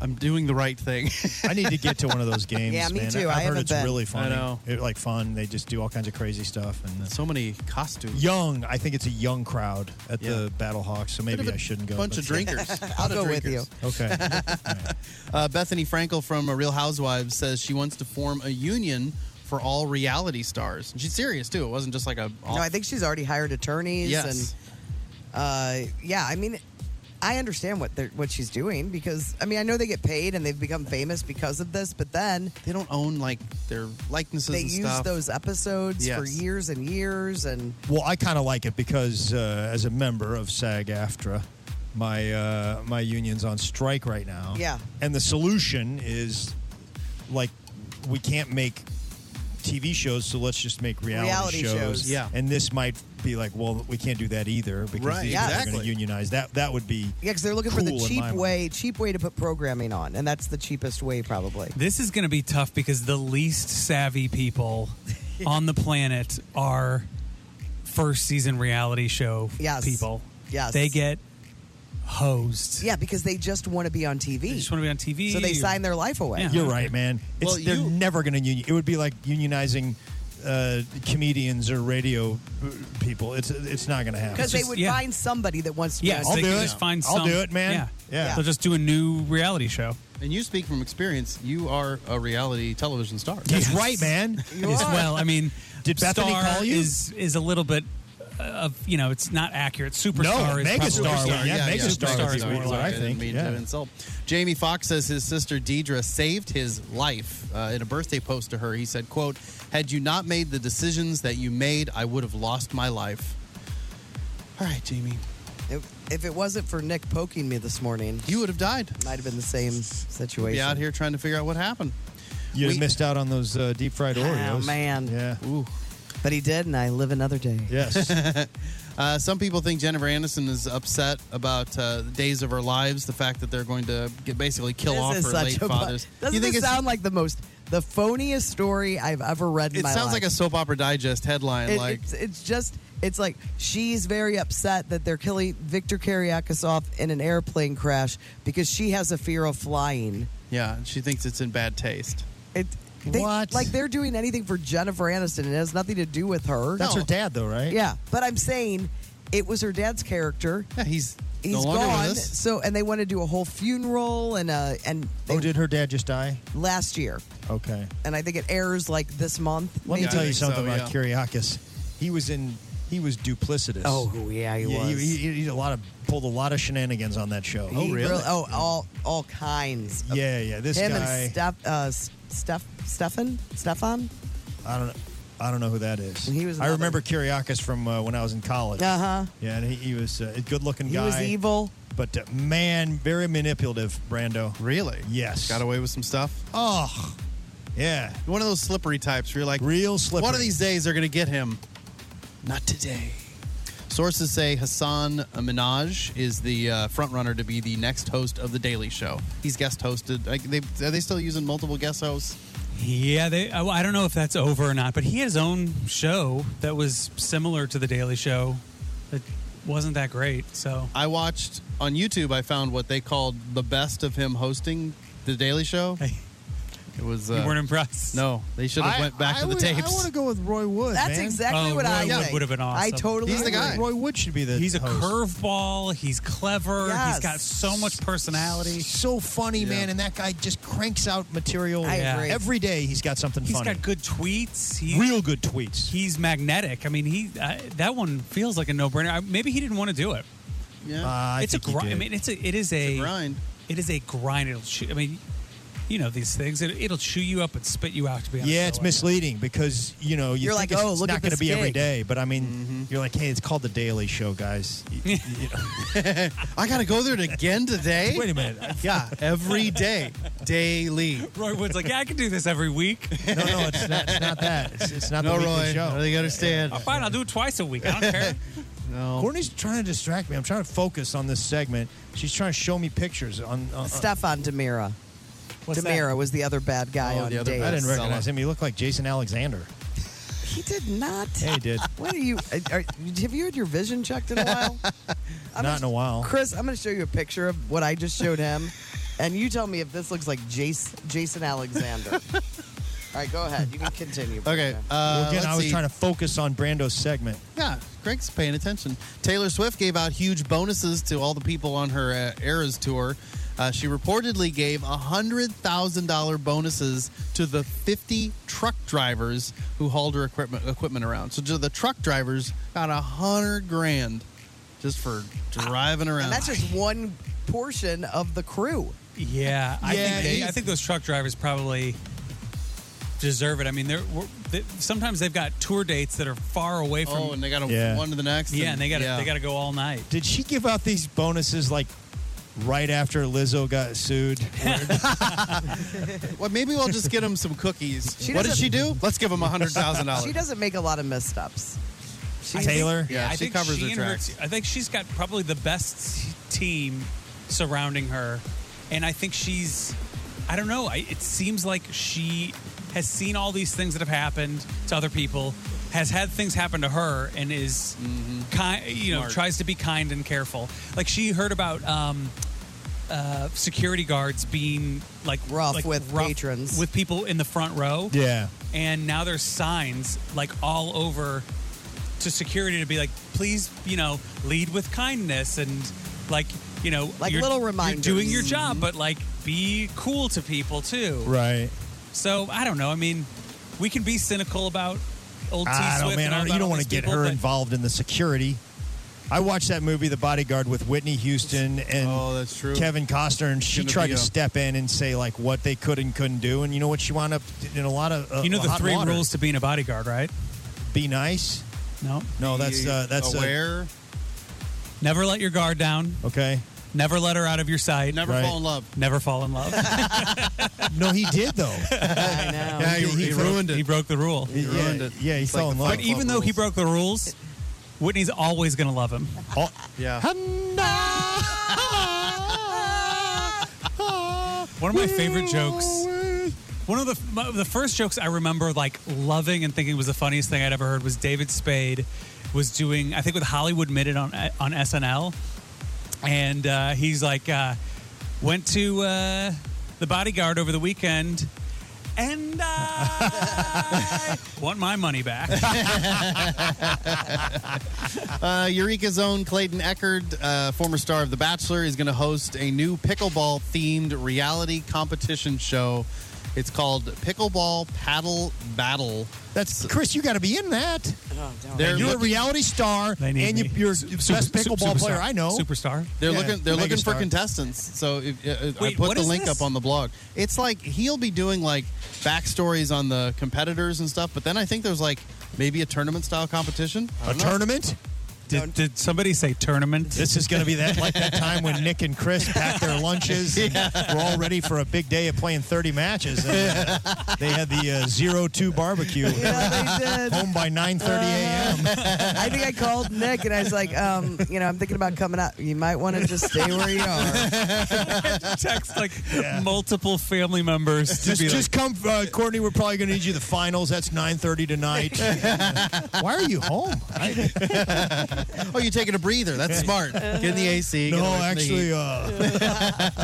Speaker 4: I'm doing the right thing. (laughs)
Speaker 5: I need to get to one of those games.
Speaker 4: Yeah, me
Speaker 5: man.
Speaker 4: too. I
Speaker 5: I've heard
Speaker 4: haven't
Speaker 5: it's
Speaker 4: been.
Speaker 5: really
Speaker 4: I
Speaker 5: funny.
Speaker 4: know.
Speaker 5: It, like fun. They just do all kinds of crazy stuff and
Speaker 4: so many costumes.
Speaker 5: Young. I think it's a young crowd at the Battlehawks, so maybe
Speaker 4: of a
Speaker 5: I shouldn't go.
Speaker 4: bunch of drinkers. (laughs)
Speaker 3: I'll go with you.
Speaker 5: (laughs) Okay.
Speaker 4: Uh, Bethany Frankel from Real Housewives says she wants to form a union for all reality stars. And she's serious too. It wasn't just like a.
Speaker 3: No, I think she's already hired attorneys.
Speaker 4: Yes.
Speaker 3: And uh, yeah, I mean, I understand what they're, what she's doing because I mean I know they get paid and they've become famous because of this, but then
Speaker 4: they don't own like their likenesses.
Speaker 3: They
Speaker 4: and
Speaker 3: use
Speaker 4: stuff.
Speaker 3: those episodes for
Speaker 5: Yes.
Speaker 3: years and years, and
Speaker 5: Well, I kind of like it because uh, as a member of SAG-AFTRA, my uh, my union's on strike right now.
Speaker 3: Yeah.
Speaker 5: And the solution is like we can't make TV shows, so let's just make reality,
Speaker 3: Reality shows. Yeah.
Speaker 5: And this might be like, well, we can't do that either because
Speaker 3: Right,
Speaker 5: these
Speaker 3: yeah.
Speaker 5: guys are going
Speaker 3: exactly.
Speaker 5: to unionize. That that would be
Speaker 3: yeah, because they're looking for the
Speaker 5: Cool in
Speaker 3: cheap
Speaker 5: my mind.
Speaker 3: way, cheap way to put programming on, and that's the cheapest way probably.
Speaker 6: This is going to be tough because the least savvy
Speaker 3: (laughs)
Speaker 6: people on the planet are first season reality show
Speaker 3: Yes.
Speaker 6: people.
Speaker 3: Yes.
Speaker 6: They get hosed.
Speaker 3: Yeah, because they just want to be on TV. They just
Speaker 6: want to be on TV.
Speaker 3: So they sign their life away.
Speaker 5: You're right, man. It's,
Speaker 3: Well,
Speaker 5: they're
Speaker 3: you-
Speaker 5: never going to union. It would be like unionizing uh, comedians or radio uh, people. It's it's not going to happen.
Speaker 3: Because they would find somebody that wants to be
Speaker 6: Yeah,
Speaker 3: on
Speaker 6: so they
Speaker 3: TV.
Speaker 6: can just find
Speaker 5: I'll
Speaker 6: some-
Speaker 5: do it, man.
Speaker 6: Yeah.
Speaker 5: Yeah.
Speaker 6: They'll just do a new reality show.
Speaker 4: And you speak from experience. You are a reality television star.
Speaker 5: That's right, man.
Speaker 6: As well, I mean,
Speaker 5: Did Bethany
Speaker 6: Star
Speaker 5: call you?
Speaker 6: Is is a little bit uh, of you know it's not accurate. Superstar
Speaker 5: No,
Speaker 6: is probably-
Speaker 5: Megastar, yeah, Megastar
Speaker 6: Superstar
Speaker 5: would be
Speaker 6: is more
Speaker 5: what I
Speaker 6: like it.
Speaker 4: didn't
Speaker 5: think.
Speaker 4: mean
Speaker 5: yeah.
Speaker 4: to insult. Jamie Foxx says his sister Deidre saved his life uh, in a birthday post to her. He said, "quote Had you not made the decisions that you made, I would have lost my life." All right, Jamie.
Speaker 3: If, if it wasn't for Nick poking me this morning,
Speaker 4: you would have died.
Speaker 3: Might have been the same situation.
Speaker 4: Be out here trying to figure out what happened.
Speaker 5: You
Speaker 3: We-
Speaker 5: missed out on those uh, deep fried Oreos.
Speaker 3: Oh man.
Speaker 5: Yeah.
Speaker 3: But he did, and I live another day. (laughs)
Speaker 5: (laughs)
Speaker 4: (laughs) uh, some people think Jennifer Aniston is upset about uh, the Days of Our Lives, the fact that they're going to get basically kill
Speaker 3: This
Speaker 4: off her
Speaker 3: is such
Speaker 4: late
Speaker 3: a bu-
Speaker 4: fathers.
Speaker 3: Doesn't
Speaker 4: you think
Speaker 3: this
Speaker 4: it's-
Speaker 3: sound like the most the phoniest story I've ever read in
Speaker 4: it
Speaker 3: my
Speaker 4: sounds
Speaker 3: life?
Speaker 4: like a soap opera digest headline.
Speaker 3: It-
Speaker 4: like
Speaker 3: it's, it's just it's like she's very upset that they're killing Victor Karyakis off in an airplane crash because she has a fear of flying.
Speaker 4: Yeah, she thinks it's in bad taste.
Speaker 3: It they, what? Like they're doing anything for Jennifer Aniston. It has nothing to do with her.
Speaker 4: That's her No.
Speaker 5: dad, though, right?
Speaker 3: Yeah, but I'm saying it was her dad's character.
Speaker 4: Yeah, he's
Speaker 3: he's
Speaker 4: no longer with
Speaker 3: gone.
Speaker 4: us.
Speaker 3: So and they want to do a whole funeral and uh and
Speaker 5: Oh, did her dad just die?
Speaker 3: last year,
Speaker 5: Okay.
Speaker 3: and I think it airs like this month.
Speaker 5: Let me
Speaker 3: maybe.
Speaker 5: tell you something about Kyriakis. He was in. He was duplicitous.
Speaker 3: Oh, yeah, he was.
Speaker 5: He, he did a lot of pulled a lot of shenanigans on that show.
Speaker 3: He oh, all all kinds. of-
Speaker 5: Yeah, yeah, this
Speaker 3: him
Speaker 5: guy-
Speaker 3: and Steph, uh, S- Steph, Stefan, Stefan.
Speaker 5: I don't. know. I don't know who that is. He
Speaker 3: was
Speaker 5: I
Speaker 3: another-
Speaker 5: remember Kyriakis from uh, when I was in college.
Speaker 3: Uh huh.
Speaker 5: Yeah, and he, he was uh, a good-looking
Speaker 3: He
Speaker 5: guy.
Speaker 3: was evil.
Speaker 5: but uh, man, very manipulative, Brando.
Speaker 4: Really?
Speaker 5: Yes.
Speaker 4: Got away with some stuff.
Speaker 5: Oh, yeah.
Speaker 4: One of those slippery types where you're like,
Speaker 5: real slippery.
Speaker 4: One of these days they're going to get him. Not today. Sources say Hassan Minaj is the uh, frontrunner to be the next host of The Daily Show. He's guest hosted. Like, they, are they still using multiple guest hosts?
Speaker 6: Yeah, they. I I don't know if that's over or not, but he had his own show that was similar to the Daily Show. That wasn't that great. So
Speaker 4: I watched on YouTube, I found what they called the best of him hosting The Daily Show. It was. uh,
Speaker 6: You weren't impressed?
Speaker 4: No, they should have
Speaker 6: I-
Speaker 4: went back
Speaker 6: I
Speaker 4: to the
Speaker 6: would- I
Speaker 4: tapes.
Speaker 6: would-
Speaker 5: to go with Roy Wood.
Speaker 3: That's
Speaker 5: man.
Speaker 3: exactly what I
Speaker 6: Wood
Speaker 3: think.
Speaker 6: would've been
Speaker 3: I
Speaker 6: awesome.
Speaker 3: totally.
Speaker 6: He's the
Speaker 3: agree.
Speaker 6: guy.
Speaker 5: Roy Wood should be the.
Speaker 6: he's a
Speaker 5: host.
Speaker 6: curveball. He's clever.
Speaker 5: Yes.
Speaker 6: He's got so much personality.
Speaker 5: So funny, man, and that guy just cranks out material
Speaker 6: I agree.
Speaker 5: every day. He's got something
Speaker 6: He's
Speaker 5: funny.
Speaker 6: got good tweets. He,
Speaker 5: Real good tweets.
Speaker 6: He's magnetic. I mean, he I, that one feels like a no-brainer. I, maybe he didn't want to do it.
Speaker 5: Uh,
Speaker 4: Yeah,
Speaker 6: it's a grind. Uh, I mean, it's a it is a, grind. It is a grind. It'll chew, I mean, you know these things. It, it'll chew you up and spit you out. To be honest,
Speaker 5: yeah, it's
Speaker 6: So, like,
Speaker 5: misleading because you know you
Speaker 6: You're
Speaker 5: think
Speaker 6: like,
Speaker 5: it's,
Speaker 6: oh, look
Speaker 5: it's not
Speaker 6: at
Speaker 5: going to
Speaker 6: this
Speaker 5: be every
Speaker 6: gig.
Speaker 5: day, but I mean,
Speaker 3: Mm-hmm.
Speaker 5: you're like, hey, it's called the Daily Show, guys. You-
Speaker 6: (laughs)
Speaker 5: you (laughs) know.
Speaker 4: I got to go there again today?
Speaker 5: Wait a minute.
Speaker 2: (laughs)
Speaker 4: Yeah, every day. Daily.
Speaker 6: Roy Wood's like, yeah, I can do this every week.
Speaker 5: (laughs) no, no, it's not. It's not that. It's, it's not
Speaker 4: No,
Speaker 5: the weekly
Speaker 4: Roy,
Speaker 5: show.
Speaker 4: I think I understand.
Speaker 6: "Oh, fine, I'll do it twice a week. I
Speaker 5: (laughs)
Speaker 6: don't care.
Speaker 4: (laughs) No.
Speaker 5: Courtney's trying to distract me. I'm trying to focus on this segment. She's trying to show me pictures on. uh, on
Speaker 3: Stefan Demira.
Speaker 5: What's that?
Speaker 3: Demira was the other bad guy
Speaker 5: Oh,
Speaker 3: on
Speaker 5: the other-
Speaker 3: Days.
Speaker 5: I didn't recognize him. He looked like Jason Alexander.
Speaker 3: He did not.
Speaker 5: Yeah, he
Speaker 3: (laughs)
Speaker 5: did.
Speaker 3: What are you? Are, have you had your vision checked in a while?
Speaker 5: Not in a while.
Speaker 3: Chris, I'm going to show you a picture of what I just showed him, (laughs) and you tell me if this looks like Jace, Jason Alexander. All right, go ahead. You can continue.
Speaker 4: Okay.
Speaker 3: Brenda.
Speaker 4: Uh,
Speaker 5: Well, again,
Speaker 4: let's
Speaker 5: I was
Speaker 4: see.
Speaker 5: trying to focus on Brando's segment.
Speaker 4: Yeah, Greg's paying attention. Taylor Swift gave out huge bonuses to all the people on her uh, Eras tour. Uh, she reportedly gave $100,000 bonuses to the 50 truck drivers who hauled her equipment, equipment around. So ju- the truck drivers got 100 grand just for driving around.
Speaker 3: and that's just one portion of the crew.
Speaker 6: Yeah, I
Speaker 3: Yeah,
Speaker 6: think they,
Speaker 3: he's-
Speaker 6: I think those truck drivers probably deserve it. I mean, they're, we're- they, sometimes they've got tour dates that are far away from.
Speaker 4: Oh, and they gotta Yeah. one to the next
Speaker 6: Yeah,
Speaker 4: and-
Speaker 6: and, they got to
Speaker 4: yeah.
Speaker 6: they got to go all night.
Speaker 5: Did she give out these bonuses like right after Lizzo got sued?
Speaker 4: well, maybe we'll just get them some cookies.
Speaker 3: She
Speaker 4: what did
Speaker 3: doesn't-
Speaker 4: she do? Let's give them $100,000.
Speaker 3: (laughs) She doesn't make a lot of missteps. She-
Speaker 4: Yeah, she covers her
Speaker 6: and
Speaker 4: tracks.
Speaker 6: I think she's got probably the best team surrounding her, and I think she's. I don't know. I, it seems like she has seen all these things that have happened to other people, has had things happen to her, and is kind. You know,
Speaker 4: Mm-hmm. Smart.
Speaker 6: tries to be kind and careful. Like she heard about. Um, uh, security guards being like rough
Speaker 3: with patrons.
Speaker 6: with people in the front row
Speaker 5: Yeah.
Speaker 6: and now there's signs like all over to security to be like, please, you know, lead with kindness and like, you know,
Speaker 3: Like
Speaker 6: you're-
Speaker 3: little
Speaker 6: You're
Speaker 3: reminders.
Speaker 6: doing your job, but like, be cool to people too.
Speaker 5: Right.
Speaker 6: So I don't know. I mean, we can be cynical about old T
Speaker 5: I
Speaker 6: Swift.
Speaker 5: don't, man.
Speaker 6: and
Speaker 5: I
Speaker 6: all
Speaker 5: don't,
Speaker 6: about
Speaker 5: you don't
Speaker 6: all
Speaker 5: want to
Speaker 6: these
Speaker 5: get
Speaker 6: people,
Speaker 5: her
Speaker 6: but-
Speaker 5: involved in the security. I watched that movie, The Bodyguard, with Whitney Houston and Kevin Costner, and she
Speaker 4: Gonna
Speaker 5: tried
Speaker 4: be a-
Speaker 5: to step in and say like what they could and couldn't do, and you know what she wound up in a lot of uh,
Speaker 6: you know the
Speaker 5: hot
Speaker 6: three
Speaker 5: water.
Speaker 6: rules to being a bodyguard, right?
Speaker 5: Be nice.
Speaker 6: No.
Speaker 5: No, that's uh, that's uh,
Speaker 6: Never let your guard down.
Speaker 5: okay.
Speaker 6: Never let her out of your sight.
Speaker 4: Never Right. fall in love.
Speaker 6: Never fall in love.
Speaker 5: (laughs) no, he did though.
Speaker 6: (laughs) I
Speaker 5: know. Yeah, he- he ruined
Speaker 6: it. He broke the rule.
Speaker 5: He ruined it. yeah, he It's fell like in the love.
Speaker 6: But
Speaker 5: Fight
Speaker 6: even
Speaker 5: Club
Speaker 6: though he broke the rules, Whitney's always going to love him.
Speaker 4: yeah.
Speaker 6: One of my favorite jokes. One of the my, the first jokes I remember like loving and thinking was the funniest thing I'd ever heard was David Spade was doing I think with Hollywood Minute on on SNL, and uh, he's like uh, went to uh, the bodyguard over the weekend. And
Speaker 2: uh,
Speaker 6: I want my money back.
Speaker 4: (laughs) Uh, Eureka's own Clayton Eckerd, uh, former star of The Bachelor, is going to host a new pickleball themed reality competition show. It's called Pickleball Paddle Battle.
Speaker 5: That's Chris. You got to be in that.
Speaker 3: Oh,
Speaker 4: They're
Speaker 5: you're a
Speaker 4: looking-
Speaker 5: reality star, and
Speaker 4: need
Speaker 5: you,
Speaker 4: me.
Speaker 5: you're
Speaker 4: Su-
Speaker 5: the
Speaker 4: super-
Speaker 5: best
Speaker 4: su-
Speaker 5: pickleball
Speaker 4: superstar.
Speaker 5: player I know.
Speaker 6: Superstar.
Speaker 4: They're
Speaker 5: Yeah,
Speaker 4: looking. They're looking for
Speaker 5: megastar.
Speaker 4: contestants. So if, uh, uh,
Speaker 5: Wait,
Speaker 4: I put
Speaker 5: what
Speaker 4: the
Speaker 5: is
Speaker 4: link
Speaker 5: this?
Speaker 4: up on the blog. It's like he'll be doing like backstories on the competitors and stuff. But then I think there's like maybe a tournament style competition. I
Speaker 5: A
Speaker 4: don't know.
Speaker 5: tournament?
Speaker 6: Did, did somebody say tournament?
Speaker 5: This is going to be that like that time when Nick and Chris packed their lunches. and We're all ready for a big day of playing 30 matches. And, uh, they had the uh, zero two barbecue.
Speaker 3: Yeah, they did.
Speaker 5: Home by 9:30 a.m.
Speaker 3: (laughs) I think I called Nick and I was like, um, you know, I'm thinking about coming out. You might want to just stay where you are.
Speaker 6: (laughs) Text like multiple family members to
Speaker 5: Just,
Speaker 6: be like,
Speaker 5: just come, uh, Courtney. We're probably going to need you the finals. That's
Speaker 6: (laughs)
Speaker 5: 9:30 tonight. Why are you home?
Speaker 4: (laughs) oh, you're taking a breather. That's smart. Get in the AC. get
Speaker 5: No,
Speaker 4: away from the
Speaker 5: actually,
Speaker 4: heat.
Speaker 5: uh,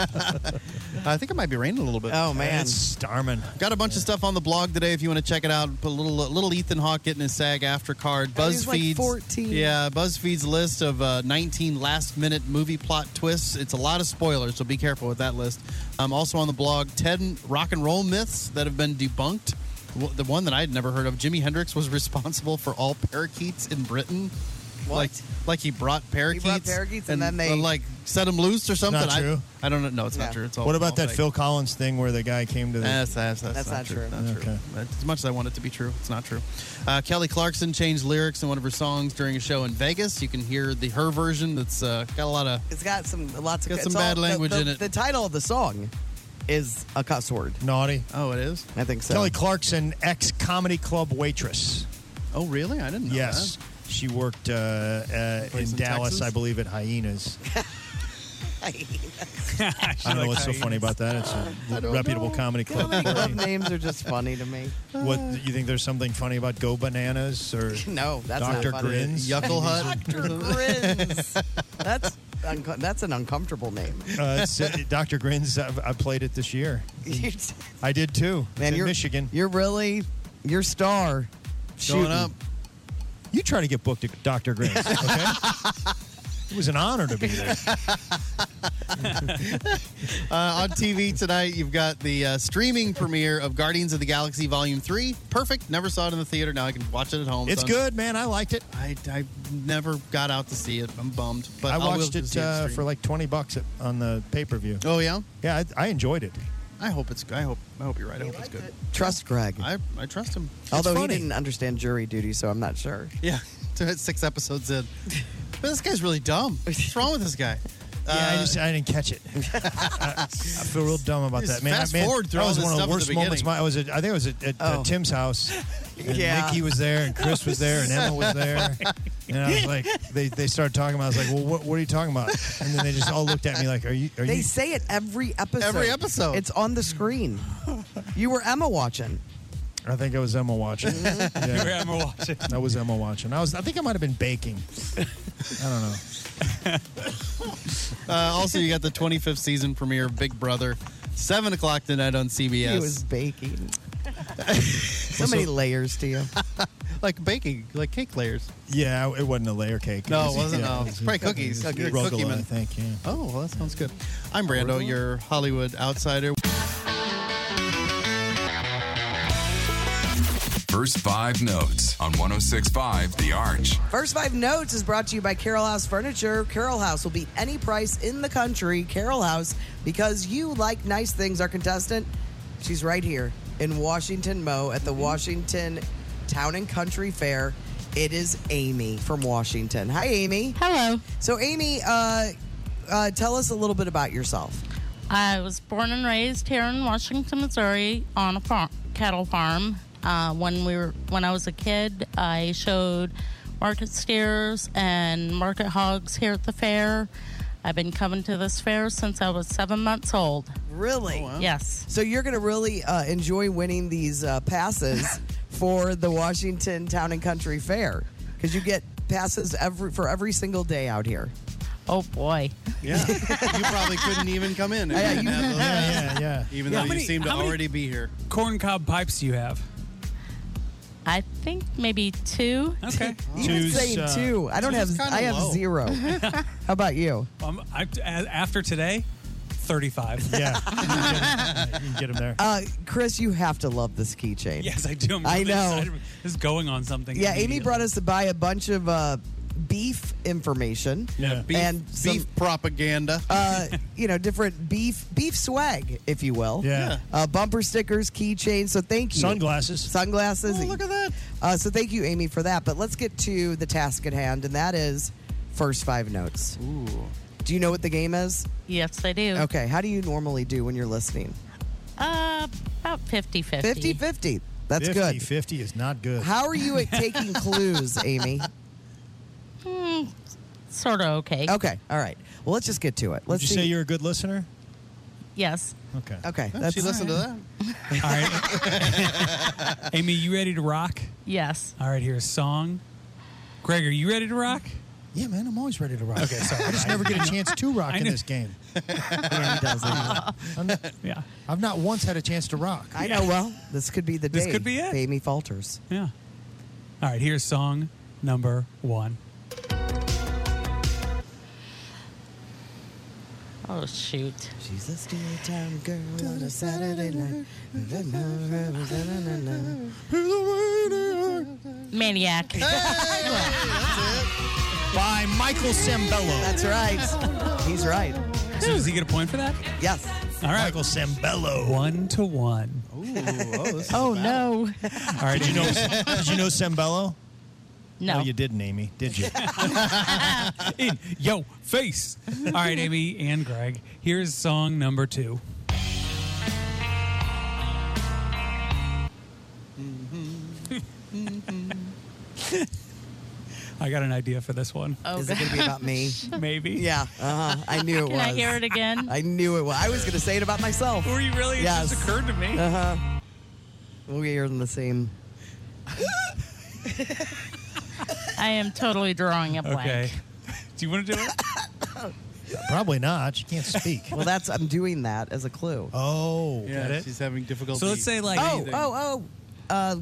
Speaker 4: I think it might be raining a little bit.
Speaker 3: Oh man,
Speaker 5: it's starming.
Speaker 4: Got a bunch of stuff on the blog today. If you want to check it out, put a little little Ethan Hawke getting his SAG after card.
Speaker 3: And he's, like,
Speaker 4: BuzzFeed's
Speaker 3: 14.
Speaker 4: yeah, BuzzFeed's list of uh, 19 last minute movie plot twists. It's a lot of spoilers, so be careful with that list. Um, also on the blog, 10 rock and roll myths that have been debunked. W- The one that I'd never heard of: Jimi Hendrix was (laughs) responsible for all parakeets in Britain. Like, like he brought parakeets,
Speaker 3: parakeets and then they-
Speaker 4: uh, like set them loose or something.
Speaker 5: not true.
Speaker 4: I, I don't know. No, it's not true. It's all
Speaker 5: what about
Speaker 4: all
Speaker 5: that
Speaker 4: fake.
Speaker 5: Phil Collins thing where the guy came to the?
Speaker 4: That's, that's, that's, not, true. Not true. But As much as I want it to be true, it's not true. Uh, Kelly Clarkson changed lyrics in one of her songs during a show in Vegas. You can hear the her version. That's uh, got a lot of.
Speaker 3: It's got some lots of
Speaker 4: Got
Speaker 3: it's
Speaker 4: some bad
Speaker 3: the-
Speaker 4: language
Speaker 3: the-
Speaker 4: in it.
Speaker 3: The title of the song is a cuss word.
Speaker 5: Naughty.
Speaker 4: Oh, it is.
Speaker 3: I think so.
Speaker 5: Kelly Clarkson, ex comedy club waitress.
Speaker 4: Oh, really? I didn't know
Speaker 5: Yes. She worked uh, uh, in,
Speaker 4: Place in
Speaker 5: Dallas,
Speaker 4: Texas?
Speaker 5: I believe, at Hyenas.
Speaker 3: I
Speaker 5: (laughs) I don't know what's so funny about that. It's a reputable comedy club.
Speaker 3: Comedy club names are just funny to me.
Speaker 5: What you think? There's something funny about Go Bananas or
Speaker 3: (laughs) No, that's not
Speaker 5: Doctor
Speaker 3: funny.
Speaker 2: (laughs)
Speaker 5: Grins,
Speaker 3: Yuckle Dr. Grins. That's unco- that's an uncomfortable name.
Speaker 5: Uh, it's, uh, Dr. Grins. I've, I played it this year.
Speaker 3: (laughs) You-
Speaker 5: I did too.
Speaker 3: Man,
Speaker 5: in
Speaker 3: you're-
Speaker 5: Michigan.
Speaker 3: You're really your star.
Speaker 5: Showing
Speaker 3: shooting.
Speaker 5: up. You try to get booked at Dr. Grins.
Speaker 3: (laughs)
Speaker 5: Okay. it was an honor to be there.
Speaker 4: (laughs) Uh, on TV tonight, you've got the uh, streaming premiere of Guardians of the Galaxy Volume 3. Perfect. Never saw it in the theater. Now I can watch it at home.
Speaker 5: It's
Speaker 4: So-
Speaker 5: good, man. I liked it.
Speaker 4: I, I never got out to see it. I'm bummed. But
Speaker 5: I
Speaker 4: I'll
Speaker 5: watched
Speaker 4: live to
Speaker 5: it,
Speaker 4: see
Speaker 5: uh,
Speaker 4: streamed.
Speaker 5: for like twenty bucks at, on the pay per view.
Speaker 4: Oh yeah,
Speaker 5: yeah. I, I enjoyed it.
Speaker 4: I hope it's. I hope. I hope you're right. I hope it's good.
Speaker 3: Trust Greg.
Speaker 4: I, I trust him.
Speaker 3: Although
Speaker 4: It's
Speaker 3: he
Speaker 4: funny.
Speaker 3: didn't understand jury duty, so I'm not sure.
Speaker 4: Yeah, (laughs) six episodes
Speaker 5: (laughs)
Speaker 4: in. But this guy's really dumb. What's wrong with this guy? Uh,
Speaker 5: Yeah, I just I didn't
Speaker 4: (laughs)
Speaker 5: catch it. (laughs) I, I feel real dumb about
Speaker 4: Just
Speaker 5: that, man. I-
Speaker 4: fast
Speaker 5: man,
Speaker 4: forward through
Speaker 5: that
Speaker 4: all
Speaker 5: was
Speaker 4: this
Speaker 5: one of
Speaker 4: stuff
Speaker 5: the
Speaker 4: at
Speaker 5: worst
Speaker 4: the
Speaker 5: moments.
Speaker 4: beginning.
Speaker 5: My, I was at, I think I was at, at uh,
Speaker 4: Oh. (laughs)
Speaker 5: Tim's house. And
Speaker 4: Yeah.
Speaker 5: Nikki was there, and Chris was there, and Emma was
Speaker 4: (laughs)
Speaker 5: there. And I was like, they, they started talking about. it. I was like, well, what, what are you talking about? And then they just all looked at me like, are you? Are
Speaker 3: They
Speaker 5: you?
Speaker 3: say it every episode.
Speaker 4: Every episode.
Speaker 3: It's on the screen. You were Emma watching.
Speaker 5: I think I was Emma
Speaker 4: (laughs)
Speaker 5: watching.
Speaker 6: You were Emma watching.
Speaker 5: I was Emma watching. I was. I think I might have been baking. I don't know.
Speaker 4: (laughs) Uh, also, you got the 25th season premiere of Big Brother, seven o'clock tonight on CBS.
Speaker 3: He was (laughs) baking. so many layers to you.
Speaker 4: (laughs) like baking, like cake layers.
Speaker 5: Yeah, it wasn't a layer cake.
Speaker 4: (laughs) No, it
Speaker 5: was-
Speaker 4: wasn't,
Speaker 5: yeah,
Speaker 4: no.
Speaker 5: it
Speaker 4: It's
Speaker 5: was
Speaker 4: probably cookies.
Speaker 5: Cookie
Speaker 4: You're a
Speaker 5: Rugolo,
Speaker 4: cookie man.
Speaker 5: I think. Yeah.
Speaker 4: Oh, well, that sounds good. I'm Brando, your Hollywood
Speaker 5: (laughs)
Speaker 4: outsider.
Speaker 20: First five notes on 1065 The Arch.
Speaker 3: First Five Notes is brought to you by Carol House Furniture. Carol House will be any price in the country. Carol House, because you like nice things. Our contestant, she's right here in Washington, Mo, at the Washington Town and Country Fair. It is Amy from Washington. Hi, Amy.
Speaker 21: Hello.
Speaker 3: So, Amy, uh, uh, tell us a little bit about yourself.
Speaker 21: I was born and raised here in Washington, Missouri, on a farm, cattle farm. Uh, when we were, when I was a kid, I showed market steers and market hogs here at the fair. I've been coming to this fair since I was seven months old.
Speaker 3: Really?
Speaker 21: Yes.
Speaker 3: So you're going to really uh, enjoy winning these
Speaker 21: (laughs)
Speaker 3: uh, passes for the Washington Town and Country Fair because you get passes every for every single day out here.
Speaker 21: Oh boy!
Speaker 4: Yeah, you probably couldn't even come in. if
Speaker 3: Yeah,
Speaker 4: you didn't
Speaker 3: you-
Speaker 4: have those
Speaker 3: Yeah,
Speaker 4: passes.
Speaker 3: yeah, yeah.
Speaker 4: (laughs) Even
Speaker 3: Yeah.
Speaker 4: though
Speaker 3: How
Speaker 4: you
Speaker 3: many-
Speaker 4: seem to
Speaker 3: how many-
Speaker 4: already be here.
Speaker 6: Corncob pipes do you have?
Speaker 21: I think maybe two.
Speaker 6: Okay.
Speaker 3: Even saying two, I don't have. I have
Speaker 21: (laughs)
Speaker 3: zero. How about you?
Speaker 6: Um, I, a- after today, 35. (laughs)
Speaker 2: Yeah. you can get them there.
Speaker 3: Uh, Chris, you have to love this keychain.
Speaker 6: Yes, I do. I'm
Speaker 3: I
Speaker 6: really
Speaker 3: know.
Speaker 6: Excited. This is going on something.
Speaker 3: Yeah, Amy
Speaker 6: immediately.
Speaker 3: brought us to buy a bunch of uh, beef information.
Speaker 4: Yeah, beef-
Speaker 3: and some,
Speaker 4: beef propaganda.
Speaker 3: Uh, (laughs) you know, different beef beef swag, if you will.
Speaker 4: Yeah.
Speaker 3: Uh, bumper stickers, keychains. So thank you.
Speaker 2: Sunglasses.
Speaker 3: Sunglasses.
Speaker 4: Oh, look at that.
Speaker 3: Uh, so thank you, Amy, for that. But let's get to the task at hand, and that is first five notes. Ooh. Do you know what the game is?
Speaker 21: Yes, I do.
Speaker 3: Okay. How do you normally do when you're listening?
Speaker 21: Uh, about 50 50.
Speaker 3: 50 50. That's
Speaker 2: 50,
Speaker 3: good.
Speaker 2: 50 is not good.
Speaker 3: How are you
Speaker 21: (laughs)
Speaker 6: (laughs)
Speaker 3: at taking clues, Amy?
Speaker 21: Hmm, sort of okay.
Speaker 3: Okay. All right. Well, let's just get to it.
Speaker 2: Would
Speaker 3: Let's
Speaker 2: you
Speaker 3: see.
Speaker 2: say you're a good listener?
Speaker 21: Yes.
Speaker 2: Okay.
Speaker 3: Okay.
Speaker 2: that's-
Speaker 4: she listened
Speaker 2: All
Speaker 4: to that.
Speaker 3: (laughs)
Speaker 6: Amy, you ready to rock?
Speaker 21: Yes.
Speaker 6: All right, here's a song. Greg, are you ready to rock?
Speaker 2: Yeah, man, I'm always ready to rock.
Speaker 6: Okay, sorry.
Speaker 2: I just never
Speaker 4: (laughs)
Speaker 2: get a chance to rock
Speaker 6: I
Speaker 2: in
Speaker 6: knew-
Speaker 2: this game. I'm not-
Speaker 6: yeah.
Speaker 2: I've not once had a chance to rock.
Speaker 3: I know. Well, this could be the day.
Speaker 6: This could be it.
Speaker 3: Amy falters.
Speaker 6: Yeah. All right, here's song number one.
Speaker 21: Oh, shoot.
Speaker 3: She's a steel town girl on a Saturday night.
Speaker 21: Maniac.
Speaker 2: By Michael Sambello.
Speaker 3: That's right. He's right.
Speaker 6: So does he get a point for that?
Speaker 3: Yes.
Speaker 6: All right.
Speaker 2: Michael Sambello.
Speaker 6: One to one. (laughs)
Speaker 21: oh no.
Speaker 6: All right,
Speaker 2: did
Speaker 4: (laughs)
Speaker 2: you know? did you know Sambello?
Speaker 21: No.
Speaker 5: Oh,
Speaker 2: you didn't, Amy. Did you?
Speaker 6: In (laughs) yo face. All right, Amy and Greg. Here's song number two.
Speaker 4: Mm-hmm.
Speaker 6: I got an idea for this one.
Speaker 21: Oh,
Speaker 3: Is it gonna be about me?
Speaker 6: Maybe.
Speaker 3: Yeah. Uh huh. I knew it
Speaker 21: Can
Speaker 3: was.
Speaker 21: I hear it again?
Speaker 3: I knew it was. I was gonna say it about myself.
Speaker 6: Were you really? It
Speaker 3: Yes.
Speaker 6: just occurred to me.
Speaker 3: Uh huh. We are in the same.
Speaker 21: I am totally drawing a blank.
Speaker 6: Okay. Do you want to do it?
Speaker 2: Probably not. She can't speak.
Speaker 3: Well, that's. I'm doing that as a clue.
Speaker 2: Oh.
Speaker 4: Yeah, she's having difficulty.
Speaker 6: So let's say like
Speaker 3: Oh. Oh. Oh. (laughs) Uh,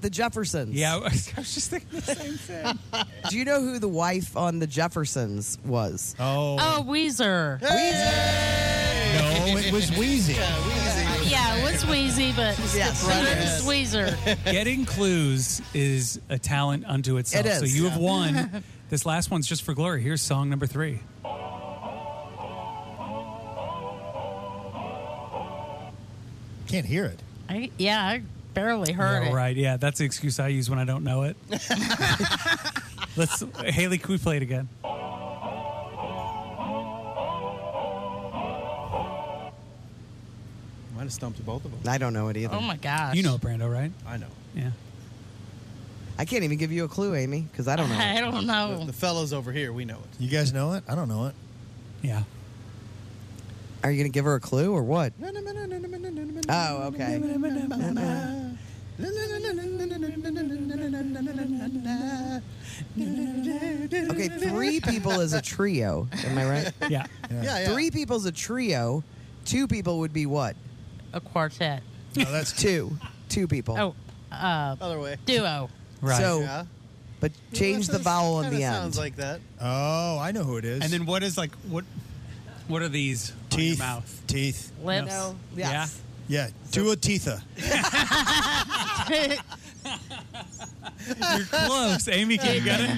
Speaker 3: the Jeffersons.
Speaker 6: Yeah, I was I was just thinking the same thing.
Speaker 3: (laughs) Do you know who the wife on the Jeffersons was?
Speaker 21: Oh, Weezer. Uh,
Speaker 2: No, it was Wheezy.
Speaker 21: Yeah, it was Wheezy, but
Speaker 3: Yes.
Speaker 21: it's Weezer.
Speaker 2: (laughs)
Speaker 6: Getting clues is a talent unto itself.
Speaker 21: It is,
Speaker 6: So you have
Speaker 21: yeah.
Speaker 2: (laughs)
Speaker 6: won. this last one's just for glory. Here's song number three.
Speaker 2: Can't hear it.
Speaker 21: I, yeah, I barely heard
Speaker 6: Yeah,
Speaker 21: it.
Speaker 6: right. Yeah, that's the excuse I use when I don't know
Speaker 2: (laughs)
Speaker 6: it. (laughs) Let's Haley, can we play it again?
Speaker 4: Might have stumped both of them.
Speaker 3: (laughs) I don't know it either.
Speaker 21: Oh my gosh.
Speaker 6: You know it, Brando, right?
Speaker 4: I know.
Speaker 6: Yeah.
Speaker 3: I can't even give you a clue, Amy, because I don't
Speaker 21: (laughs)
Speaker 3: know.
Speaker 21: I don't know.
Speaker 4: The, the fellows over here, we know
Speaker 2: You guys know it? I don't know it.
Speaker 6: Yeah.
Speaker 3: Are you gonna give her a clue or what?
Speaker 4: it.
Speaker 3: Oh, okay.
Speaker 2: (laughs)
Speaker 3: Okay, three people is a trio. Am I right?
Speaker 6: (laughs) Yeah.
Speaker 4: Yeah, yeah.
Speaker 3: Three people's a trio. Two people would be what?
Speaker 21: A quartet.
Speaker 2: No, that's
Speaker 3: (laughs) Two. Two people.
Speaker 21: Oh, uh,
Speaker 4: Other way.
Speaker 21: duo.
Speaker 6: Right.
Speaker 3: So,
Speaker 4: Yeah.
Speaker 3: but change the vowel in the end.
Speaker 4: Sounds like that.
Speaker 2: Oh, I know who it is.
Speaker 6: And then what is like what? What are these? on your
Speaker 2: teeth.
Speaker 6: mouth.
Speaker 2: Teeth.
Speaker 21: Lips.
Speaker 3: Yes.
Speaker 2: Yeah. Dua Teetha.
Speaker 6: Yeah. (laughs) You're close. Amy, can you get it?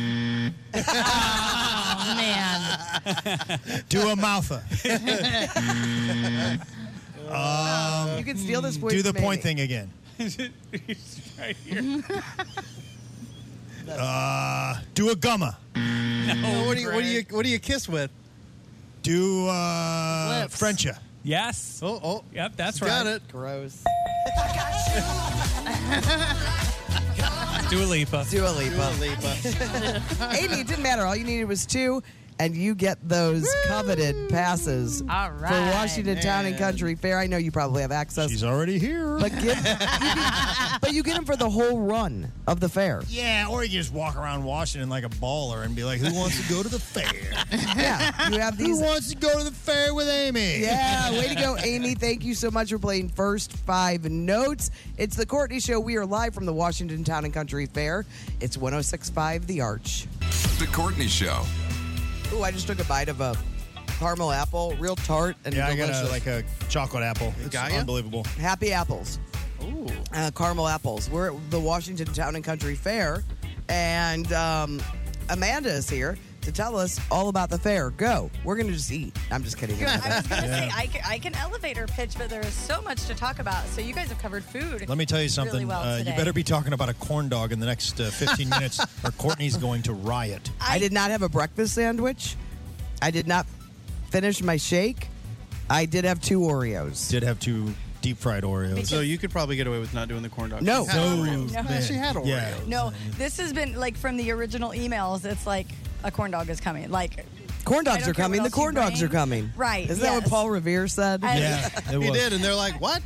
Speaker 4: (laughs)
Speaker 21: Oh, man.
Speaker 2: (laughs) Dua
Speaker 7: (laughs)
Speaker 2: Moutha.
Speaker 3: You can steal this point.
Speaker 2: Um, Do the
Speaker 3: from
Speaker 2: point thing
Speaker 3: Amy.
Speaker 2: again.
Speaker 6: (laughs) It's right here.
Speaker 4: (laughs)
Speaker 2: Uh, do a gumma. Uh,
Speaker 4: Well, what do you what do you what do you kiss with?
Speaker 2: Do uh, Frencha.
Speaker 6: Yes.
Speaker 4: Oh, oh.
Speaker 6: Yep, that's right.
Speaker 4: Got it.
Speaker 3: Gross.
Speaker 6: Dua Lipa.
Speaker 3: Dua Lipa. (laughs) Amy, it didn't matter. All you needed was two, and you get those coveted passes
Speaker 21: All
Speaker 3: for
Speaker 21: right.
Speaker 3: Washington Town and Country Fair. I know you probably have access. She's
Speaker 2: already here,
Speaker 3: but get, you can- but you get them for the whole run of the fair.
Speaker 2: Yeah, or you just walk around Washington like a baller and be like, "Who wants to go to the fair?"
Speaker 3: yeah, you have these.
Speaker 2: Who wants to go to the fair with Amy?
Speaker 3: Yeah, way to go, Amy. Thank you so much for playing First Five Notes. It's The Courtney Show. We are live from the Washington Town and Country Fair. It's 1065 The Arch.
Speaker 20: The Courtney Show.
Speaker 3: Ooh, I just took a bite of a caramel apple, real tart and
Speaker 2: yeah, I
Speaker 3: delicious.
Speaker 2: got a, like a chocolate apple. It's
Speaker 3: got ya?
Speaker 2: unbelievable.
Speaker 3: Happy apples.
Speaker 4: Ooh.
Speaker 3: Uh, caramel apples. We're at the Washington Town and Country Fair, and um, Amanda is here to tell us all about the fair. Go. We're going to just eat. I'm just kidding.
Speaker 7: (laughs) I was gonna say I can, I can elevator pitch, but there is so much to talk about. So you guys have covered food.
Speaker 2: Let me tell you
Speaker 7: really
Speaker 2: something.
Speaker 7: well
Speaker 2: uh, you
Speaker 7: today.
Speaker 2: better be talking about a corn dog in the next uh, 15 minutes, or Courtney's going to riot.
Speaker 3: I did not have a breakfast sandwich. I did not finish my shake. I did have two Oreos.
Speaker 2: Did have two deep fried Oreos.
Speaker 4: So you could probably get away with not doing the corn dog.
Speaker 3: (laughs) No.
Speaker 4: She had
Speaker 2: No,
Speaker 4: Oreos.
Speaker 2: no.
Speaker 4: Yeah, she had Oreos.
Speaker 2: Yeah.
Speaker 7: No, this has been like from the original emails. It's like a corn dog is coming. Like
Speaker 3: Corn
Speaker 7: I
Speaker 3: dogs
Speaker 7: don't
Speaker 3: are
Speaker 7: care
Speaker 3: coming.
Speaker 7: what
Speaker 3: The
Speaker 7: else you
Speaker 3: corn dogs are
Speaker 7: bring.
Speaker 3: coming.
Speaker 7: Right,
Speaker 3: Isn't that what
Speaker 7: yes.
Speaker 3: Paul Revere said?
Speaker 7: I- (laughs)
Speaker 4: Yeah, it He was. did, and they're like, what?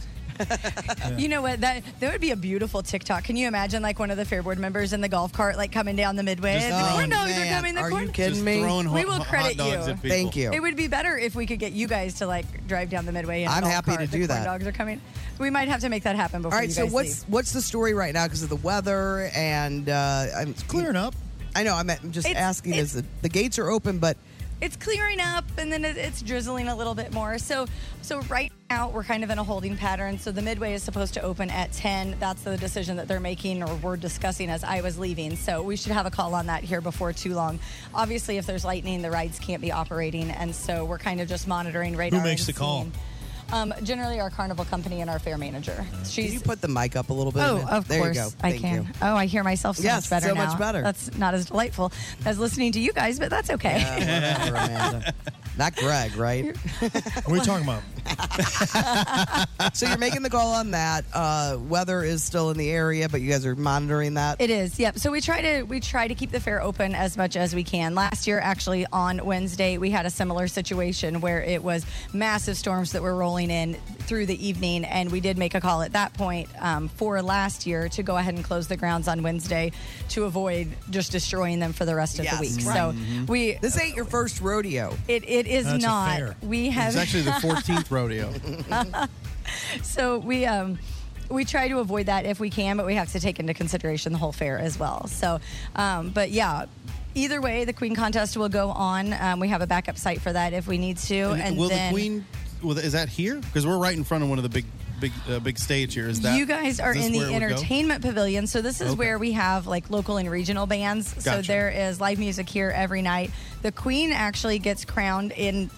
Speaker 7: You know what? That that would be a beautiful TikTok. Can you imagine like one of the fair board members in the golf cart like coming down the midway?
Speaker 3: Just
Speaker 7: and the
Speaker 3: throwing-
Speaker 7: corn dogs
Speaker 3: Man,
Speaker 7: are coming. The
Speaker 3: are you
Speaker 7: corn
Speaker 3: kidding Just me? throwing
Speaker 7: We
Speaker 3: hot-
Speaker 7: will
Speaker 3: hot
Speaker 7: credit
Speaker 3: dogs at
Speaker 7: you.
Speaker 3: people. Thank you.
Speaker 7: It would be better if we could get you guys to like drive down the midway. In a
Speaker 3: I'm
Speaker 7: golf
Speaker 3: happy
Speaker 7: cart.
Speaker 3: to
Speaker 7: The
Speaker 3: do
Speaker 7: corn
Speaker 3: that.
Speaker 7: Dogs are coming. We might have to make that happen
Speaker 3: All
Speaker 7: before
Speaker 3: right.
Speaker 7: you
Speaker 3: So
Speaker 7: guys
Speaker 3: what's what's the story right now because of the weather and uh, I'm, it's clearing
Speaker 2: up.
Speaker 3: I know. I'm, I'm just
Speaker 7: It's-
Speaker 3: asking. Is
Speaker 7: it's-
Speaker 3: the, the gates are open, but
Speaker 7: it's clearing up and then it- it's drizzling a little bit more. So so right now we're kind of in a holding pattern. So the midway is supposed to open at 10. That's the decision that they're making or we're discussing as I was leaving. So we should have a call on that here before too long. Obviously if there's lightning the rides can't be operating and so we're kind of just monitoring radar.
Speaker 2: Who makes the
Speaker 7: and
Speaker 2: call?
Speaker 7: seeing. Um, generally our carnival company and our fair manager. She's
Speaker 3: can you put the mic up a little bit?
Speaker 7: Oh, of
Speaker 3: there
Speaker 7: course
Speaker 3: you go.
Speaker 7: I
Speaker 3: Thank
Speaker 7: can.
Speaker 3: you.
Speaker 7: Oh, I hear myself so
Speaker 3: Yes,
Speaker 7: much better
Speaker 3: so much
Speaker 7: now.
Speaker 3: better.
Speaker 7: That's not as delightful as listening to you guys, but that's okay.
Speaker 3: (laughs) Yeah, whatever, Amanda. Not Greg,
Speaker 7: (laughs)
Speaker 3: right?
Speaker 2: what are you talking about?
Speaker 3: (laughs) so you're making the call on that. Uh, weather is still in the area, but you guys are monitoring that.
Speaker 7: It is, yep. So we try to we try to keep the fair open as much as we can. Last year, actually, on Wednesday, we had a similar situation where it was massive storms that were rolling in through the evening, and we did make a call at that point um, for last year to go ahead and close the grounds on Wednesday to avoid just destroying them for the rest of
Speaker 3: Yes,
Speaker 7: the week.
Speaker 3: right.
Speaker 7: So
Speaker 3: Mhm.
Speaker 7: we
Speaker 3: this ain't your first rodeo.
Speaker 7: it, it is
Speaker 3: That's a
Speaker 7: not.
Speaker 3: fair.
Speaker 7: We have
Speaker 4: It's actually the
Speaker 7: (laughs)
Speaker 4: 14th rodeo.
Speaker 7: so we um we try to avoid that if we can, but we have to take into consideration the whole fair as well. So, um, but yeah, either way, the Queen contest will go on. Um, we have a backup site for that if we need to. And,
Speaker 4: will
Speaker 7: then
Speaker 4: the queen? Will, is that here? Because we're right in front of one of the big, big, uh, big stage here. Is that
Speaker 7: you guys are
Speaker 4: is this
Speaker 7: in
Speaker 4: where
Speaker 7: the
Speaker 4: it would go?
Speaker 7: entertainment pavilion. So this is
Speaker 4: Okay.
Speaker 7: where we have like local and regional bands. So
Speaker 4: Gotcha.
Speaker 7: there is live music here every night. The Queen actually gets crowned in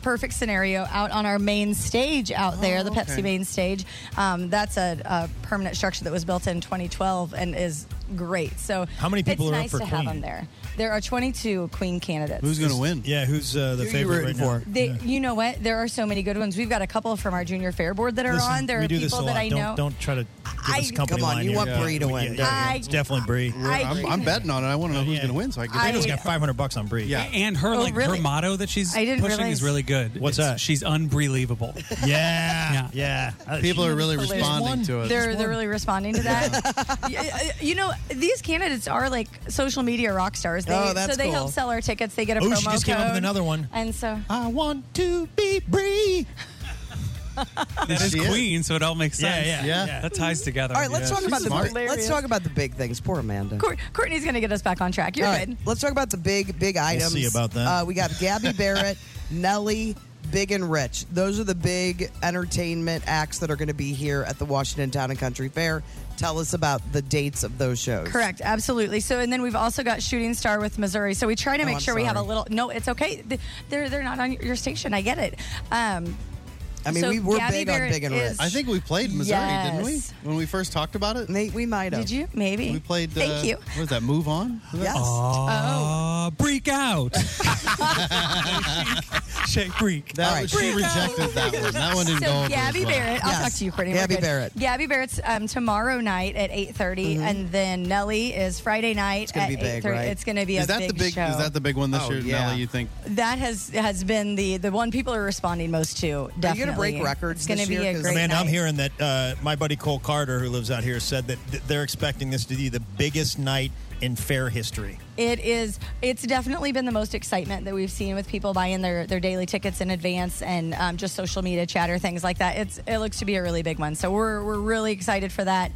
Speaker 7: perfect scenario out on our main stage out there,
Speaker 2: Oh,
Speaker 7: the
Speaker 22: okay.
Speaker 7: Pepsi main stage. Um, that's a, a permanent structure that was built in 2012 and is great. So
Speaker 2: How many people
Speaker 7: it's
Speaker 2: are up
Speaker 7: nice
Speaker 2: for
Speaker 7: to have
Speaker 2: Queen?
Speaker 7: them there. There are 22 Queen candidates.
Speaker 4: win?
Speaker 2: Yeah, who's uh, the
Speaker 7: Who you
Speaker 2: favorite right
Speaker 7: rooting
Speaker 2: now?
Speaker 7: They, You know what? There are so many good ones. We've got a couple from our junior fair board that are
Speaker 2: Listen,
Speaker 7: on. There
Speaker 2: we
Speaker 7: are
Speaker 2: do
Speaker 7: people
Speaker 2: this a
Speaker 7: that
Speaker 2: lot.
Speaker 7: I
Speaker 2: don't,
Speaker 7: know.
Speaker 2: Don't try to give
Speaker 7: I-
Speaker 2: us company
Speaker 7: Come on,
Speaker 2: line
Speaker 7: you
Speaker 2: here.
Speaker 7: want Bree to
Speaker 2: Yeah,
Speaker 7: win,
Speaker 2: yeah,
Speaker 7: don't
Speaker 2: yeah,
Speaker 7: you?
Speaker 2: It's definitely Bree.
Speaker 7: I-
Speaker 4: I'm, I'm betting on it. I want to know who's going to win. So I get.
Speaker 7: Daniel's
Speaker 2: Daniel's got 500 bucks on Bree.
Speaker 4: Yeah.
Speaker 6: And her
Speaker 7: Oh,
Speaker 6: like
Speaker 7: really?
Speaker 6: her motto that she's
Speaker 7: I didn't
Speaker 6: pushing
Speaker 7: realize-
Speaker 6: is really good. What's that? She's unbelievable.
Speaker 2: (laughs) Yeah, yeah.
Speaker 7: Uh,
Speaker 4: People are really
Speaker 7: Hilarious.
Speaker 4: responding to it.
Speaker 7: They're, they're really responding
Speaker 3: (laughs)
Speaker 7: to that. Y- you know, these candidates are like social media rock stars. They,
Speaker 2: Oh, that's
Speaker 7: so they
Speaker 2: cool.
Speaker 7: help sell our tickets. They get a
Speaker 2: Oh,
Speaker 7: promo
Speaker 2: she just came up with
Speaker 7: code.
Speaker 2: another one.
Speaker 7: And so
Speaker 2: I want to be Bree.
Speaker 6: that is Queen, so it all makes
Speaker 2: Yeah,
Speaker 6: sense.
Speaker 2: yeah,
Speaker 3: Yeah.
Speaker 6: That ties together.
Speaker 3: All right, let's talk about the let's
Speaker 7: hilarious.
Speaker 3: talk about the big things. Poor Amanda.
Speaker 7: Cour- (laughs) Courtney's going to get us back on track. You're
Speaker 3: All
Speaker 7: good.
Speaker 3: right, let's talk about the big big items.
Speaker 2: see about that.
Speaker 3: Uh, we got
Speaker 2: (laughs)
Speaker 3: Gabby Barrett, Nelly, Big and Rich. Those are the big entertainment acts that are going to be here at the Washington Town and Country Fair. Tell us about the dates of those shows.
Speaker 7: Correct, absolutely. So, and then we've also got Shooting Star with Missouri. So we try to
Speaker 3: Oh,
Speaker 7: make
Speaker 3: I'm
Speaker 7: sure we have a
Speaker 3: sorry.
Speaker 7: little. No, it's okay. Th- They're they're not on your station. I get it. Um,
Speaker 3: I mean, we were big on big and rich.
Speaker 4: I think we played Missouri, didn't we?
Speaker 3: Yes.
Speaker 4: When we first talked about it?
Speaker 3: Nate, we might have.
Speaker 4: Did
Speaker 7: you? Maybe.
Speaker 4: We played. Uh,
Speaker 3: Thank you.
Speaker 4: What was that? Move on? Was that-
Speaker 3: Yes.
Speaker 6: Oh. Break
Speaker 2: (laughs)
Speaker 6: out. Shake freak.
Speaker 4: That was- she
Speaker 6: Freak out.
Speaker 4: rejected that one. That one didn't
Speaker 7: so
Speaker 4: go over
Speaker 7: Gabby
Speaker 4: as well.
Speaker 7: Barrett, I'll talk to you, Courtney. We're
Speaker 4: Gabby
Speaker 7: good.
Speaker 4: Barrett. Mm-hmm.
Speaker 7: Gabby Barrett's um, tomorrow night at eight and then Nelly is Friday night
Speaker 4: It's gonna
Speaker 7: at
Speaker 4: be big,
Speaker 7: 8:30.
Speaker 4: right?
Speaker 7: It's going to be
Speaker 4: is
Speaker 7: a
Speaker 4: that
Speaker 7: big,
Speaker 4: the big
Speaker 7: show.
Speaker 4: Is that the big one this
Speaker 3: Oh,
Speaker 4: year,
Speaker 3: yeah.
Speaker 4: Nelly? You think?
Speaker 7: That has has been the the one people are responding most to. Definitely,
Speaker 3: Are you gonna break records
Speaker 7: It's going
Speaker 3: this
Speaker 7: to be
Speaker 3: year?
Speaker 7: a
Speaker 3: 'Cause-
Speaker 7: great
Speaker 2: Amanda,
Speaker 7: night.
Speaker 2: I'm hearing that uh, my buddy Cole Carter, who lives out here, said that th- they're expecting this to be the biggest night in fair history.
Speaker 7: It is. It's definitely been the most excitement that we've seen with people buying their their daily tickets in advance and um, just social media chatter things like that. It's it looks to be a really big one. So we're we're really excited for that.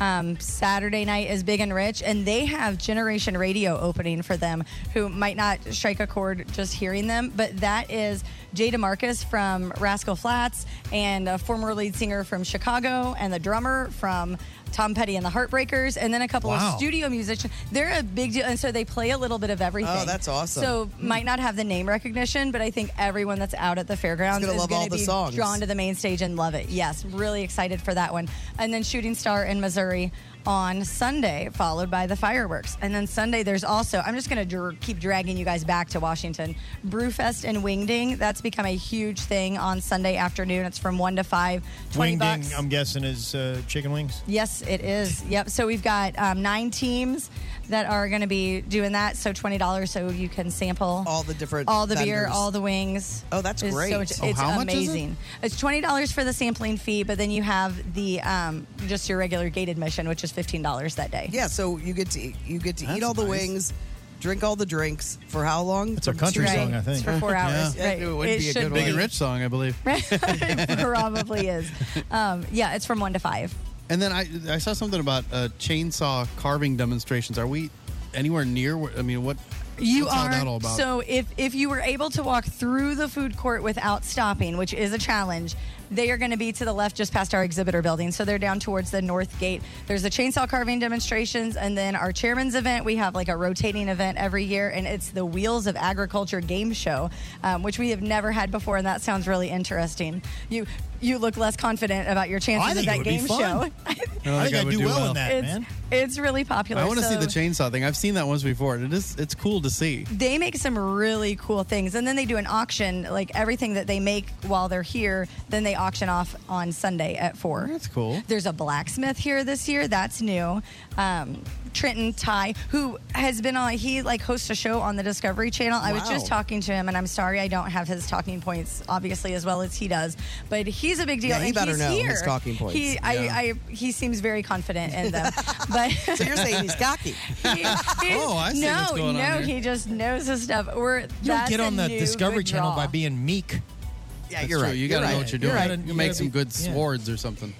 Speaker 7: Um, Saturday night is big and rich, and they have Generation Radio opening for them, who might not strike a chord just hearing them, but that is Jada Marcus from Rascal Flats and a former lead singer from Chicago and the drummer from Tom Petty and the Heartbreakers, and then a couple
Speaker 3: Wow.
Speaker 7: of studio studio musician. They're a big deal, and so they play a little bit of everything.
Speaker 3: Oh, that's awesome.
Speaker 7: So might not have the name recognition, but I think everyone that's out at the fairgrounds
Speaker 3: Is gonna
Speaker 7: is
Speaker 3: love
Speaker 7: gonna
Speaker 3: all the
Speaker 7: be
Speaker 3: songs.
Speaker 7: drawn to the main stage and love it. Yes, really excited for that one. And then Shooting Star in Missouri on Sunday, followed by the fireworks. And then Sunday, there's also I'm just gonna dr- keep dragging you guys back to Washington. Brewfest and Wingding. That's become a huge thing on Sunday afternoon. It's from one to five. Twenty
Speaker 2: Wing
Speaker 7: bucks.
Speaker 2: Ding, I'm guessing, is uh, chicken wings.
Speaker 7: Yes, it is. Yep. So we've got um, nine teams that are going to be doing that. So twenty dollars, so you can sample all
Speaker 3: the different,
Speaker 7: all the beer,
Speaker 3: vendors.
Speaker 7: all the wings.
Speaker 3: Oh, that's
Speaker 7: It's
Speaker 3: great.
Speaker 7: So much,
Speaker 3: Oh,
Speaker 7: it's
Speaker 3: how much is it?
Speaker 7: amazing. It's twenty dollars for the sampling fee, but then you have the um, just your regular gate admission, which is fifteen dollars that day.
Speaker 3: Yeah, so you get to eat- you (laughs) get to eat
Speaker 7: That's
Speaker 3: all the
Speaker 7: nice.
Speaker 3: wings, drink all the drinks for how long? It's
Speaker 2: a country song, I think.
Speaker 7: It's for four hours. Right.
Speaker 3: It would be a
Speaker 7: should
Speaker 3: good
Speaker 4: Big and
Speaker 3: one.
Speaker 4: Rich song, I believe.
Speaker 7: It (laughs) probably is. Um, yeah, it's from one to five.
Speaker 4: And then I I saw something about uh, chainsaw carving demonstrations. Are we anywhere near? Where, I mean, what?
Speaker 7: You
Speaker 4: what's all
Speaker 7: are
Speaker 4: that all about?
Speaker 7: so if if you were able to walk through the food court without stopping, which is a challenge, they are going to be to the left just past our exhibitor building. So they're down towards the north gate. There's the chainsaw carving demonstrations, and then our chairman's event. We have like a rotating event every year, and it's the Wheels of Agriculture game show, um, which we have never had before, and that sounds really interesting. You you look less confident about your chances
Speaker 4: think
Speaker 7: of
Speaker 4: it
Speaker 7: that
Speaker 4: would be
Speaker 7: game (laughs)
Speaker 4: fun.
Speaker 7: show.
Speaker 4: don't
Speaker 2: I think I'd
Speaker 4: would
Speaker 2: do well in that,
Speaker 7: it's, it's really popular.
Speaker 4: I want to see
Speaker 7: So-
Speaker 4: the chainsaw thing. I've seen that once before. and It is. It's cool to see.
Speaker 7: they make some really cool things and then they do an auction like everything that they make while they're here then they auction off on sunday at four that's
Speaker 4: cool
Speaker 7: there's a blacksmith here this year that's new um, trenton ty who has been on he like hosts a show on the discovery channel i was
Speaker 22: Wow.
Speaker 7: just talking to him and i'm sorry i don't have his talking points obviously as well as he does but he's a big deal
Speaker 3: Yeah, he
Speaker 7: and
Speaker 3: better
Speaker 7: he's
Speaker 3: know
Speaker 7: here.
Speaker 3: his talking points.
Speaker 7: he, I,
Speaker 3: Yeah.
Speaker 7: I, he seems very confident in
Speaker 3: (laughs)
Speaker 7: them but
Speaker 3: So you're saying he's
Speaker 7: (laughs)
Speaker 3: cocky?
Speaker 7: oh,
Speaker 3: I see
Speaker 7: no,
Speaker 3: what's going on
Speaker 7: no,
Speaker 3: here.
Speaker 7: he just knows his stuff. We're
Speaker 2: You don't
Speaker 7: that's
Speaker 2: get
Speaker 7: a
Speaker 2: on the
Speaker 7: new
Speaker 2: Discovery
Speaker 7: good
Speaker 2: Channel
Speaker 7: draw.
Speaker 2: by being meek.
Speaker 3: Yeah,
Speaker 4: That's
Speaker 2: you're
Speaker 4: true.
Speaker 2: right.
Speaker 4: You
Speaker 2: You're
Speaker 4: gotta know
Speaker 2: right.
Speaker 4: what you're
Speaker 2: You're
Speaker 4: doing.
Speaker 2: right.
Speaker 4: You
Speaker 2: You
Speaker 4: make
Speaker 2: gotta
Speaker 4: some
Speaker 2: be-
Speaker 4: good
Speaker 2: yeah.
Speaker 4: swords or something.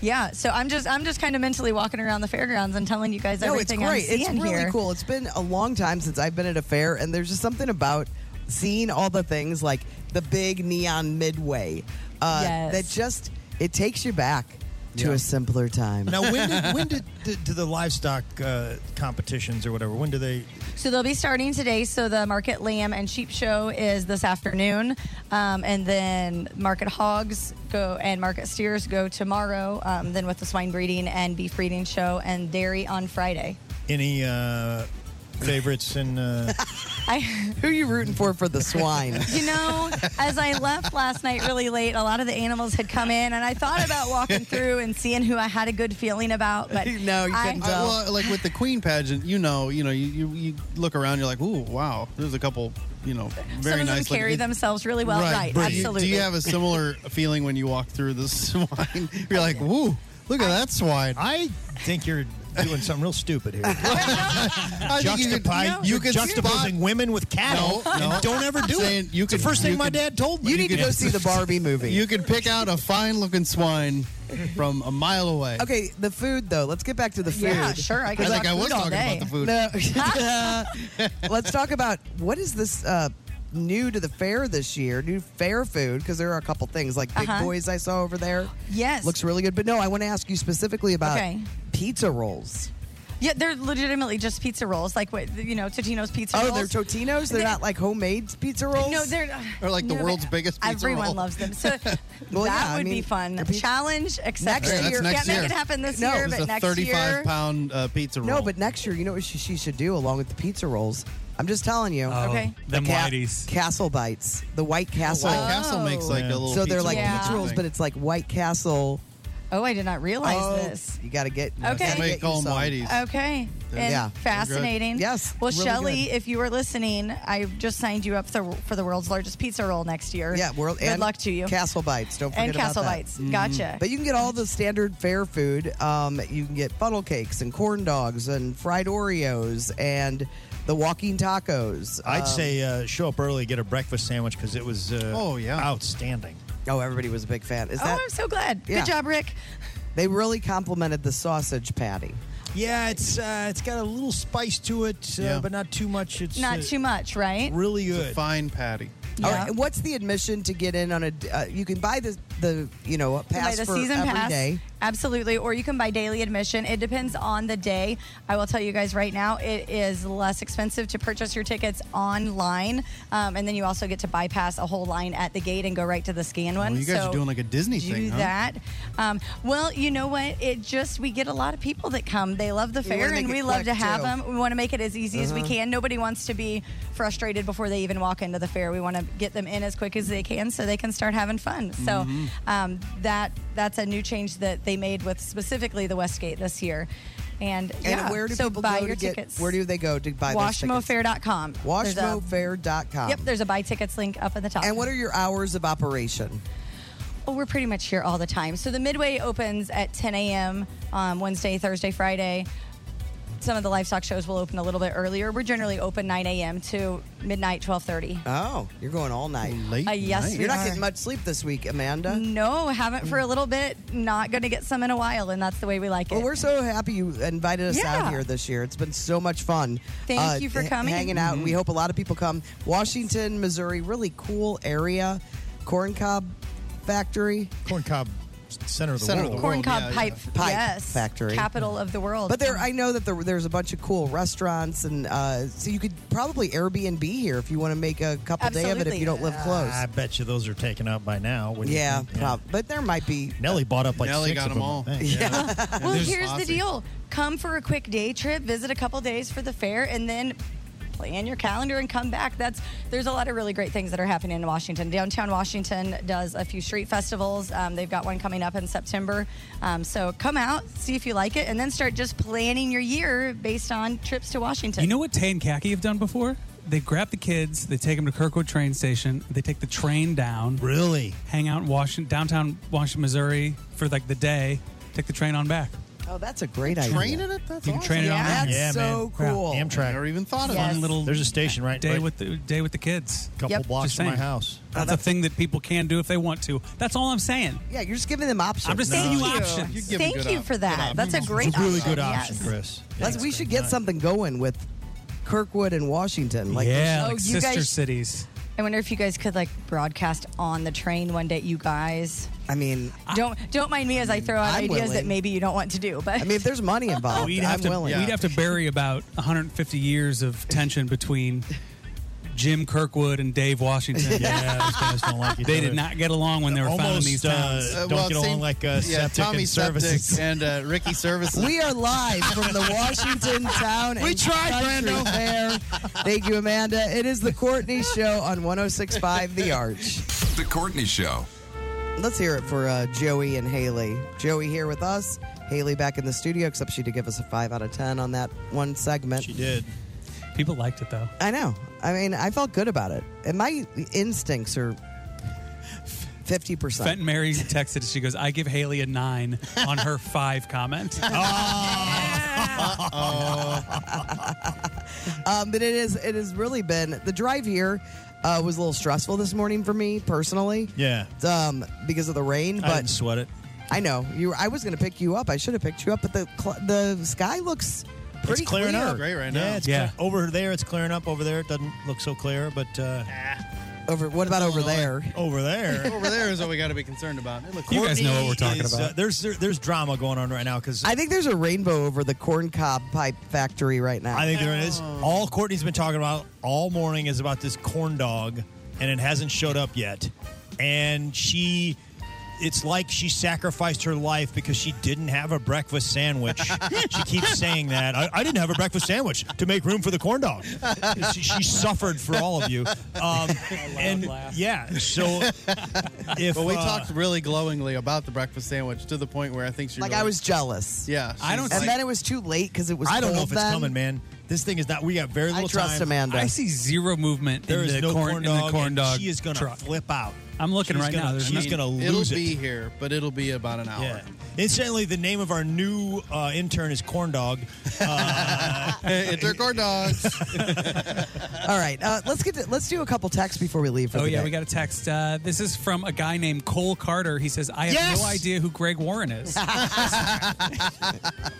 Speaker 7: Yeah, so I'm just I'm just kind of mentally walking around the fairgrounds and telling you guys
Speaker 3: No, it's
Speaker 7: everything
Speaker 3: great.
Speaker 7: I'm
Speaker 3: It's
Speaker 7: seeing
Speaker 3: really
Speaker 7: here.
Speaker 3: cool. It's been a long time since I've been at a fair, and there's just something about seeing all the things like the big neon midway uh,
Speaker 2: Yes.
Speaker 3: that just it takes you back to
Speaker 2: Yeah.
Speaker 3: a simpler time.
Speaker 2: Now, when did,
Speaker 3: (laughs)
Speaker 2: when
Speaker 7: (laughs)
Speaker 2: did do, do the livestock uh, competitions or whatever? When do they?
Speaker 7: So they'll be starting today. So the market lamb and sheep show is this afternoon, um, and then market hogs go and market steers go tomorrow. Um, then with the swine breeding and beef breeding show and dairy on Friday.
Speaker 2: Any uh, favorites in? Uh,
Speaker 7: I
Speaker 3: (laughs) Who are you rooting for for the swine?
Speaker 7: (laughs) You know, as I left last night really late, a lot of the animals had come in, and I thought about walking through and seeing who I had a good feeling about.
Speaker 3: (laughs)
Speaker 7: But
Speaker 3: no, you
Speaker 7: I,
Speaker 4: I- well, like with the Queen pageant, you know, you know, you, you, you look around, you're like, ooh, wow, there's a couple, you know, very
Speaker 7: some of them
Speaker 4: nice.
Speaker 7: carry
Speaker 4: looking-
Speaker 7: themselves really well. Right,
Speaker 4: but you-
Speaker 7: absolutely.
Speaker 4: Do you have a similar (laughs) feeling when you walk through the (laughs)
Speaker 7: (laughs)
Speaker 4: swine? You're like, woo, look at that swine.
Speaker 2: I think you're doing something real stupid (laughs) here.
Speaker 4: think you could-
Speaker 2: Juxtapy,
Speaker 4: you could
Speaker 2: juxtaposing
Speaker 4: spot-
Speaker 2: women with cattle.
Speaker 4: (laughs) No, no.
Speaker 2: and Don't ever do
Speaker 4: Saying
Speaker 2: it.
Speaker 4: you
Speaker 2: It's the
Speaker 4: could-
Speaker 2: first thing
Speaker 4: you
Speaker 2: my
Speaker 4: could-
Speaker 2: dad told me.
Speaker 4: you (laughs) could-
Speaker 3: Barbie movie.
Speaker 4: You can pick out a fine looking swine from a mile away.
Speaker 3: Okay, the food though. Let's get back to the food.
Speaker 4: Yeah, sure, I could I think talk I was food all talking day. about the food. (laughs)
Speaker 3: No. (laughs) Let's talk about what is this uh, new to the fair this year? New fair food because there are a couple things like Big
Speaker 7: Uh-huh.
Speaker 3: Boys I saw over there.
Speaker 7: (laughs) Yes.
Speaker 3: looks really good. But no, I want to ask you specifically about
Speaker 7: Okay.
Speaker 3: pizza rolls.
Speaker 7: Yeah, they're legitimately just pizza rolls, like what you know, Totino's pizza
Speaker 3: Oh,
Speaker 7: rolls.
Speaker 3: they're Totino's? They're
Speaker 7: (laughs)
Speaker 3: not like homemade pizza rolls?
Speaker 7: No, they're uh,
Speaker 3: Or like the
Speaker 7: no,
Speaker 3: world's
Speaker 7: but
Speaker 3: biggest pizza
Speaker 7: Everyone
Speaker 3: roll.
Speaker 7: loves them. So
Speaker 3: Well,
Speaker 7: that
Speaker 3: yeah, I
Speaker 7: would be
Speaker 3: mean,
Speaker 7: fun.
Speaker 3: the pizza-
Speaker 7: Challenge accepted.
Speaker 3: Next year.
Speaker 7: Can't
Speaker 3: That's next
Speaker 7: make
Speaker 3: year.
Speaker 7: it happen this
Speaker 3: No,
Speaker 7: year,
Speaker 3: it's
Speaker 7: but
Speaker 3: a
Speaker 7: next
Speaker 3: 35
Speaker 7: year.
Speaker 4: pound uh, pizza roll.
Speaker 3: No, but next year, you know what she, she should do along with the pizza rolls? I'm just telling you.
Speaker 4: Oh, Okay.
Speaker 3: The
Speaker 4: them
Speaker 3: ca-
Speaker 4: whiteys.
Speaker 3: Castle bites. The White Castle.
Speaker 4: White Castle
Speaker 7: Oh.
Speaker 4: makes, like, a little
Speaker 3: So they're
Speaker 4: pizza
Speaker 3: like
Speaker 4: roll
Speaker 3: pizza
Speaker 4: thing.
Speaker 3: rolls, but it's like White Castle.
Speaker 7: Oh, I did not realize
Speaker 3: Oh,
Speaker 7: this.
Speaker 3: You got to get. you
Speaker 7: Okay.
Speaker 3: gotta get you some.
Speaker 7: Okay.
Speaker 3: They're-
Speaker 7: And
Speaker 3: Yeah.
Speaker 7: fascinating. Yes. Well,
Speaker 3: really
Speaker 7: Shelly,
Speaker 3: good.
Speaker 7: if you were listening, I just signed you up for, for the world's largest pizza roll next year.
Speaker 3: Yeah, world.
Speaker 7: Good
Speaker 3: and
Speaker 7: luck to you.
Speaker 3: Castle bites. Don't forget
Speaker 7: And Castle
Speaker 3: about that. Mm.
Speaker 7: Bites. Gotcha.
Speaker 3: But you can get all the standard fair food. Um, you can get funnel cakes and corn dogs and fried Oreos and the walking tacos.
Speaker 2: I'd
Speaker 3: Um,
Speaker 2: say uh, show up early, get a breakfast sandwich because it was uh,
Speaker 3: Oh, yeah.
Speaker 2: outstanding.
Speaker 3: Oh, everybody was a big fan. Is
Speaker 7: oh,
Speaker 3: that?
Speaker 7: I'm so glad.
Speaker 3: Yeah.
Speaker 7: Good job, Rick.
Speaker 3: They really complimented the sausage patty.
Speaker 2: Yeah, it's uh, it's got a little spice to it, uh,
Speaker 3: Yeah.
Speaker 2: but not too much. It's
Speaker 7: Not
Speaker 2: uh,
Speaker 7: too much, right?
Speaker 2: Really
Speaker 4: It's a
Speaker 2: good.
Speaker 4: fine patty.
Speaker 3: All right. and What's the admission to get in on a? Uh, you can buy the the you know a
Speaker 7: You can
Speaker 3: pass
Speaker 7: buy the
Speaker 3: for
Speaker 7: season
Speaker 3: every
Speaker 7: pass.
Speaker 3: day.
Speaker 7: Absolutely. Or you can buy daily admission. It depends on the day. I will tell you guys right now, it is less expensive to purchase your tickets online. Um, and then you also get to bypass a whole line at the gate and go right to the scan one.
Speaker 4: Well, you guys
Speaker 7: So
Speaker 4: are doing like a Disney
Speaker 7: do
Speaker 4: thing, huh?
Speaker 7: that. Um, well, you know what? It just, we get a lot of people that come. They love the
Speaker 3: We wanna
Speaker 7: fair
Speaker 3: make
Speaker 7: and
Speaker 3: it
Speaker 7: we love
Speaker 3: quick,
Speaker 7: to have
Speaker 3: too.
Speaker 7: them. We want to make it as easy as we
Speaker 3: Uh-huh.
Speaker 7: can. Nobody wants to be frustrated before they even walk into the fair. We want to get them in as quick as they can so they can start having fun. So,
Speaker 4: Mm-hmm.
Speaker 22: Mhm.
Speaker 7: um, that that's a new change that they made with specifically the Westgate this year. And,
Speaker 3: And
Speaker 7: yeah,
Speaker 3: where do
Speaker 7: so
Speaker 3: people
Speaker 7: buy
Speaker 3: go
Speaker 7: your
Speaker 3: to get-
Speaker 7: tickets?
Speaker 3: Where do they go to buy those tickets?
Speaker 7: WashmoFair.com. There's a-
Speaker 3: WashmoFair.com.
Speaker 7: Yep, there's a buy tickets link up at the top.
Speaker 3: And what are your hours of operation?
Speaker 7: Well, Oh, we're pretty much here all the time. So the Midway opens at 10 a.m. Um, Wednesday, Thursday, Friday. Some of the livestock shows will open a little bit earlier. We're generally open 9 a.m. to midnight, 12:30.
Speaker 3: Oh, you're going all night.
Speaker 4: Late
Speaker 7: Uh, yes, night. we
Speaker 3: you're not
Speaker 7: are.
Speaker 3: getting much sleep this week, Amanda.
Speaker 7: No, haven't for a little bit. Not going to get some in a while, and that's the way we like it.
Speaker 3: Well, we're so happy you invited us
Speaker 7: Yeah.
Speaker 3: out here this year. It's been so much fun.
Speaker 7: Thank you for
Speaker 3: h-
Speaker 7: coming.
Speaker 3: Hanging out.
Speaker 2: Mm-hmm.
Speaker 3: We hope a lot of people come. Washington, Missouri, really cool area. Corn cob factory.
Speaker 2: Corn cob center of the world.
Speaker 7: Corn cob pipe,
Speaker 3: Pipe
Speaker 7: yes,
Speaker 3: factory.
Speaker 7: capital of the world.
Speaker 3: But there, I know that there, there's a bunch of cool restaurants, and uh, so you could probably Airbnb here if you want to make a couple day of it if you don't live close.
Speaker 2: Ah, I bet you those are taken out by now. wouldn't you
Speaker 3: Yeah,
Speaker 2: think?
Speaker 3: prob- but there might be.
Speaker 2: Nelly bought up like
Speaker 4: Nelly
Speaker 2: six
Speaker 4: got
Speaker 2: of
Speaker 4: them
Speaker 2: them.
Speaker 4: all.
Speaker 2: I think.
Speaker 7: (laughs) Well,
Speaker 2: There's
Speaker 7: here's
Speaker 2: lots
Speaker 7: the
Speaker 2: of-
Speaker 7: deal. Come for a quick day trip, visit a couple days for the fair, and then plan your calendar and come back. That's there's a lot of really great things that are happening in Washington. Downtown Washington does a few street festivals. Um, they've got one coming up in September. Um, so come out, see if you like it, and then start just planning your year based on trips to Washington.
Speaker 6: You know what Tay and Khaki have done before? They grab the kids, they take them to Kirkwood train station, they take the train down.
Speaker 2: Really?
Speaker 6: Hang out in Washington, downtown Washington, Missouri for like the day, take the train on back.
Speaker 3: Oh, that's a great idea.
Speaker 4: Train it at that.
Speaker 6: you can train it on back.
Speaker 3: That's so cool.
Speaker 2: Yeah, Amtrak.
Speaker 4: Never even thought of
Speaker 6: Fun
Speaker 4: that.
Speaker 6: little
Speaker 2: There's a station right
Speaker 6: day
Speaker 2: right-
Speaker 6: with the day with the kids.
Speaker 2: Couple Yep. blocks
Speaker 6: Just
Speaker 2: from my
Speaker 6: saying.
Speaker 2: house.
Speaker 6: That's, a thing that people can do if they want to. That's all I'm saying.
Speaker 3: Yeah, you're just giving them options.
Speaker 6: I'm just
Speaker 3: No.
Speaker 6: giving you
Speaker 3: Thank you.
Speaker 6: options.
Speaker 3: You're giving Thank good you op- for that. good That's a options. great
Speaker 2: It's a really
Speaker 3: option,
Speaker 2: good
Speaker 3: yes.
Speaker 2: option, Chris.
Speaker 3: Let's, we should get something going with Kirkwood and Washington. Like,
Speaker 6: yeah,
Speaker 7: Oh,
Speaker 6: like
Speaker 7: you
Speaker 6: sister
Speaker 7: guys-
Speaker 6: cities.
Speaker 7: I wonder if you guys could like broadcast on the train one day, you guys.
Speaker 3: I mean,
Speaker 7: don't don't mind me as I throw out
Speaker 6: I'm
Speaker 7: ideas that
Speaker 6: willing.
Speaker 7: maybe you don't want to do, but
Speaker 3: I mean, if there's
Speaker 7: (laughs)
Speaker 3: money involved,
Speaker 6: we'd
Speaker 3: I'm
Speaker 6: have to
Speaker 3: willing.
Speaker 6: we'd have to bury about 150 years of tension between Jim Kirkwood and Dave Washington. (laughs)
Speaker 2: Yeah, those guys don't like each
Speaker 6: They did
Speaker 2: other.
Speaker 6: not get along when they were founding
Speaker 2: Almost,
Speaker 6: these
Speaker 2: uh,
Speaker 6: towns.
Speaker 2: don't get along like uh,
Speaker 4: yeah,
Speaker 2: septic
Speaker 4: Tommy
Speaker 2: and
Speaker 4: Septic
Speaker 6: (laughs)
Speaker 2: services.
Speaker 4: and uh,
Speaker 2: (laughs)
Speaker 4: Ricky Services.
Speaker 3: We are live from the Washington Town.
Speaker 4: We
Speaker 3: and
Speaker 4: tried,
Speaker 3: Country
Speaker 4: Brando.
Speaker 3: Fair. Thank you, Amanda. It is the Courtney Show on 1065 The Arch.
Speaker 20: The Courtney Show.
Speaker 3: Let's hear it for uh, Joey and Haley. Joey here with us, Haley back in the studio, except she did give us a 5 out of 10 on that one segment. She
Speaker 2: did.
Speaker 6: People liked it though.
Speaker 3: I know. I mean, I felt good about it. And my instincts are 50%.
Speaker 6: Fenton Mary texted us. She goes, "I give Haley a nine on her five (laughs) comment."
Speaker 3: (laughs) um, but it is it has really been the drive here uh, was a little stressful this morning for me personally.
Speaker 2: Yeah.
Speaker 3: Um, because of the rain, but
Speaker 2: I didn't sweat it.
Speaker 3: I know you. Were, I was going to pick you up. I should have picked you up, but the cl- the sky looks pretty
Speaker 2: it's clearing
Speaker 3: clear.
Speaker 2: up. Yeah, it's clear- over there it's clearing up. Over there it doesn't look so clear, but uh,
Speaker 3: Ah. Over what about over there?
Speaker 5: Over
Speaker 3: (laughs)
Speaker 5: there.
Speaker 4: Over there is what we got to be concerned about. It looks
Speaker 5: Courtney is, uh, there's there- there's drama going on right now because
Speaker 3: I think there's a rainbow over the corn cob pipe factory right now.
Speaker 5: I think there is. All Courtney's been talking about all morning is about this corn dog, and it hasn't showed up yet. And she, it's like she sacrificed her life because she didn't have a breakfast
Speaker 3: (laughs)
Speaker 5: sandwich. she keeps saying that. I, I didn't have a breakfast sandwich to make room for the corn dog. She, she suffered for all
Speaker 4: (laughs)
Speaker 5: of you. Um, and yeah, so if
Speaker 4: But we
Speaker 5: uh,
Speaker 4: talked really glowingly about the breakfast sandwich to the point where I think she
Speaker 3: Like
Speaker 4: really-
Speaker 3: I was jealous.
Speaker 4: Yeah,
Speaker 3: I don't. And
Speaker 4: she's like-
Speaker 3: then it was too late because it was.
Speaker 5: I don't know
Speaker 3: cold
Speaker 5: if it's
Speaker 3: then.
Speaker 5: coming, man. This thing is not. We got very
Speaker 3: I
Speaker 5: little
Speaker 3: trust
Speaker 5: time.
Speaker 3: Amanda.
Speaker 6: I see zero movement
Speaker 5: There
Speaker 6: in,
Speaker 5: is
Speaker 6: the
Speaker 5: no
Speaker 6: corn,
Speaker 5: corn
Speaker 6: in the
Speaker 5: dog,
Speaker 6: corn
Speaker 5: and
Speaker 6: dog.
Speaker 5: she is gonna
Speaker 6: truck.
Speaker 5: flip out.
Speaker 6: I'm looking
Speaker 5: She's
Speaker 6: right
Speaker 5: gonna-
Speaker 6: now. There's
Speaker 5: she's
Speaker 6: nothing.
Speaker 5: gonna lose
Speaker 4: it'll
Speaker 5: it.
Speaker 4: be here, but it'll be about an hour.
Speaker 5: Yeah. Incidentally, the name of our new uh, intern is Corn Dog.
Speaker 4: (laughs)
Speaker 5: Uh,
Speaker 4: it's our corn dogs.
Speaker 3: All right, uh, let's get to, let's do a couple texts before we leave. For
Speaker 6: Oh
Speaker 3: the
Speaker 6: yeah,
Speaker 3: day.
Speaker 6: we got a text. Uh, this is from a guy named Cole Carter. He says, "I have
Speaker 3: Yes!
Speaker 6: no idea who Greg Warren
Speaker 5: (laughs)
Speaker 6: is."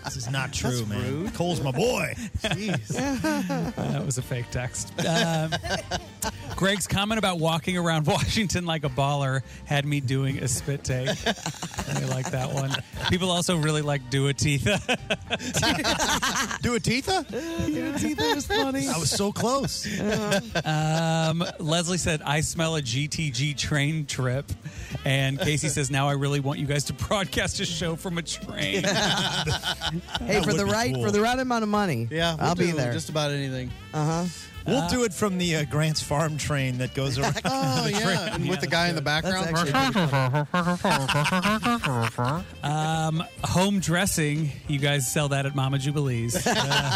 Speaker 5: this is not true, man. Cole's my boy.
Speaker 3: (laughs)
Speaker 6: that was a fake
Speaker 4: (laughs)
Speaker 6: text. Uh, Greg's comment about walking around (laughs) Washington like a baller had me doing a spit take. I like that one. (laughs) People also really like Dua (laughs) Teetha.
Speaker 5: Do a Teetha?
Speaker 3: was funny.
Speaker 5: I was so close.
Speaker 6: um, Leslie said, I smell a GTG train trip. And Casey says, now I really want you guys to (laughs) broadcast a show from a train.
Speaker 3: Hey, for the right for the right amount of money.
Speaker 4: Yeah,
Speaker 3: (laughs)
Speaker 4: we'll
Speaker 3: I'll be
Speaker 4: do
Speaker 3: there.
Speaker 4: Just about anything.
Speaker 3: Uh huh.
Speaker 5: (laughs) We'll do it from the uh, Grant's Farm train that goes around. (laughs)
Speaker 4: Oh yeah, and with the guy in the background.
Speaker 6: um, home dressing, you guys sell that at Mama Jubilee's.
Speaker 3: (laughs)
Speaker 6: Uh, had-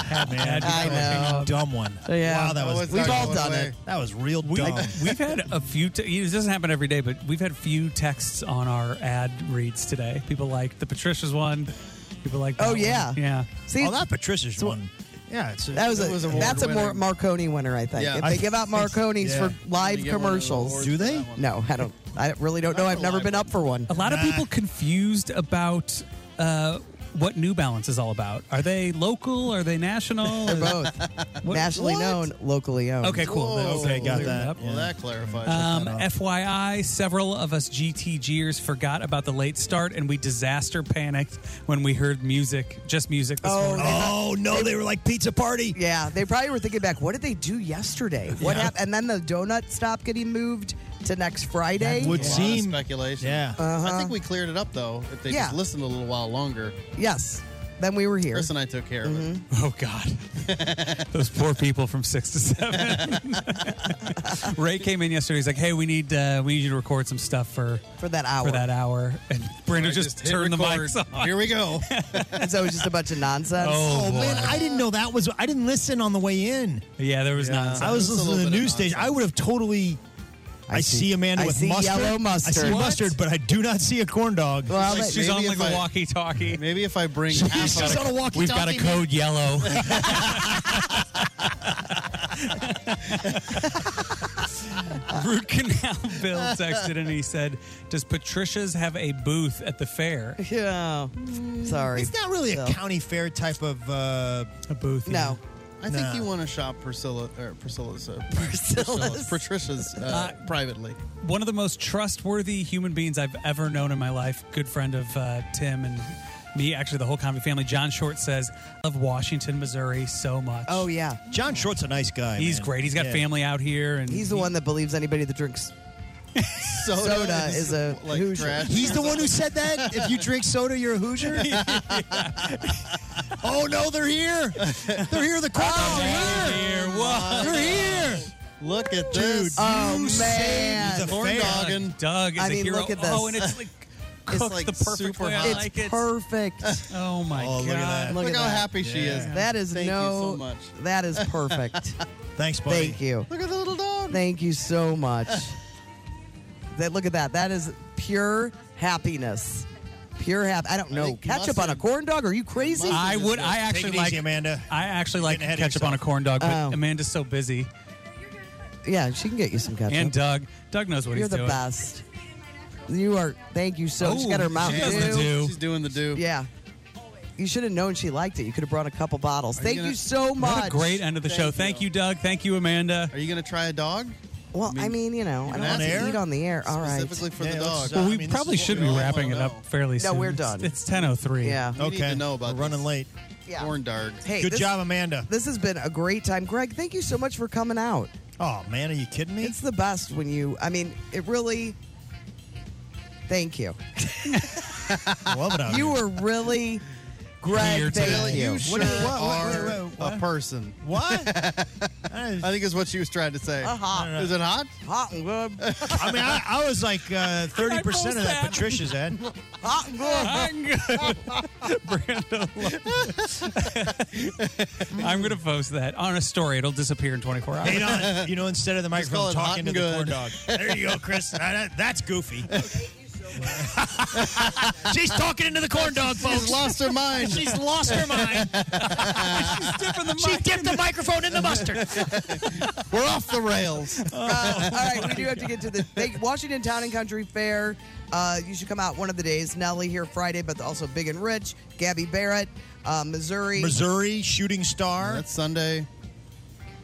Speaker 6: had me
Speaker 5: I
Speaker 6: fucking
Speaker 5: know. Dumb one. Wow, that was.
Speaker 3: We've all done it.
Speaker 5: That was real dumb.
Speaker 6: We've had a few. Te- it doesn't happen every day, but we've had few texts on our ad reads today. People like the Patricia's one. People like. that
Speaker 3: Oh
Speaker 6: one.
Speaker 3: yeah.
Speaker 6: yeah.
Speaker 3: See,
Speaker 5: oh, that Patricia's one. Yeah, it's
Speaker 3: that was a, that's a Mar- Marconi winner, I think.
Speaker 5: Yeah.
Speaker 3: If
Speaker 5: I
Speaker 3: they give out
Speaker 5: think-
Speaker 3: Marconis
Speaker 5: yeah.
Speaker 3: for live commercials,
Speaker 5: Do they?
Speaker 3: No, I don't. I really don't know. I've never been up for one.
Speaker 6: A lot of people confused about uh, what New Balance is all about. Are they local? Are they
Speaker 3: (laughs)
Speaker 6: national?
Speaker 3: They're
Speaker 6: Is-
Speaker 3: both
Speaker 6: (laughs) What-
Speaker 3: nationally
Speaker 6: what?
Speaker 3: known, locally owned.
Speaker 6: Okay, cool. That's
Speaker 5: Okay, got
Speaker 6: cleared
Speaker 5: that.
Speaker 6: up.
Speaker 4: Well, that clarifies.
Speaker 6: Um, FYI, several of us GTGers forgot about the late start, and we disaster panicked when we heard music, just music. This morning.
Speaker 5: Oh no, they were like pizza party.
Speaker 3: Yeah, they probably were thinking back. What did they do yesterday? What
Speaker 6: Yeah.
Speaker 3: happened? And then the donut stopped getting moved to next Friday.
Speaker 4: A lot of speculation.
Speaker 3: Yeah. Uh-huh.
Speaker 4: I think we cleared it up though. If they
Speaker 3: Yeah.
Speaker 4: just listened a little while longer,
Speaker 3: Yes. Then we were here. Mm-hmm.
Speaker 4: Chris and I took care of it.
Speaker 6: Oh God, those poor people from six to seven. (laughs) Ray came in yesterday. He's like, "Hey, we need uh, we need you to record some stuff for
Speaker 3: For that hour.
Speaker 6: for that hour." And Brandon just,
Speaker 4: hit
Speaker 6: turned the
Speaker 4: record.
Speaker 6: mics on.
Speaker 4: Here we go.
Speaker 3: and (laughs) so it was just a bunch of nonsense.
Speaker 6: Oh,
Speaker 5: Oh,
Speaker 6: boy.
Speaker 5: man, I didn't know that was. I didn't listen on the way in.
Speaker 6: Yeah, there was nonsense.
Speaker 5: I was listening to the news station. I would have totally. I,
Speaker 6: see-
Speaker 5: see Amanda
Speaker 6: I
Speaker 5: with
Speaker 6: see
Speaker 5: mustard.
Speaker 6: yellow
Speaker 5: I see
Speaker 6: mustard. What?
Speaker 5: mustard, but I do not see a corn dog.
Speaker 6: She's, like, she's on like the walkie-talkie.
Speaker 4: Maybe if I bring
Speaker 6: She's
Speaker 4: half
Speaker 6: just
Speaker 4: of-
Speaker 6: on a walkie-talkie, We've got a man. code (laughs) yellow. Root Canal Bill texted and he said, "Does Patricia's have a booth at the fair?"
Speaker 3: (laughs) Yeah. Sorry.
Speaker 5: It's not really a county fair type of uh,
Speaker 6: a booth.
Speaker 3: No.
Speaker 4: I think
Speaker 5: Nah.
Speaker 4: you want to shop Priscilla or Priscilla's,
Speaker 5: (laughs)
Speaker 4: uh,
Speaker 3: Priscilla's.
Speaker 4: (laughs) Patricia's uh,
Speaker 6: Uh,
Speaker 4: privately.
Speaker 6: One of the most trustworthy human beings I've ever known in my life. Good friend of uh, Tim and me, actually the whole comedy family. John Short says, "I "Love Washington, Missouri, so much."
Speaker 3: Oh yeah.
Speaker 5: John Short's a nice guy.
Speaker 6: He's great. He's got family out here, and
Speaker 3: He's the one that believes anybody that drinks soda, is a Hoosier.
Speaker 5: He's the one who said that. If you drink soda, you're a Hoosier. oh no, they're here. They're here. The corn dogs are here. They're here.
Speaker 4: Look at
Speaker 5: Dude,
Speaker 4: this.
Speaker 3: Oh,
Speaker 5: you
Speaker 3: man.
Speaker 5: saved the
Speaker 6: Corn
Speaker 5: fair.
Speaker 6: dog and Doug is
Speaker 3: I
Speaker 6: a
Speaker 3: mean,
Speaker 6: hero.
Speaker 3: look at this.
Speaker 6: Oh, and
Speaker 2: (laughs)
Speaker 6: it's like cooked the perfect way. I
Speaker 3: It's
Speaker 6: like it.
Speaker 3: perfect.
Speaker 6: (laughs) Oh my
Speaker 5: Oh,
Speaker 6: god!
Speaker 5: look at that.
Speaker 4: Look,
Speaker 3: Look at
Speaker 4: how
Speaker 3: that.
Speaker 4: happy she is.
Speaker 3: That is
Speaker 4: Thank
Speaker 3: no.
Speaker 4: you so much.
Speaker 2: (laughs)
Speaker 3: That is
Speaker 6: (laughs)
Speaker 3: perfect.
Speaker 5: Thanks, buddy.
Speaker 3: Thank you.
Speaker 4: Look at the little dog.
Speaker 3: Thank you so much. that look at that. That is pure happiness. Pure happy. I don't know.
Speaker 6: think
Speaker 3: ketchup on a
Speaker 6: mustard-
Speaker 3: corn dog? Are you crazy?
Speaker 6: I would. I actually like
Speaker 5: Amanda.
Speaker 6: I actually like
Speaker 5: ahead of
Speaker 6: ketchup on a
Speaker 5: yourself.
Speaker 6: corn dog, but
Speaker 3: Oh.
Speaker 6: Amanda's so busy.
Speaker 3: Yeah, she can get you some ketchup.
Speaker 6: And uh, Doug, Doug knows what
Speaker 3: You're
Speaker 6: he's
Speaker 3: the
Speaker 6: doing.
Speaker 3: best. You are. Thank you so. She's got her
Speaker 6: Oh,
Speaker 3: mouth.
Speaker 6: she does the do.
Speaker 4: She's doing the do.
Speaker 3: Yeah. You should have known she liked it. You could have brought a couple bottles. Thank you so much.
Speaker 6: What a great end of the show. Thank you, Doug. Thank you, Amanda.
Speaker 4: Are you going to try a dog?
Speaker 3: Well, I mean, you know, I
Speaker 4: Even
Speaker 3: don't want
Speaker 4: on
Speaker 3: to
Speaker 4: air?
Speaker 3: eat on the air. All right.
Speaker 4: Specifically for the Yeah, let's, dog. uh,
Speaker 6: Well, we
Speaker 4: I mean, this
Speaker 6: probably
Speaker 4: is what
Speaker 6: should
Speaker 4: we
Speaker 6: be
Speaker 4: all
Speaker 6: wrapping it
Speaker 4: wanna
Speaker 6: up fairly
Speaker 3: No,
Speaker 6: soon.
Speaker 3: we're
Speaker 6: It's-
Speaker 3: done.
Speaker 6: It's ten oh three.
Speaker 3: Yeah.
Speaker 4: We need to know about
Speaker 6: We're running
Speaker 5: late.
Speaker 3: Yeah.
Speaker 4: Corn dog.
Speaker 3: Hey, this- This has been a great time. Greg, thank you so much for coming out.
Speaker 5: Oh, man, are you kidding me?
Speaker 3: It's the best when you, I mean, it really. Thank
Speaker 5: (laughs)
Speaker 3: you.
Speaker 5: Love it out
Speaker 3: You were really. Greg, thank
Speaker 4: you,
Speaker 3: you.
Speaker 4: sure are a person. (laughs)
Speaker 5: What? I
Speaker 4: think is what she was trying to say.
Speaker 3: Uh-huh.
Speaker 4: Is it hot?
Speaker 3: Hot and good.
Speaker 5: I mean, I, I was like
Speaker 4: (laughs)
Speaker 5: uh, 30% of that Patricia's (laughs) ad.
Speaker 3: Hot and good.
Speaker 4: (laughs)
Speaker 6: I'm gonna post that on a story. It'll disappear in 24 hours.
Speaker 5: Hey, you, (laughs) know, you know, instead of the
Speaker 6: Just call
Speaker 5: microphone
Speaker 6: it hot
Speaker 5: talking to
Speaker 6: and
Speaker 5: the corn
Speaker 6: good.
Speaker 5: (laughs) dog. There you go, Chris. I- I- That's (laughs) goofy. She's talking into the corn dog, folks.
Speaker 4: She's lost her mind.
Speaker 5: (laughs) She's lost
Speaker 4: (laughs)
Speaker 5: her mind. (laughs) she dipped the microphone in the mustard.
Speaker 4: We're off the rails.
Speaker 3: Uh, all right, we do have to get to the they, Washington Town and Country Fair. Uh, you should come out one of the days. Nellie here Friday, but also Big and Rich, Gabby Barrett, uh, Missouri.
Speaker 5: Missouri, Shooting Star.
Speaker 4: That's Sunday.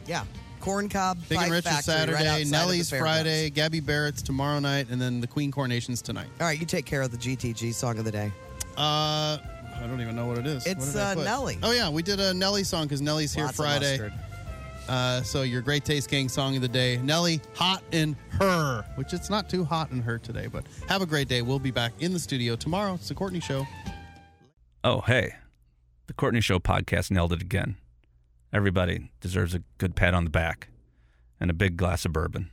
Speaker 3: Yeah. Corn Cob.
Speaker 4: Big
Speaker 3: Pie
Speaker 4: and Rich is
Speaker 3: Factory, right
Speaker 4: Saturday.
Speaker 3: outside of the
Speaker 4: Nellie's
Speaker 3: fairgrounds.
Speaker 4: Friday. Gabby Barrett's tomorrow night, and then the Queen Coronation's tonight.
Speaker 3: All right, you take care of the GTG song of the day.
Speaker 4: Uh, I don't even know what it is.
Speaker 3: It's,
Speaker 4: What did I
Speaker 3: uh,
Speaker 4: put?
Speaker 3: Nelly.
Speaker 4: Oh yeah, we did a Nelly song because Nelly's here
Speaker 3: Lots of
Speaker 4: Friday.
Speaker 3: mustard.
Speaker 4: Uh, so your Great Taste Gang song of the day, Nelly, "Hot in Her," which it's not too hot in her today. But have a great day. We'll be back in the studio tomorrow. It's the Courtney Show.
Speaker 1: Oh, hey, the Courtney Show podcast nailed it again. Everybody deserves a good pat on the back and a big glass of bourbon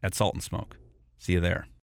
Speaker 1: at Salt and Smoke. See you there.